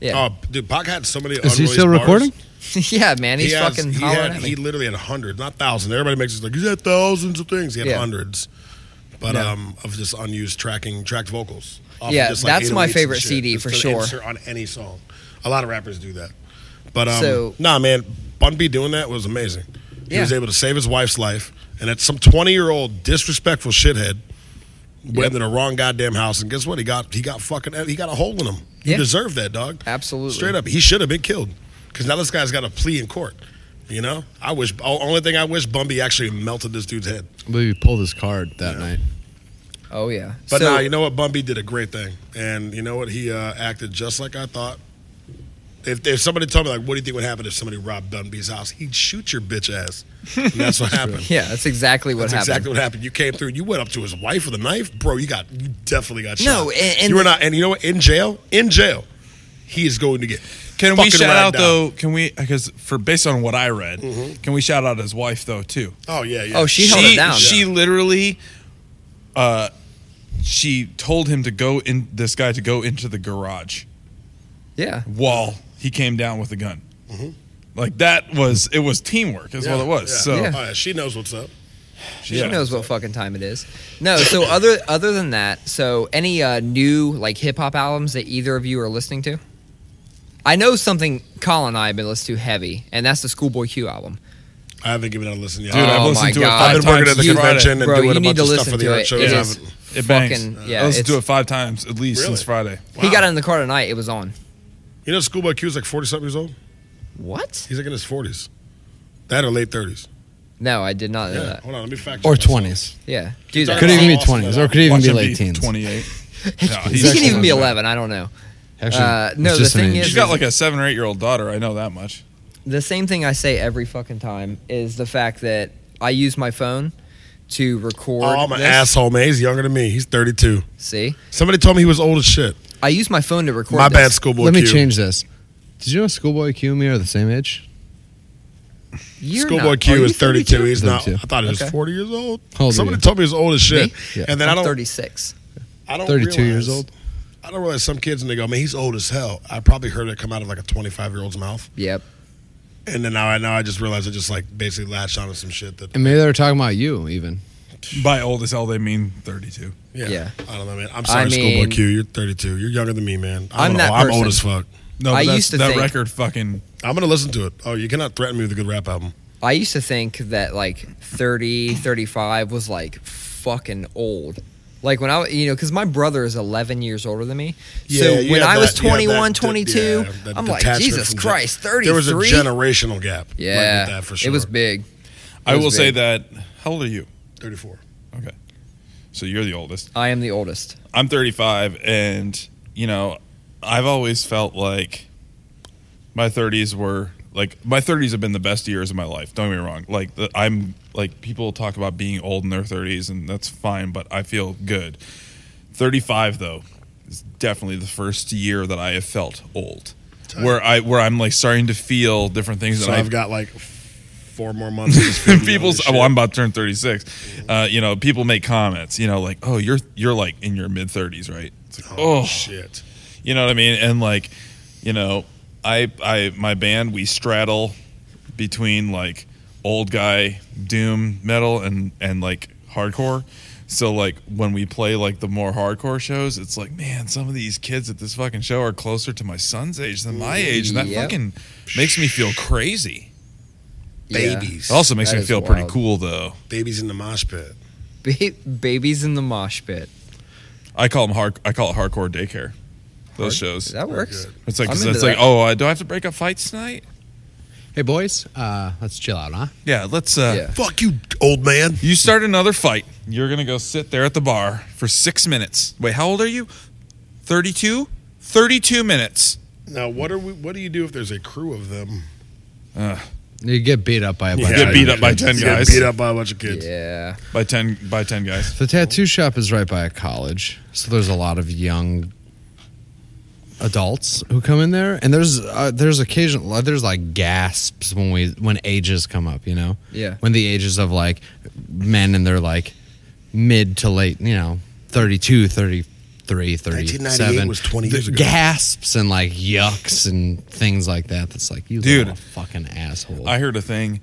Speaker 1: Yeah,
Speaker 4: Oh, dude, Pac had so many.
Speaker 3: Is he
Speaker 4: unreleased
Speaker 3: still
Speaker 4: bars.
Speaker 3: recording?
Speaker 1: yeah, man, he's
Speaker 4: he has-
Speaker 1: fucking
Speaker 4: he
Speaker 1: hollering
Speaker 4: had,
Speaker 1: at me.
Speaker 4: he literally had hundreds, not thousands. Everybody makes it like he's had thousands of things. He had
Speaker 1: Yeah.
Speaker 4: hundreds, but
Speaker 1: Yeah.
Speaker 4: um, of just unused tracking tracked vocals. off of
Speaker 1: Yeah,
Speaker 4: just,
Speaker 1: that's
Speaker 4: 808s
Speaker 1: my
Speaker 4: and
Speaker 1: favorite
Speaker 4: shit,
Speaker 1: CD
Speaker 4: just
Speaker 1: for
Speaker 4: to
Speaker 1: sure.
Speaker 4: insert on any song. A lot of rappers do that, but um,
Speaker 1: So-
Speaker 4: nah, man, Bun B doing that was amazing. He
Speaker 1: Yeah.
Speaker 4: was able to save his wife's life, and it's some twenty-year-old disrespectful shithead went in the wrong goddamn house, and guess what? He got he got fucking he got a hole in him. He
Speaker 1: Yeah.
Speaker 4: deserved that, dog.
Speaker 1: Absolutely.
Speaker 4: Straight up, he should have been killed. Because now this guy's got a plea in court. You know, I wish. o- Only thing I wish, Bumby actually melted this dude's head.
Speaker 3: I believe he pulled his card that night.
Speaker 1: oh yeah,
Speaker 4: But
Speaker 1: So-
Speaker 4: now you know what? Bumby did a great thing, and you know what? He uh, acted just like I thought. If, if somebody told me like, what do you think would happen if somebody robbed Bumby's house? He'd shoot your bitch ass. And that's what happened.
Speaker 1: yeah, that's exactly what
Speaker 4: That's
Speaker 1: happened.
Speaker 4: exactly what happened. You came through. You went up to his wife with a knife, bro. You got, you definitely got shot.
Speaker 1: No, and- and-
Speaker 4: you were not. And you know what? In jail, in jail, he is going to get.
Speaker 2: Can we
Speaker 4: fucking
Speaker 2: shout out
Speaker 4: ragged on.
Speaker 2: though? Can we because for based on what I read, can we shout out his wife though too?
Speaker 4: Oh yeah, yeah.
Speaker 1: Oh, she held it down.
Speaker 2: She literally, uh, she told him to go in. This guy to go into the garage
Speaker 1: yeah,
Speaker 2: while he came down with a gun. Like that was it was teamwork is
Speaker 4: Yeah,
Speaker 2: what it was.
Speaker 4: yeah.
Speaker 2: So
Speaker 1: Mm-hmm. Yeah.
Speaker 4: Oh, yeah, she knows what's up.
Speaker 1: She
Speaker 2: Yeah.
Speaker 1: knows what fucking time it is. No, so other other than that, so any uh, new like hip hop albums that either of you are listening to? I know something Colin and I have been listening to heavy, and that's the Schoolboy Q album.
Speaker 4: I haven't given it a listen yet.
Speaker 2: dude, I've
Speaker 1: Oh my
Speaker 2: listened to it
Speaker 1: God.
Speaker 2: five
Speaker 4: I've been working at
Speaker 2: times
Speaker 4: the
Speaker 2: since Friday.
Speaker 4: convention and
Speaker 1: Bro,
Speaker 4: doing
Speaker 1: you
Speaker 4: a
Speaker 1: need
Speaker 4: bunch
Speaker 1: to
Speaker 4: of stuff
Speaker 1: listen
Speaker 4: for the
Speaker 1: to
Speaker 4: art
Speaker 1: it.
Speaker 4: shows.
Speaker 1: It
Speaker 4: I
Speaker 1: is-
Speaker 4: haven't.
Speaker 2: It bangs.
Speaker 1: Fucking- yeah,
Speaker 2: I listened to
Speaker 1: it's-
Speaker 2: it five times at least since
Speaker 4: Really?
Speaker 2: Friday.
Speaker 1: He
Speaker 4: Wow.
Speaker 1: got in the car tonight. It was on.
Speaker 4: You know, Schoolboy Q is like forty-something years old.
Speaker 1: What?
Speaker 4: He's like in his forties, that or late thirties.
Speaker 1: No, I did not know
Speaker 4: Yeah.
Speaker 1: that.
Speaker 4: Hold on, let me fact check.
Speaker 3: Or
Speaker 4: myself.
Speaker 3: twenties.
Speaker 1: Yeah, dude,
Speaker 4: talking
Speaker 1: that-
Speaker 3: Could even be
Speaker 4: Awesome.
Speaker 3: twenties, or could even
Speaker 2: Watch
Speaker 3: be
Speaker 2: him
Speaker 3: late teens.
Speaker 2: Twenty eight.
Speaker 1: he
Speaker 3: he's
Speaker 1: can even be
Speaker 3: actually-
Speaker 1: eleven. I don't know.
Speaker 3: Actually,
Speaker 1: Uh,
Speaker 3: he's
Speaker 1: no, the
Speaker 3: just an
Speaker 1: thing
Speaker 3: age.
Speaker 1: is-
Speaker 2: She's got like a seven or eight year old daughter. I know that much.
Speaker 1: the same thing I say every fucking time is the fact that I use my phone to record.
Speaker 4: Oh, my
Speaker 1: this.
Speaker 4: asshole, man. He's younger than me. He's 32.
Speaker 1: See,
Speaker 4: Somebody told me he was old as shit.
Speaker 1: I used my phone to record.
Speaker 4: My
Speaker 1: this.
Speaker 4: bad, schoolboy.
Speaker 3: Let me
Speaker 4: Q.
Speaker 3: change this. Did you know Schoolboy Q and me are the same age?
Speaker 1: You're
Speaker 4: Schoolboy
Speaker 1: not- are
Speaker 4: Q
Speaker 1: you
Speaker 4: is 32. He's not.
Speaker 3: 32.
Speaker 4: I thought he was
Speaker 1: Okay.
Speaker 4: 40 years old.
Speaker 3: How old are
Speaker 4: Somebody
Speaker 3: you?
Speaker 4: told me he was old as shit.
Speaker 1: Me?
Speaker 3: Yeah.
Speaker 4: And then I
Speaker 1: I'm
Speaker 4: don't.
Speaker 1: 36.
Speaker 4: I don't
Speaker 3: 32 years
Speaker 4: realize-
Speaker 3: old?
Speaker 4: I don't realize some kids and they go, man, he's old as hell. I probably heard it come out of like a 25 year old's mouth.
Speaker 1: Yep.
Speaker 4: And then now I now I just realized I just like basically latched onto some shit that
Speaker 3: And maybe they were talking about you even.
Speaker 2: By old as hell, they mean 32.
Speaker 4: yeah,
Speaker 1: Yeah.
Speaker 4: I don't know man I'm sorry
Speaker 1: I mean-
Speaker 4: schoolboy Q you're 32 you're younger than me man
Speaker 1: I'm
Speaker 4: I'm, I'm,
Speaker 1: that
Speaker 4: I'm old
Speaker 1: person.
Speaker 4: as fuck
Speaker 2: No,
Speaker 1: I
Speaker 2: but that's-
Speaker 1: used to
Speaker 2: that
Speaker 1: think-
Speaker 2: record fucking.
Speaker 4: I'm gonna listen to it oh you cannot threaten me with a good rap album
Speaker 1: I used to think that like 30, 35 was like fucking old. Like when I, you know, because my brother is 11 years older than me. so
Speaker 4: Yeah, you
Speaker 1: when
Speaker 4: have
Speaker 1: I was
Speaker 4: that- you have that
Speaker 1: 21,
Speaker 4: de-
Speaker 1: 22,
Speaker 4: yeah, that
Speaker 1: I'm like,
Speaker 4: detachment
Speaker 1: Jesus
Speaker 4: from gen-
Speaker 1: Christ, 33?
Speaker 4: There was a generational gap. like, with
Speaker 1: yeah.
Speaker 4: that for sure.
Speaker 1: It was big.
Speaker 2: I
Speaker 1: It
Speaker 2: will
Speaker 1: was
Speaker 2: say
Speaker 1: big.
Speaker 2: that. How old are you?
Speaker 4: 34.
Speaker 2: Okay. So you're the oldest.
Speaker 1: I am the oldest.
Speaker 2: I'm 35, and you know, I've always felt like my 30s were like my 30s have been the best years of my life. Don't get me wrong. Like the, I'm like people talk about being old in their 30s, and that's fine, but I feel good. 35 though is definitely the first year that I have felt old, where I where I'm like starting to feel different things.
Speaker 4: So
Speaker 2: that
Speaker 4: I've
Speaker 2: I-
Speaker 4: got like four more months. of this video
Speaker 2: people's
Speaker 4: and shit.
Speaker 2: oh, I'm about to turn 36. Uh, you know, people make comments. You know, like oh, you're you're like in your mid 30s, right? It's like, oh,
Speaker 4: oh shit.
Speaker 2: you know what I mean? And like, you know, I I my band we straddle between like old guy doom metal and and like hardcore. So like when we play like the more hardcore shows, it's like man, some of these kids at this fucking show are closer to my son's age than my age, and that
Speaker 1: Mm, Yep.
Speaker 2: fucking makes me feel crazy.
Speaker 1: Yeah.
Speaker 4: Babies.
Speaker 2: It also makes
Speaker 1: That
Speaker 2: me
Speaker 1: is
Speaker 2: feel pretty
Speaker 1: wild.
Speaker 2: cool though.
Speaker 4: Babies in the mosh pit.
Speaker 1: Ba- babies in the mosh pit.
Speaker 2: I call them hard. I call it hardcore daycare. Those shows.
Speaker 1: That works.
Speaker 4: good.
Speaker 2: it's like
Speaker 1: I'm
Speaker 2: it's
Speaker 1: into
Speaker 2: like
Speaker 1: that.
Speaker 2: oh, uh, do I have to break up fights tonight?
Speaker 3: Hey boys, uh, let's chill out, huh?
Speaker 2: Yeah, let's. Uh,
Speaker 1: Yeah.
Speaker 4: Fuck you, old man.
Speaker 2: You start another fight. You're gonna go sit there at the bar for six minutes. Wait, how old are you? Thirty-two. Thirty-two minutes.
Speaker 4: Now what are we? What do you do if there's a crew of them?
Speaker 3: You get beat up by a bunch.
Speaker 4: Yeah.
Speaker 3: of
Speaker 2: Get beat up by
Speaker 3: kids.
Speaker 2: ten
Speaker 4: You get
Speaker 2: guys.
Speaker 4: beat up by a bunch of kids.
Speaker 1: Yeah.
Speaker 2: By ten. By ten guys.
Speaker 3: The tattoo shop is right by a college, so there's a lot of young adults who come in there, and there's uh, there's occasional there's like gasps when we when ages come up, you know.
Speaker 1: Yeah.
Speaker 3: When the ages of like men in their like mid to late, you know, 32, 33, 37
Speaker 4: 1998 was 20
Speaker 3: the
Speaker 4: years ago.
Speaker 3: Gasps and like yucks and things like that. That's like you
Speaker 2: Dude.
Speaker 3: little fucking asshole.
Speaker 2: I heard a thing.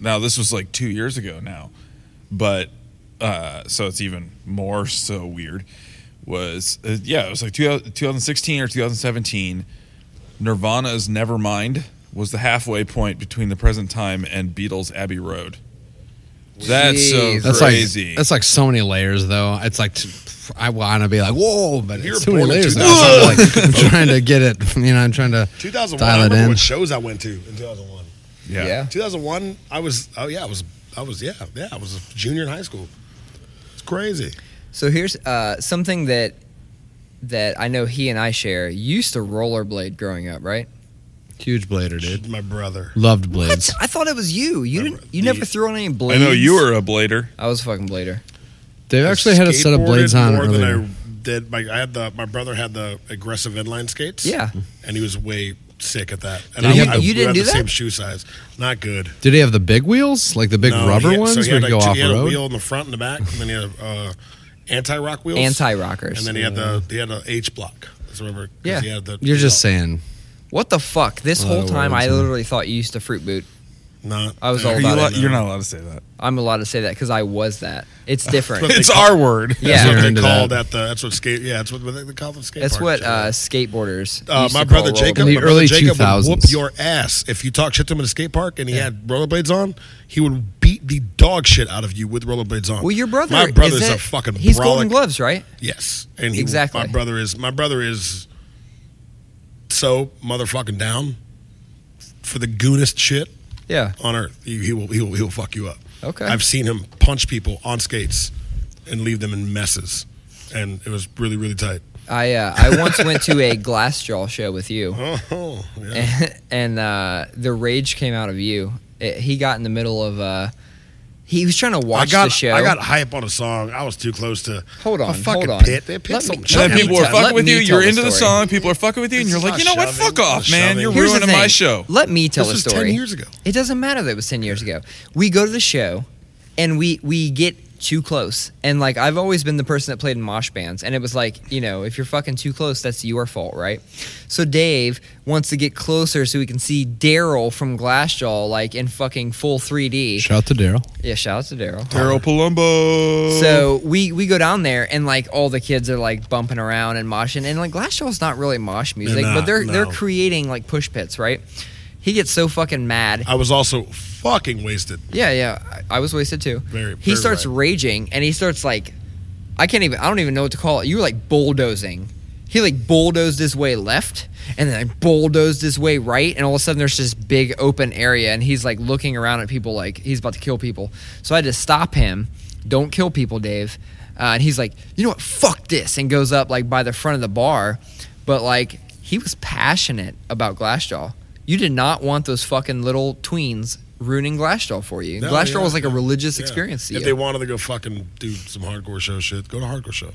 Speaker 2: Now this was like two years ago now, but uh, so it's even more so weird. Was uh, yeah, it was like 2000 2016 or 2017. Nirvana's Nevermind was the halfway point between the present time and Beatles' Abbey Road. That's so
Speaker 1: Jeez.
Speaker 3: That's
Speaker 2: crazy.
Speaker 3: like that's like so many layers, though. It's like t- I want to be like, whoa, but
Speaker 4: You
Speaker 3: it's too
Speaker 4: were
Speaker 3: many
Speaker 4: born in
Speaker 3: layers.
Speaker 4: 2001.
Speaker 3: Now, so I'm, like, I'm trying to get it. You know, I'm trying to
Speaker 4: 2001. I
Speaker 3: dial it
Speaker 4: remember
Speaker 3: in.
Speaker 4: what shows I went to in 2001.
Speaker 2: yeah.
Speaker 1: Yeah.
Speaker 4: 2001. I was. Oh yeah. I was. I was. Yeah. Yeah. I was a junior in high school. It's crazy.
Speaker 1: So here's uh, something that that I know he and I share. You used to rollerblade growing up, right?
Speaker 3: Huge blader, dude.
Speaker 4: My brother.
Speaker 3: Loved blades.
Speaker 1: I thought it was you. You didn't. You
Speaker 4: The-
Speaker 1: never threw on any
Speaker 2: I
Speaker 1: blades.
Speaker 2: know you were a blader.
Speaker 1: I was a fucking blader.
Speaker 3: They've actually had a set of blades
Speaker 4: skateboarded
Speaker 3: on
Speaker 4: more
Speaker 3: earlier.
Speaker 4: than I did. My, I had the my brother had the aggressive inline skates.
Speaker 1: Yeah.
Speaker 4: and he was way sick at that. And
Speaker 3: Did he
Speaker 4: I,
Speaker 3: have
Speaker 4: I,
Speaker 3: the-
Speaker 1: you
Speaker 4: we
Speaker 1: didn't
Speaker 4: had
Speaker 1: do
Speaker 4: the
Speaker 1: that?
Speaker 4: Same shoe size, not good.
Speaker 3: Did he have the big wheels, like the big
Speaker 4: No,
Speaker 3: rubber
Speaker 4: he had-
Speaker 3: ones,
Speaker 4: so he
Speaker 3: where
Speaker 4: had
Speaker 3: you go
Speaker 4: like two-
Speaker 3: off
Speaker 4: He had a
Speaker 3: road?
Speaker 4: wheel in the front and the back, and then he had uh, anti rock wheels,
Speaker 1: Anti rockers.
Speaker 4: and then he had the he had an H block. So remember, 'cause
Speaker 1: Yeah.
Speaker 4: he had the,
Speaker 3: You're just saying.
Speaker 1: What the fuck?
Speaker 2: Oh,
Speaker 1: This
Speaker 3: Well,
Speaker 1: whole
Speaker 3: that
Speaker 1: time,
Speaker 3: works,
Speaker 1: I
Speaker 3: huh?
Speaker 1: literally thought you used to fruit boot.
Speaker 4: Not,
Speaker 1: I was all
Speaker 2: Are
Speaker 1: About
Speaker 2: you
Speaker 1: it,
Speaker 2: allo-
Speaker 1: no.
Speaker 2: you're not allowed to say that.
Speaker 1: I'm allowed to say that because I was that. It's different.
Speaker 4: But they
Speaker 2: It's
Speaker 4: call-
Speaker 2: our word.
Speaker 1: Yeah.
Speaker 4: That's
Speaker 3: You're
Speaker 4: what they
Speaker 3: into
Speaker 4: called
Speaker 3: that.
Speaker 4: at the. That's what skate. Yeah, that's what they they call them skate.
Speaker 1: That's
Speaker 4: parks,
Speaker 1: what
Speaker 4: yeah.
Speaker 1: uh, skateboarders.
Speaker 4: Uh,
Speaker 1: used
Speaker 4: my
Speaker 1: to call roller-
Speaker 4: brother Jacob,
Speaker 3: In the
Speaker 4: my brother
Speaker 3: early
Speaker 4: Jacob would
Speaker 3: 2000s.
Speaker 4: whoop your ass if you talk shit to him at a skate park and he had rollerblades on. He would beat the dog shit out of you with rollerblades on.
Speaker 1: Well, your brother.
Speaker 4: Oh, my brother's
Speaker 1: is that,
Speaker 4: a fucking
Speaker 1: He's golden
Speaker 4: brolic-
Speaker 1: gloves, right?
Speaker 4: Yes, and he,
Speaker 1: Exactly.
Speaker 4: My brother is my brother is so motherfucking down for the goonest shit
Speaker 1: Yeah.
Speaker 4: on earth. He, he will he will he'll fuck you up.
Speaker 1: Okay.
Speaker 4: I've seen him punch people on skates and leave them in messes, and it was really really tight.
Speaker 1: I uh, I once went to a Glassjaw show with you.
Speaker 4: Oh, yeah.
Speaker 1: and uh, the rage came out of you. It, he got in the middle of uh, He was trying to watch
Speaker 4: I got
Speaker 1: the show.
Speaker 4: I got hype on a song. I was too close to
Speaker 1: Hold on,
Speaker 4: a fucking
Speaker 1: hold on.
Speaker 4: pit. They pit
Speaker 1: Let
Speaker 4: some
Speaker 1: me-
Speaker 4: shit.
Speaker 1: let
Speaker 2: And
Speaker 1: me
Speaker 2: then people are
Speaker 1: tell- let
Speaker 2: fucking with
Speaker 1: me
Speaker 2: you. You're
Speaker 1: tell the
Speaker 2: into the
Speaker 1: story.
Speaker 2: song. People are fucking with you, and
Speaker 4: It's
Speaker 2: you're like,
Speaker 4: not
Speaker 2: you know what?
Speaker 4: shoving,
Speaker 2: Fuck off,
Speaker 4: it's
Speaker 2: man.
Speaker 4: shoving.
Speaker 2: You're
Speaker 1: Here's the
Speaker 2: ruining my
Speaker 1: thing.
Speaker 2: show.
Speaker 1: Let me tell
Speaker 4: This
Speaker 1: a
Speaker 4: was 10
Speaker 1: story.
Speaker 4: years ago.
Speaker 1: It doesn't matter that it was ten years ago. We go to the show, and we we get too close. And like I've always been the person that played in mosh bands, and it was like you know if you're fucking too close, that's your fault, right? So Dave wants to get closer so we can see Daryl from Glassjaw like in fucking full 3D.
Speaker 3: Shout to Daryl.
Speaker 1: yeah, shout out to Daryl.
Speaker 2: Daryl Palumbo.
Speaker 1: So we we go down there and like all the kids are like bumping around and moshing and like Glassjaw's not really mosh music,
Speaker 4: not,
Speaker 1: but they're
Speaker 4: no.
Speaker 1: they're creating like push pits, right? He gets so fucking mad.
Speaker 4: I was also fucking wasted.
Speaker 1: yeah, yeah, I, I was wasted too.
Speaker 4: Very-
Speaker 1: he
Speaker 4: very
Speaker 1: starts
Speaker 4: right.
Speaker 1: raging and he starts like, I can't even. I don't even know what to call it. You were like bulldozing. He like bulldozed his way left and then like, bulldozed his way right, and all of a sudden there's this big open area, and he's like looking around at people like he's about to kill people. So I had to stop him. Don't kill people, Dave. Uh, and he's like, you know what? Fuck this, and goes up like by the front of the bar. But like he was passionate about Glassjaw. You did not want those fucking little tweens ruining Glassjaw for you.
Speaker 4: No,
Speaker 1: Glassjaw
Speaker 4: yeah,
Speaker 1: was like a
Speaker 4: yeah,
Speaker 1: religious
Speaker 4: yeah.
Speaker 1: experience. To
Speaker 4: If
Speaker 1: you.
Speaker 4: they wanted to go fucking do some hardcore show shit, go to hardcore show.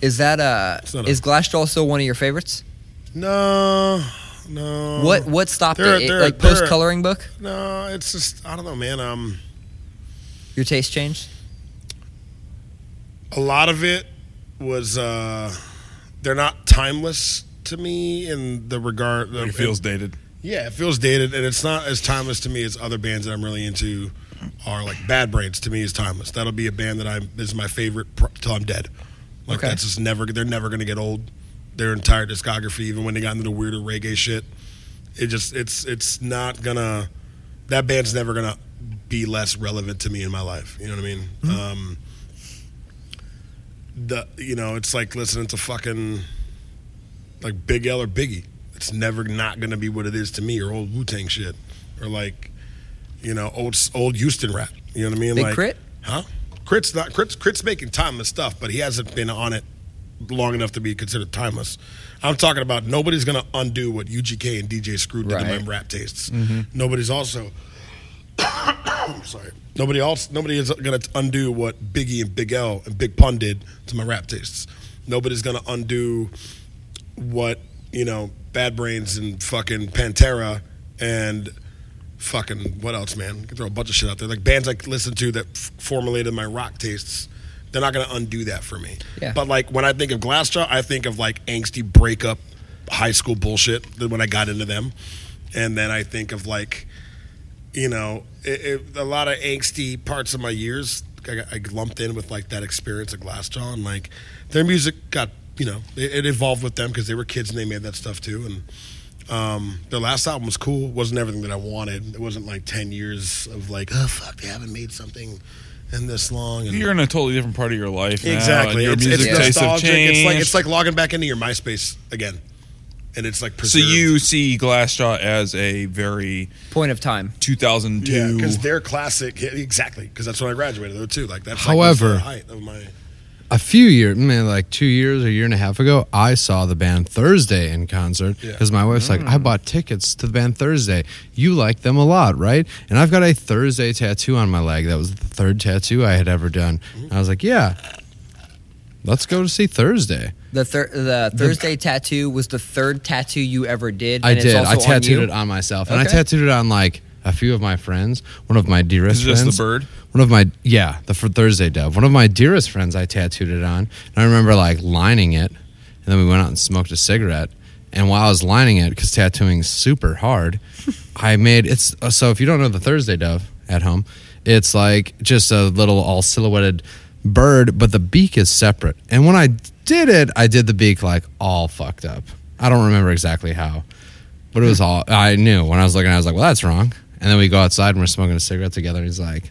Speaker 1: Is that uh
Speaker 4: It's not a-
Speaker 1: is Glassjaw still one of your favorites?
Speaker 4: No, no.
Speaker 1: what what stopped
Speaker 4: Uh, they're-
Speaker 1: it? It-
Speaker 4: they're-
Speaker 1: like
Speaker 4: they're-
Speaker 1: post coloring book?
Speaker 4: No, it's just I don't know, man. Um,
Speaker 1: Your taste changed?
Speaker 4: a lot of it was uh, they're not timeless to me in the regard.
Speaker 2: it feels dated.
Speaker 4: Yeah, it feels dated, and it's not as timeless to me as other bands that I'm really into. Are like Bad Brains to me is timeless. That'll be a band that I'm is my favorite pr- till I'm dead. Like
Speaker 1: Okay.
Speaker 4: that's just never. They're never gonna get old. Their entire discography, even when they got into the weirder reggae shit, it just it's it's not gonna. That band's never gonna be less relevant to me in my life. You know what I mean? Um, the you know it's like listening to fucking like Big L or Biggie. It's never not going to be what it is to me, or old Wu Tang shit, or like, you know, old old Houston rap. You know what I mean?
Speaker 1: Big
Speaker 4: like,
Speaker 1: Crit?
Speaker 4: huh? Crit's not Crit's Crit's making timeless stuff, but he hasn't been on it long enough to be considered timeless. I'm talking about nobody's going to undo what UGK and DJ Screw did to
Speaker 1: Right.
Speaker 4: my rap tastes. Nobody's also. I'm sorry. Nobody else. Nobody is going to undo what Biggie and Big L and Big Pun did to my rap tastes. Nobody's going to undo what you know Bad Brains and fucking Pantera and fucking what else, man? You can throw a bunch of shit out there. Like bands I listen to that f- formulated my rock tastes. They're not gonna undo that for me.
Speaker 1: Yeah.
Speaker 4: But like when I think of Glassjaw, I think of like angsty breakup, high school bullshit. than When I got into them, and then I think of like, you know, it, it, a lot of angsty parts of my years. I, got- I lumped in with like that experience of Glassjaw, and like their music got you know it, it evolved with them because they were kids and they made that stuff too, and. Um, their last album was cool. It wasn't everything that I wanted. It wasn't like ten years of like, oh fuck, they haven't made something in this long. And
Speaker 2: You're in a totally different part of your life. now, and
Speaker 4: exactly.
Speaker 2: your
Speaker 4: it's, it's
Speaker 2: music tastes have
Speaker 4: nostalgic. It's like
Speaker 2: changed.
Speaker 4: it's like logging back into your MySpace again, and it's like
Speaker 2: so
Speaker 4: preserved.
Speaker 2: you see Glassjaw as a very
Speaker 1: Point of time.
Speaker 2: 2002.
Speaker 4: yeah, because they're classic. Yeah, exactly, because that's when I graduated though too. Like that's
Speaker 3: However-
Speaker 4: like, that's the height of my.
Speaker 3: a few years, man, like two years or a year and a half ago, I saw the band Thursday in concert
Speaker 4: Yeah.
Speaker 3: because my wife's like,
Speaker 1: Mm.
Speaker 3: I bought tickets to the band Thursday. You like them a lot, right? And I've got a Thursday tattoo on my leg. That was the third tattoo I had ever done. And I was like, yeah, let's go to see Thursday.
Speaker 1: The thir- the Thursday tattoo was the third tattoo you ever did.
Speaker 3: I
Speaker 1: and
Speaker 3: did.
Speaker 1: It's also
Speaker 3: I tattooed
Speaker 1: on you?
Speaker 3: it on myself, and I
Speaker 1: Okay.
Speaker 3: tattooed it on like a few of my friends. One of my dearest
Speaker 2: Is this the
Speaker 3: friends,
Speaker 2: bird?
Speaker 3: One of my yeah, the for Thursday dove. One of my dearest friends, I tattooed it on, and I remember like lining it, and then we went out and smoked a cigarette. And while I was lining it, because tattooing's super hard, I made it's uh, so if you don't know the Thursday dove at home, it's like just a little all silhouetted bird, but the beak is separate. And when I did it, I did the beak like all fucked up. I don't remember exactly how. But it was all I knew when I was looking. I was like, "Well, that's wrong." And then we go outside and we're smoking a cigarette together. And he's like,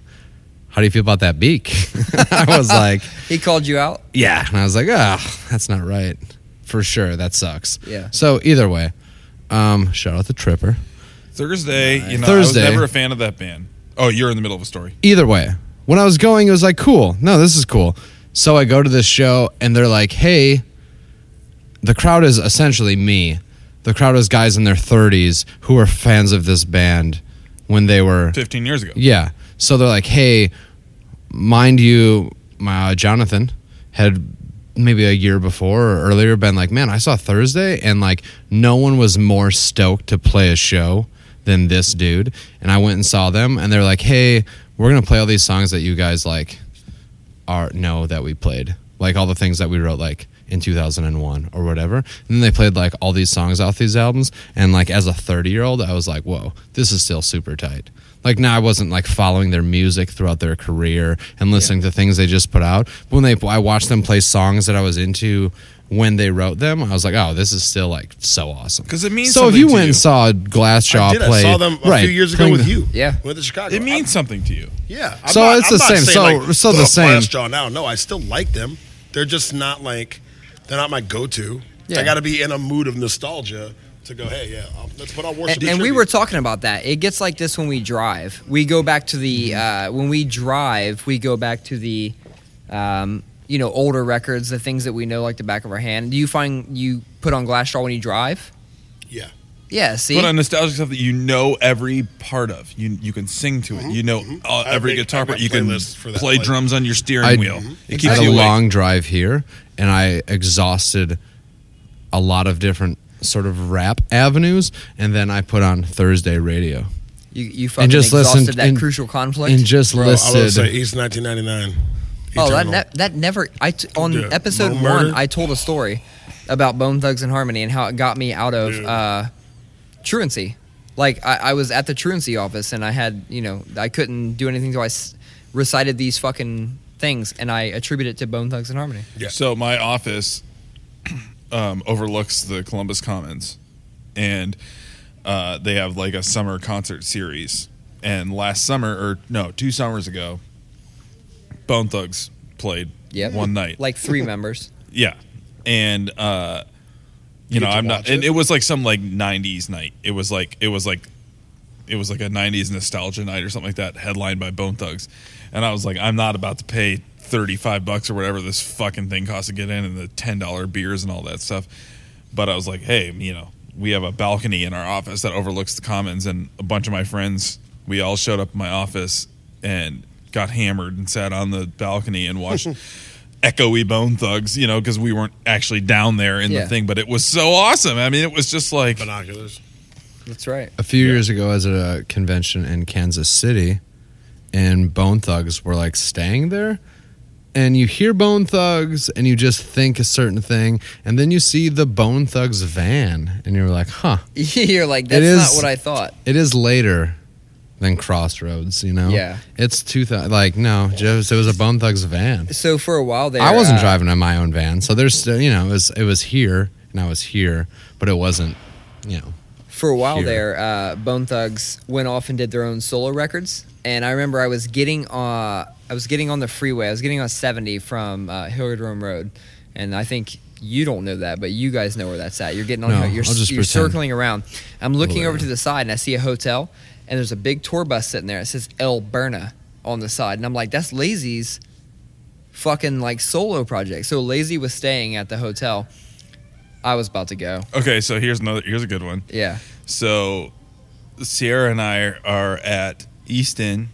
Speaker 3: "How do you feel about that beak?" I was like,
Speaker 1: He called you out.
Speaker 3: "Yeah," and I was like, "Ah, that's not right for sure. That sucks."
Speaker 1: Yeah.
Speaker 3: So either way, um, shout out the Tripper.
Speaker 2: Thursday, you know,
Speaker 3: Thursday.
Speaker 2: I was never a fan of that band. Oh, you're in the middle of a story.
Speaker 3: Either way, when I was going, it was like, "Cool, no, this is cool." So I go to this show and they're like, "Hey, the crowd is essentially me. The crowd is guys in their 30s who are fans of this band when they were
Speaker 2: 15 years ago.
Speaker 3: Yeah. So they're like, hey, mind you, my uh, Jonathan had maybe a year before or earlier been like, man, I saw Thursday, and like no one was more stoked to play a show than this dude. And I went and saw them, and they're like, hey, we're gonna play all these songs that you guys like are know that we played, like all the things that we wrote, like in 2001 or whatever. And then they played like all these songs off these albums, and like as a 30 year old, I was like, whoa, this is still super tight. Like now, I wasn't like following their music throughout their career and listening to things they just put out. But when they, I watched them play songs that I was into when they wrote them, I was like, oh, this is still like so awesome.
Speaker 2: 'Cause it means
Speaker 3: so. If
Speaker 2: something
Speaker 3: you
Speaker 2: to
Speaker 3: went
Speaker 2: you.
Speaker 3: and saw Glassjaw
Speaker 4: I did.
Speaker 3: play,
Speaker 4: I saw them a
Speaker 3: right,
Speaker 4: few years ago
Speaker 3: playing
Speaker 4: with
Speaker 3: the-
Speaker 4: you.
Speaker 1: Yeah.
Speaker 4: with the Chicago.
Speaker 2: It means something to you.
Speaker 4: Yeah.
Speaker 3: So it's the same.
Speaker 4: saying,
Speaker 3: So- so the
Speaker 4: "Ugh,
Speaker 3: same."
Speaker 4: Glassjaw now. No, I still like them. They're just not like they're not my go-to.
Speaker 1: Yeah.
Speaker 4: I got to be in a mood of nostalgia to go. Hey, yeah, I'll, let's put on worship.
Speaker 1: And, and we
Speaker 4: tribute."
Speaker 1: were talking about that. It gets like this when we drive. We go back to the uh, when we drive. We go back to the um, you know older records, the things that we know like the back of our hand. Do you find you put on Glassjaw when you drive?
Speaker 4: yeah.
Speaker 1: Yeah. See.
Speaker 2: But on nostalgic stuff that you know every part of, you you can sing to it. You know all,
Speaker 4: Mm-hmm. I have
Speaker 2: every
Speaker 4: big- I
Speaker 2: guitar
Speaker 4: have
Speaker 2: part.
Speaker 4: my
Speaker 2: You can
Speaker 4: playlist for that,
Speaker 2: play
Speaker 4: like-
Speaker 2: drums on your steering
Speaker 3: I-
Speaker 2: wheel. It
Speaker 3: I
Speaker 2: keeps
Speaker 3: had
Speaker 2: you
Speaker 3: a
Speaker 2: awake.
Speaker 3: long drive here, and I exhausted a lot of different sort of rap avenues, and then I put on Thursday radio
Speaker 1: You, you fucking
Speaker 3: and just
Speaker 1: exhausted
Speaker 3: listened
Speaker 1: that
Speaker 3: and-
Speaker 1: crucial conflict.
Speaker 3: and just
Speaker 4: Bro, I would
Speaker 3: listed.
Speaker 4: say East 1999.
Speaker 1: oh, that,
Speaker 4: Eternal.
Speaker 1: that that never. I t- on
Speaker 4: Yeah,
Speaker 1: episode
Speaker 4: Bone
Speaker 1: one,
Speaker 4: Murder.
Speaker 1: I told a story about Bone Thugs and Harmony and how it got me out of
Speaker 4: Dude.
Speaker 1: uh, truancy. Like I, I was at the truancy office and I had you know I couldn't do anything so I s- recited these fucking things and I attributed it to Bone Thugs and Harmony.
Speaker 4: Yeah.
Speaker 2: So my office um, overlooks the Columbus Commons, and uh, they have like a summer concert series. And last summer, or no, two summers ago, Bone Thugs played
Speaker 1: Yep.
Speaker 2: one night.
Speaker 1: Like three members.
Speaker 2: Yeah, and uh, you know
Speaker 4: get to
Speaker 2: I'm
Speaker 4: watch
Speaker 2: not. And
Speaker 4: it?
Speaker 2: it was like some like '90s night. It was like it was like it was like a '90s nostalgia night or something like that, headlined by Bone Thugs. And I was like, I'm not about to pay 35 bucks or whatever this fucking thing costs to get in, and the ten dollar beers and all that stuff. But I was like, hey, you know, we have a balcony in our office that overlooks the commons, and a bunch of my friends, we all showed up in my office and got hammered and sat on the balcony and watched. echoey bone thugs, you know, because we weren't actually down there in
Speaker 1: Yeah.
Speaker 2: the thing, but it was so awesome. I mean, it was just like
Speaker 4: Binoculars.
Speaker 1: That's right.
Speaker 3: a few years ago, I was at a convention in Kansas City, and Bone Thugs were like staying there. And you hear Bone Thugs, and you just think a certain thing, and then you see the Bone Thugs van, and you're like, huh.
Speaker 1: You're like that's
Speaker 3: is-
Speaker 1: not what I thought.
Speaker 3: It is later than Crossroads, you know.
Speaker 1: Yeah.
Speaker 3: it's two thousand. Like no, just, it was a Bone Thugs van.
Speaker 1: So for a while there,
Speaker 3: I wasn't
Speaker 1: uh,
Speaker 3: driving in my own van, so there's still, you know, it was it was here and I was here, but it wasn't, you know.
Speaker 1: for a while
Speaker 3: here.
Speaker 1: there, uh, Bone Thugs went off and did their own solo records. And I remember I was getting uh, I was getting on the freeway. I was getting on 70 from uh, Hilliard Rome Road, and I think you don't know that, but you guys know where that's at. You're getting on.
Speaker 3: No,
Speaker 1: you're
Speaker 3: I'll just
Speaker 1: you're
Speaker 3: pretend.
Speaker 1: circling around. I'm looking over
Speaker 3: Hilliard.
Speaker 1: to the side, and I see a hotel, and there's a big tour bus sitting there. It says El Berna on the side, and I'm like, that's Lazy's fucking like solo project. So Lazy was staying at the hotel. I was about to go.
Speaker 2: okay. So here's another. Here's a good one.
Speaker 1: Yeah.
Speaker 2: So Sierra and I are at Easton,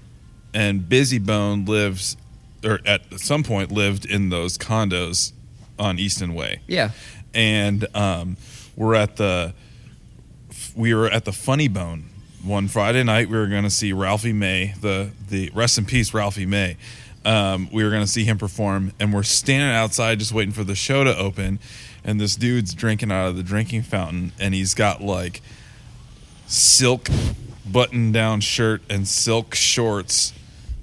Speaker 2: and Busy Bone lives, or at some point lived in those condos on Easton Way.
Speaker 1: Yeah.
Speaker 2: and um, we're at the we were at the Funny Bone one Friday night. We were going to see Ralphie May, the the rest in peace Ralphie May. Um, we were going to see him perform, and we're standing outside just waiting for the show to open. And this dude's drinking out of the drinking fountain, and he's got like silk button down shirt and silk shorts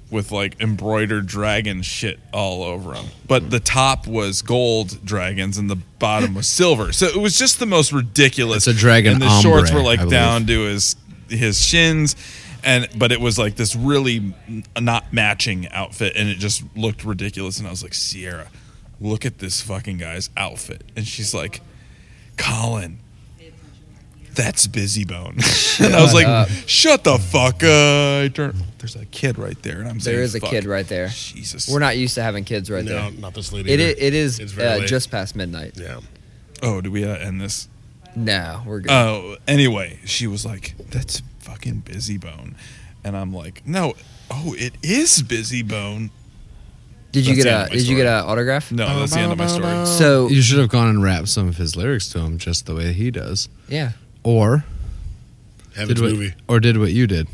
Speaker 2: with like embroidered dragon shit all over them. But the top was gold dragons and the bottom was silver. So it was just the most ridiculous.
Speaker 3: It's a dragon
Speaker 2: And the
Speaker 3: ombre,
Speaker 2: shorts were
Speaker 3: I
Speaker 2: like
Speaker 3: believe.
Speaker 2: down to his his shins. And but it was like this really n- not matching outfit, and it just looked ridiculous. And I was like, Sierra, look at this fucking guy's outfit. And she's like, Colin, that's busy bone. and I was like, shut the fuck up. I turn- oh, There's a kid right there. And I'm saying,
Speaker 1: There is a
Speaker 2: fuck.
Speaker 1: kid right there.
Speaker 2: Jesus.
Speaker 1: We're not used to having kids right
Speaker 4: No,
Speaker 1: there.
Speaker 4: not this lady.
Speaker 1: It is,
Speaker 4: either.
Speaker 1: it is
Speaker 4: It's very
Speaker 1: uh,
Speaker 4: late.
Speaker 1: just past midnight.
Speaker 4: Yeah.
Speaker 2: Oh, do we uh, end this?
Speaker 1: No, we're good.
Speaker 2: Oh, anyway, she was like, that's fucking busy bone. And I'm like, no, oh, it is busy bone.
Speaker 1: Did you
Speaker 2: That's
Speaker 1: get
Speaker 2: the end
Speaker 1: a
Speaker 2: of my
Speaker 1: Did you
Speaker 2: story.
Speaker 1: get an autograph?
Speaker 2: No, that's the end of my story.
Speaker 1: So
Speaker 3: You should have gone and rapped some of his lyrics to him just the way he does.
Speaker 1: yeah,
Speaker 3: Or did
Speaker 4: Heaven's
Speaker 3: what,
Speaker 4: movie.
Speaker 3: or did what you did.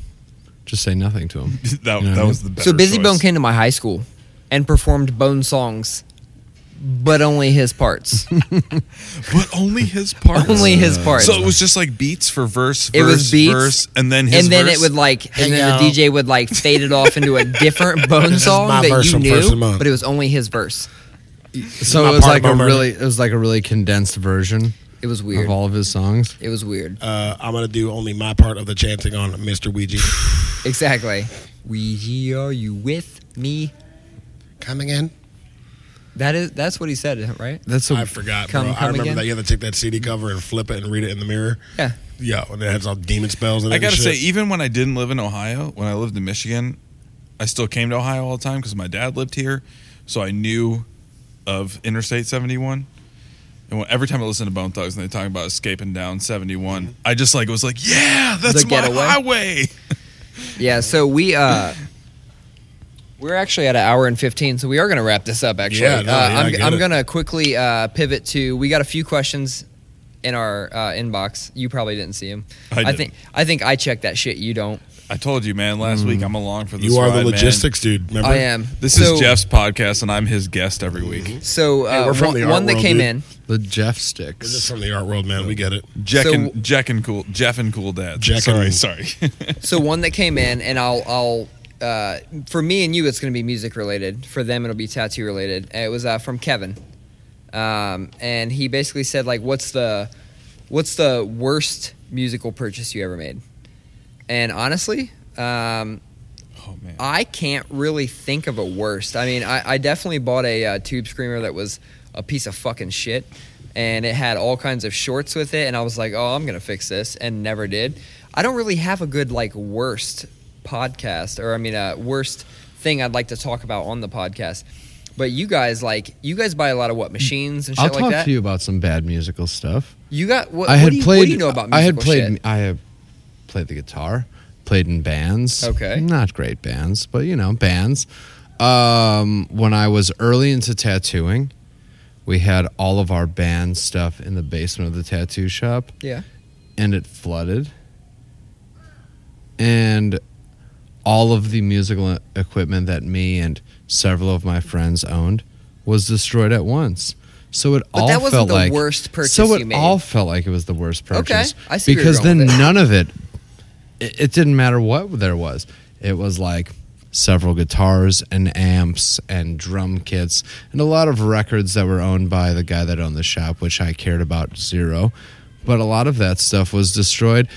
Speaker 3: Just say nothing to him.
Speaker 2: that,
Speaker 3: You know what I
Speaker 2: that
Speaker 3: mean?
Speaker 2: was the better
Speaker 1: so Busy
Speaker 2: choice.
Speaker 1: Bone came to my high school and performed Bone songs, but only his parts.
Speaker 2: but only his part.
Speaker 1: only his parts.
Speaker 2: So it was just like beats for verse,
Speaker 1: It
Speaker 2: verse,
Speaker 1: was beats,
Speaker 2: verse, and then his
Speaker 1: and then
Speaker 2: verse?
Speaker 1: it would like,
Speaker 4: Hang
Speaker 1: and then
Speaker 4: out.
Speaker 1: the DJ would like fade it off into a different bone
Speaker 4: is
Speaker 1: song
Speaker 4: my
Speaker 1: that
Speaker 4: verse
Speaker 1: you
Speaker 4: from First and
Speaker 1: knew,
Speaker 4: Moan.
Speaker 1: but it was only his verse.
Speaker 3: So
Speaker 4: My
Speaker 3: it was
Speaker 4: part
Speaker 3: like
Speaker 4: of
Speaker 3: a
Speaker 4: my murder.
Speaker 3: really it was like a really condensed version
Speaker 1: It was weird.
Speaker 3: of all of his songs.
Speaker 1: it was weird.
Speaker 4: Uh, I'm gonna do only my part of the chanting on Mr. Ouija.
Speaker 1: Exactly. We are you with me?
Speaker 4: Coming in.
Speaker 1: That is that's what he said, right?
Speaker 3: That's a
Speaker 4: I forgot,
Speaker 1: Come-
Speaker 4: bro.
Speaker 1: come
Speaker 4: I remember
Speaker 1: again?
Speaker 4: that you had to take that CD cover and flip it and read it in the mirror.
Speaker 1: Yeah.
Speaker 4: Yo, and it has all demon spells in it.
Speaker 2: I gotta
Speaker 4: and
Speaker 2: say,
Speaker 4: shit.
Speaker 2: even when I didn't live in Ohio, when I lived in Michigan, I still came to Ohio all the time because my dad lived here, so I knew of Interstate 71. And when, every time I listened to Bone Thugs and they talk about escaping down 71,
Speaker 4: Mm-hmm.
Speaker 2: I just like was like, yeah, that's
Speaker 1: The
Speaker 2: my
Speaker 1: getaway?
Speaker 2: highway.
Speaker 1: Yeah, so we uh we're actually at an hour and 15, so we are going to wrap this up actually.
Speaker 4: Yeah, no,
Speaker 1: uh,
Speaker 4: yeah, I
Speaker 1: I'm
Speaker 4: get
Speaker 1: I'm
Speaker 4: it.
Speaker 1: going to quickly uh pivot to we got a few questions in our uh, inbox. You probably didn't see them.
Speaker 2: I didn't.
Speaker 1: think I think I checked that shit, you don't.
Speaker 2: I told you, man, last week I'm along for this.
Speaker 4: Mm. you are
Speaker 2: ride,
Speaker 4: the
Speaker 2: E man.
Speaker 4: logistics dude. Remember?
Speaker 1: I am.
Speaker 2: This
Speaker 1: So-
Speaker 2: is Jeff's podcast, and I'm his guest every
Speaker 4: Mm-hmm.
Speaker 2: week.
Speaker 1: So uh,
Speaker 4: we're from
Speaker 1: one,
Speaker 4: the art
Speaker 1: one that
Speaker 4: world,
Speaker 1: came
Speaker 4: dude.
Speaker 1: in.
Speaker 3: the Jeff
Speaker 4: We're just
Speaker 3: sticks.
Speaker 4: from the art world, man. We get it.
Speaker 2: Jack
Speaker 1: So-
Speaker 2: and Jack and cool Jeff and cool dad.
Speaker 4: Jack
Speaker 2: sorry,
Speaker 4: and-
Speaker 2: sorry.
Speaker 1: So one that came in, and I'll I'll. Uh, for me and you, it's going to be music related. For them, it'll be tattoo related. And It was uh, from Kevin, um, and he basically said like, "What's the, what's the worst musical purchase you ever made?" And honestly, um,
Speaker 2: oh man.
Speaker 1: I can't really think of a worst. I mean, I, I definitely bought a uh, tube screamer that was a piece of fucking shit, and it had all kinds of shorts with it, and I was like, oh, I'm gonna fix this, and never did. I don't really have a good like worst podcast, or I mean, uh, worst thing I'd like to talk about on the podcast. But you guys like you guys buy a lot of what machines and shit
Speaker 3: I'll talk
Speaker 1: like that.
Speaker 3: to you about some bad musical stuff.
Speaker 1: You got what?
Speaker 3: I
Speaker 1: what
Speaker 3: had
Speaker 1: do you,
Speaker 3: played.
Speaker 1: What do you know about musical
Speaker 3: I had played.
Speaker 1: shit?
Speaker 3: I had played the guitar. Played in bands.
Speaker 1: Okay.
Speaker 3: Not great bands, but you know bands. Um, when I was early into tattooing, we had all of our band stuff in the basement of the tattoo shop,
Speaker 1: Yeah.
Speaker 3: and it flooded. And all of the musical e-, equipment that me and several of my friends owned was destroyed at once. So it
Speaker 1: But
Speaker 3: all
Speaker 1: that wasn't
Speaker 3: felt
Speaker 1: the
Speaker 3: like
Speaker 1: worst purchase
Speaker 3: So it
Speaker 1: you made.
Speaker 3: all felt like it was the worst purchase.
Speaker 1: I see where you're
Speaker 3: because
Speaker 1: going
Speaker 3: then
Speaker 1: with it.
Speaker 3: none of it, it. It didn't matter what there was. It was like several guitars and amps and drum kits and a lot of records that were owned by the guy that owned the shop, which I cared about zero. But a lot of that stuff was destroyed.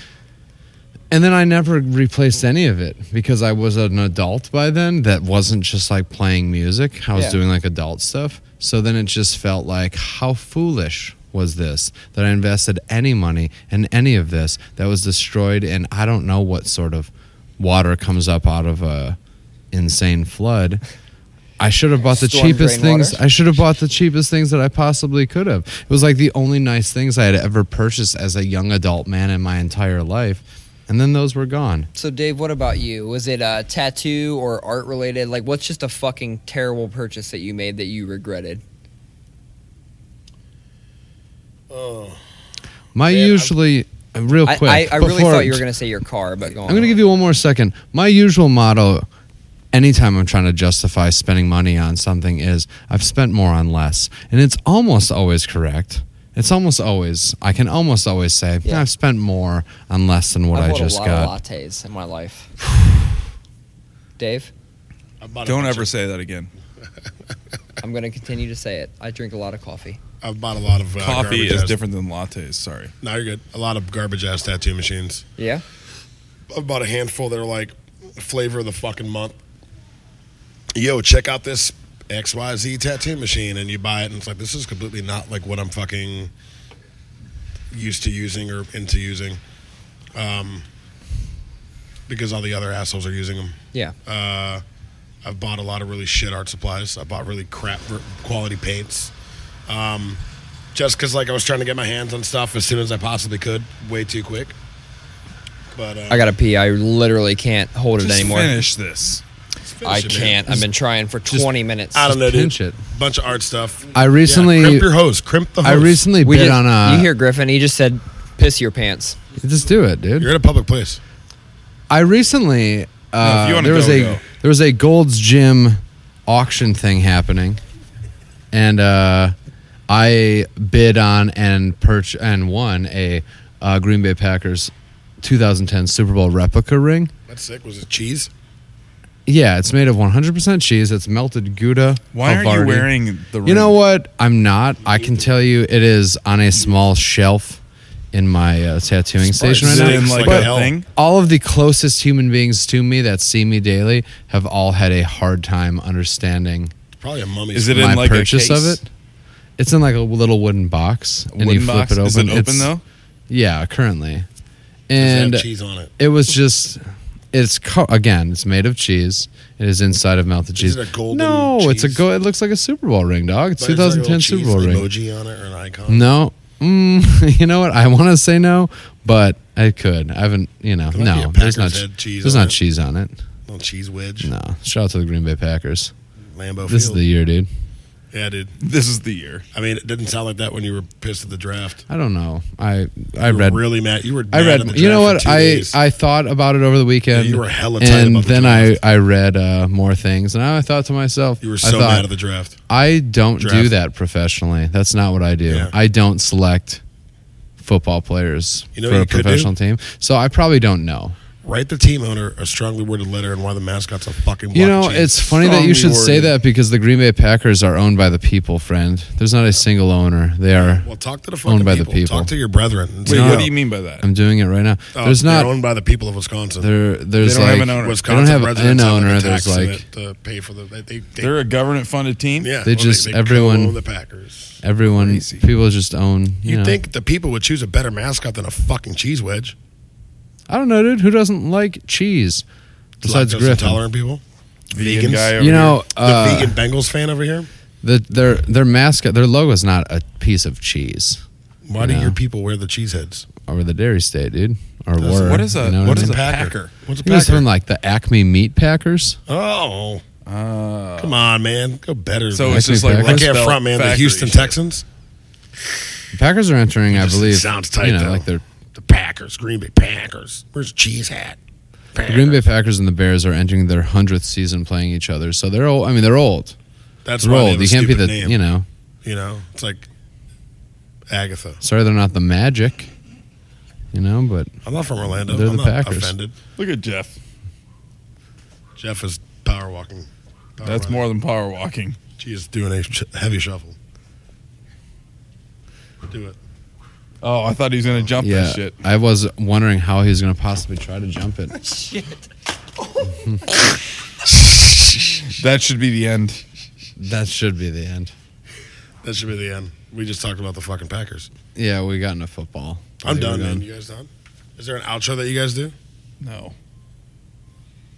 Speaker 3: And then I never replaced any of it because I was an adult by then that wasn't just like playing music. I was
Speaker 1: Yeah.
Speaker 3: doing like adult stuff. So then it just felt like, how foolish was this that I invested any money in any of this that was destroyed? And I don't know what sort of water comes up out of a insane flood. I should have bought the
Speaker 1: Storm
Speaker 3: cheapest
Speaker 1: drain water?
Speaker 3: things. I should have bought the cheapest things that I possibly could have. It was like the only nice things I had ever purchased as a young adult man in my entire life. And then those were gone.
Speaker 1: So Dave, what about you? Was it uh, tattoo or art related? Like, what's just a fucking terrible purchase that you made that you regretted?
Speaker 4: Uh,
Speaker 3: My
Speaker 4: Man, I'm-
Speaker 3: usually real
Speaker 1: I,
Speaker 3: quick.
Speaker 1: I, I really
Speaker 3: before-
Speaker 1: thought you were gonna say your car, but go on.
Speaker 3: I'm going to give you one more second. My usual motto anytime I'm trying to justify spending money on something is I've spent more on less. And it's almost always correct. It's almost always, I can almost always say,
Speaker 1: Yeah.
Speaker 3: I've spent more on less than what
Speaker 1: I
Speaker 3: I,
Speaker 1: bought
Speaker 3: just
Speaker 1: a lot
Speaker 3: got.
Speaker 1: of lattes in my life. Dave,
Speaker 4: I bought a
Speaker 2: Don't
Speaker 4: bunch
Speaker 2: ever
Speaker 4: Of,
Speaker 2: say that again.
Speaker 1: I'm gonna continue to say it. I drink a lot of coffee.
Speaker 4: I've bought a lot of uh,
Speaker 2: Coffee
Speaker 4: garbage
Speaker 2: is
Speaker 4: ass-
Speaker 2: different than lattes. Sorry.
Speaker 4: No, you're good. A lot of garbage ass tattoo machines.
Speaker 1: Yeah.
Speaker 4: I've bought a handful that are like flavor of the fucking month. Yo, check out this XYZ tattoo machine, and you buy it, and it's like this is completely not like what I'm fucking used to using or into using, um, because all the other assholes are using them.
Speaker 1: Yeah.
Speaker 4: Uh, I've bought a lot of really shit art supplies. I bought really crap ver- quality paints. Um, just because, like, I was trying to get my hands on stuff as soon as I possibly could, way too quick. But uh,
Speaker 1: I gotta pee. I literally can't hold it
Speaker 2: Just
Speaker 1: anymore.
Speaker 2: finish this.
Speaker 4: finish
Speaker 5: I
Speaker 4: it, man.
Speaker 5: can't. I've been trying for 20 minutes.
Speaker 4: I don't know, dude.
Speaker 3: pinch it.
Speaker 4: Bunch of art stuff.
Speaker 3: I recently-
Speaker 4: Yeah, crimp your hose. Crimp the hose.
Speaker 3: I recently
Speaker 1: We
Speaker 3: bid
Speaker 1: did,
Speaker 3: on uh, a.
Speaker 1: you hear Griffin? He just said, "Piss your pants."
Speaker 3: Just do it, dude.
Speaker 4: You're in a public place.
Speaker 3: I recently
Speaker 2: No,
Speaker 3: uh,
Speaker 2: if you wanna
Speaker 3: there was
Speaker 2: go,
Speaker 3: a
Speaker 2: go.
Speaker 3: there was a Gold's Gym auction thing happening, and uh, I bid on and perch and won a uh, Green Bay Packers 2010 Super Bowl replica ring.
Speaker 4: That's sick. Was it cheese?
Speaker 3: Yeah, it's made of 100% cheese. It's melted Gouda.
Speaker 2: Why aren't
Speaker 3: Havarti.
Speaker 2: you wearing the?
Speaker 3: You know
Speaker 2: ring?
Speaker 3: what? I'm not. I can tell you, it is on a small shelf in my uh, tattooing station right
Speaker 2: Is
Speaker 3: now.
Speaker 2: it in like
Speaker 4: But-
Speaker 2: a thing?
Speaker 3: all of the closest human beings to me that see me daily have all had a hard time understanding
Speaker 4: Probably a mummy.
Speaker 2: Is it
Speaker 3: my
Speaker 2: in like
Speaker 3: purchase
Speaker 2: a
Speaker 3: of
Speaker 2: case?
Speaker 3: it. It's in like a little wooden box, and
Speaker 2: Wooden
Speaker 3: you flip
Speaker 2: box?
Speaker 3: it open.
Speaker 2: Is it open
Speaker 3: It's-
Speaker 2: though?
Speaker 3: Yeah, currently,
Speaker 4: Does it
Speaker 3: and
Speaker 4: have cheese on it?
Speaker 3: it was just. It's co- again. It's made of cheese. It is inside of melted cheese.
Speaker 4: Is it a golden
Speaker 3: no, it's a
Speaker 4: cheese?
Speaker 3: go. It looks like a Super Bowl ring, dog. It's
Speaker 4: But it's like a little
Speaker 3: 2010
Speaker 4: cheese
Speaker 3: Super Bowl ring.
Speaker 4: Emoji on it or an icon?
Speaker 3: No. Mm, you know what? I want to say no, but I could. I haven't, you know,
Speaker 4: might be a
Speaker 3: no. There's
Speaker 4: Packers
Speaker 3: not
Speaker 4: head cheese
Speaker 3: There's
Speaker 4: on
Speaker 3: not
Speaker 4: it.
Speaker 3: cheese on it.
Speaker 4: Little cheese wedge.
Speaker 3: No. Shout out to the Green Bay Packers.
Speaker 4: Lambeau
Speaker 3: This is
Speaker 4: Field.
Speaker 3: the year, dude.
Speaker 4: yeah, dude.
Speaker 2: This is the year.
Speaker 4: I mean, it didn't sound like that when you were pissed at the draft.
Speaker 3: I don't know. I I
Speaker 4: You were
Speaker 3: read
Speaker 4: really mad. You were.
Speaker 3: I
Speaker 4: mad
Speaker 3: read
Speaker 4: At the
Speaker 3: You know
Speaker 4: draft
Speaker 3: what?
Speaker 4: for two
Speaker 3: I
Speaker 4: days.
Speaker 3: I thought about it over the weekend.
Speaker 4: Yeah, you were hella tight
Speaker 3: And
Speaker 4: about the
Speaker 3: then
Speaker 4: draft.
Speaker 3: I I read uh, more things and I thought to myself
Speaker 4: you were
Speaker 3: I
Speaker 4: so
Speaker 3: thought,
Speaker 4: mad at the draft.
Speaker 3: I don't do
Speaker 4: Draft.
Speaker 3: that professionally. That's not what I do.
Speaker 4: Yeah.
Speaker 3: I don't select football players
Speaker 4: You know
Speaker 3: for
Speaker 4: what
Speaker 3: a
Speaker 4: you could do?
Speaker 3: professional team. So I probably don't know.
Speaker 4: Write the team owner a strongly worded letter and why the mascot's a fucking. Block
Speaker 3: You know,
Speaker 4: of cheese.
Speaker 3: it's funny that you should say that because the Green Bay Packers are owned by the people, friend. There's not a single owner. They are.
Speaker 4: Well, talk to the fucking
Speaker 3: Owned by the
Speaker 4: people.
Speaker 3: people.
Speaker 4: Talk to your brethren. and
Speaker 2: Wait,
Speaker 4: say,
Speaker 2: what
Speaker 4: "Yo,
Speaker 2: do you mean by that?
Speaker 3: I'm doing it right now.
Speaker 4: oh,
Speaker 3: there's
Speaker 4: they're
Speaker 3: not.
Speaker 4: owned by the people of Wisconsin.
Speaker 3: there, there's
Speaker 2: They don't have an
Speaker 3: like.
Speaker 2: owner.
Speaker 4: Wisconsin
Speaker 3: they don't have an
Speaker 4: residents have, like, a
Speaker 3: owner. There's
Speaker 4: tax in
Speaker 3: like
Speaker 4: it to pay for the they, they, they-
Speaker 2: They're a government-funded team.
Speaker 4: yeah
Speaker 3: they
Speaker 4: well,
Speaker 3: just-
Speaker 4: they
Speaker 3: everyone-
Speaker 4: co-own the Packers.
Speaker 3: everyone.
Speaker 2: Crazy.
Speaker 3: People just own. You,
Speaker 4: You
Speaker 3: know.
Speaker 4: think the people would choose a better mascot than a fucking cheese wedge?
Speaker 3: I don't know, dude. Who doesn't like cheese? Besides
Speaker 4: Lactose
Speaker 3: Griffin,
Speaker 4: intolerant people,
Speaker 2: Vegan
Speaker 4: Vegans?
Speaker 2: guy over
Speaker 3: you know,
Speaker 4: the
Speaker 3: uh,
Speaker 4: vegan Bengals fan over here.
Speaker 3: the, their their mascot, their logo is not a piece of cheese.
Speaker 4: Why do
Speaker 3: know.
Speaker 4: your people wear the cheese heads?
Speaker 3: Or the dairy state, dude. Or
Speaker 2: here.
Speaker 3: were,
Speaker 2: what is a
Speaker 3: you know
Speaker 2: what is
Speaker 3: I
Speaker 2: a
Speaker 3: mean?
Speaker 2: packer?
Speaker 3: I think
Speaker 4: What's a
Speaker 3: it was
Speaker 4: packer?
Speaker 3: something like the Acme Meat Packers.
Speaker 4: oh,
Speaker 2: Uh,
Speaker 4: come on, man, go better.
Speaker 2: so
Speaker 4: man.
Speaker 2: it's
Speaker 3: Actually,
Speaker 2: just like
Speaker 3: Packers?
Speaker 4: I
Speaker 2: Rust
Speaker 4: can't
Speaker 2: Belt
Speaker 4: front man. The
Speaker 2: factory
Speaker 4: Houston
Speaker 2: shit.
Speaker 4: Texans,
Speaker 3: The Packers are entering, I
Speaker 4: Just
Speaker 3: believe.
Speaker 4: sounds tight,
Speaker 3: You know,
Speaker 4: though.
Speaker 3: like they're
Speaker 4: the Packers, Green Bay Packers. Where's the cheese hat?
Speaker 3: The Green Bay Packers and the Bears are entering their hundredth season playing each other, so they're old. I mean, they're old.
Speaker 4: That's
Speaker 3: They're
Speaker 4: why they
Speaker 3: old.
Speaker 4: have a
Speaker 3: You can't be
Speaker 4: stupid
Speaker 3: the
Speaker 4: name.
Speaker 3: you know.
Speaker 4: You know, it's like Agatha.
Speaker 3: Sorry, they're not the Magic. You know, but
Speaker 4: I'm not from Orlando.
Speaker 3: They're
Speaker 4: I'm
Speaker 3: the
Speaker 4: not
Speaker 3: Packers.
Speaker 4: offended.
Speaker 2: Look at Jeff.
Speaker 4: Jeff is power walking. Power
Speaker 2: That's
Speaker 4: running.
Speaker 2: more than power walking.
Speaker 4: She is doing a sh- heavy shuffle. Do it.
Speaker 2: Oh, I thought he was gonna jump
Speaker 3: yeah,
Speaker 2: this shit.
Speaker 3: I was wondering how he was going to possibly try to jump it.
Speaker 2: That should be the end.
Speaker 3: That should be the end.
Speaker 4: That should be the end. We just talked about the fucking Packers.
Speaker 3: Yeah, we got into football.
Speaker 4: I'm
Speaker 3: They were
Speaker 4: done, man.
Speaker 3: gone.
Speaker 4: You guys done? Is there an outro that you guys do?
Speaker 2: No.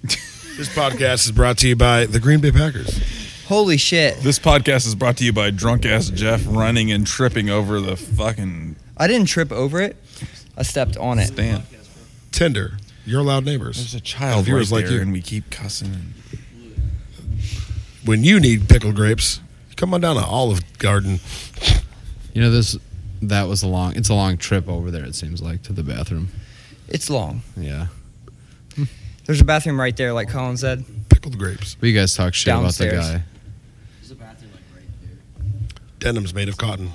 Speaker 4: This podcast is brought to you by the Green Bay Packers.
Speaker 1: Holy shit!
Speaker 2: This podcast is brought to you by drunk ass Jeff running and tripping over the fucking
Speaker 1: I didn't trip over it. I stepped on it.
Speaker 2: stand.
Speaker 4: Tinder, your loud neighbors.
Speaker 2: There's a child
Speaker 4: Viewers
Speaker 2: right
Speaker 4: like
Speaker 2: like
Speaker 4: you.
Speaker 2: and we keep cussing. And
Speaker 4: When you need pickled grapes, come on down to Olive Garden.
Speaker 3: You know this. That was a long. It's a long trip over there. It seems like to the bathroom.
Speaker 1: It's long.
Speaker 3: Yeah,
Speaker 1: There's a bathroom right there, like Colin said.
Speaker 4: Pickled grapes.
Speaker 3: but you guys talk shit about
Speaker 1: Downstairs.
Speaker 3: the guy.
Speaker 4: Denim's made of cotton.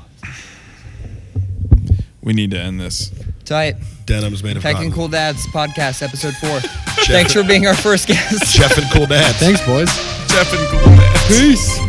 Speaker 2: we need to end this.
Speaker 1: Tight.
Speaker 4: Denim's made of
Speaker 1: Tech
Speaker 4: cotton.
Speaker 1: and Cool Dads podcast, episode four. Thanks for being our first guest.
Speaker 4: Jeff and Cool Dad.
Speaker 3: Thanks, boys.
Speaker 2: Jeff and Cool Dad.
Speaker 1: Peace.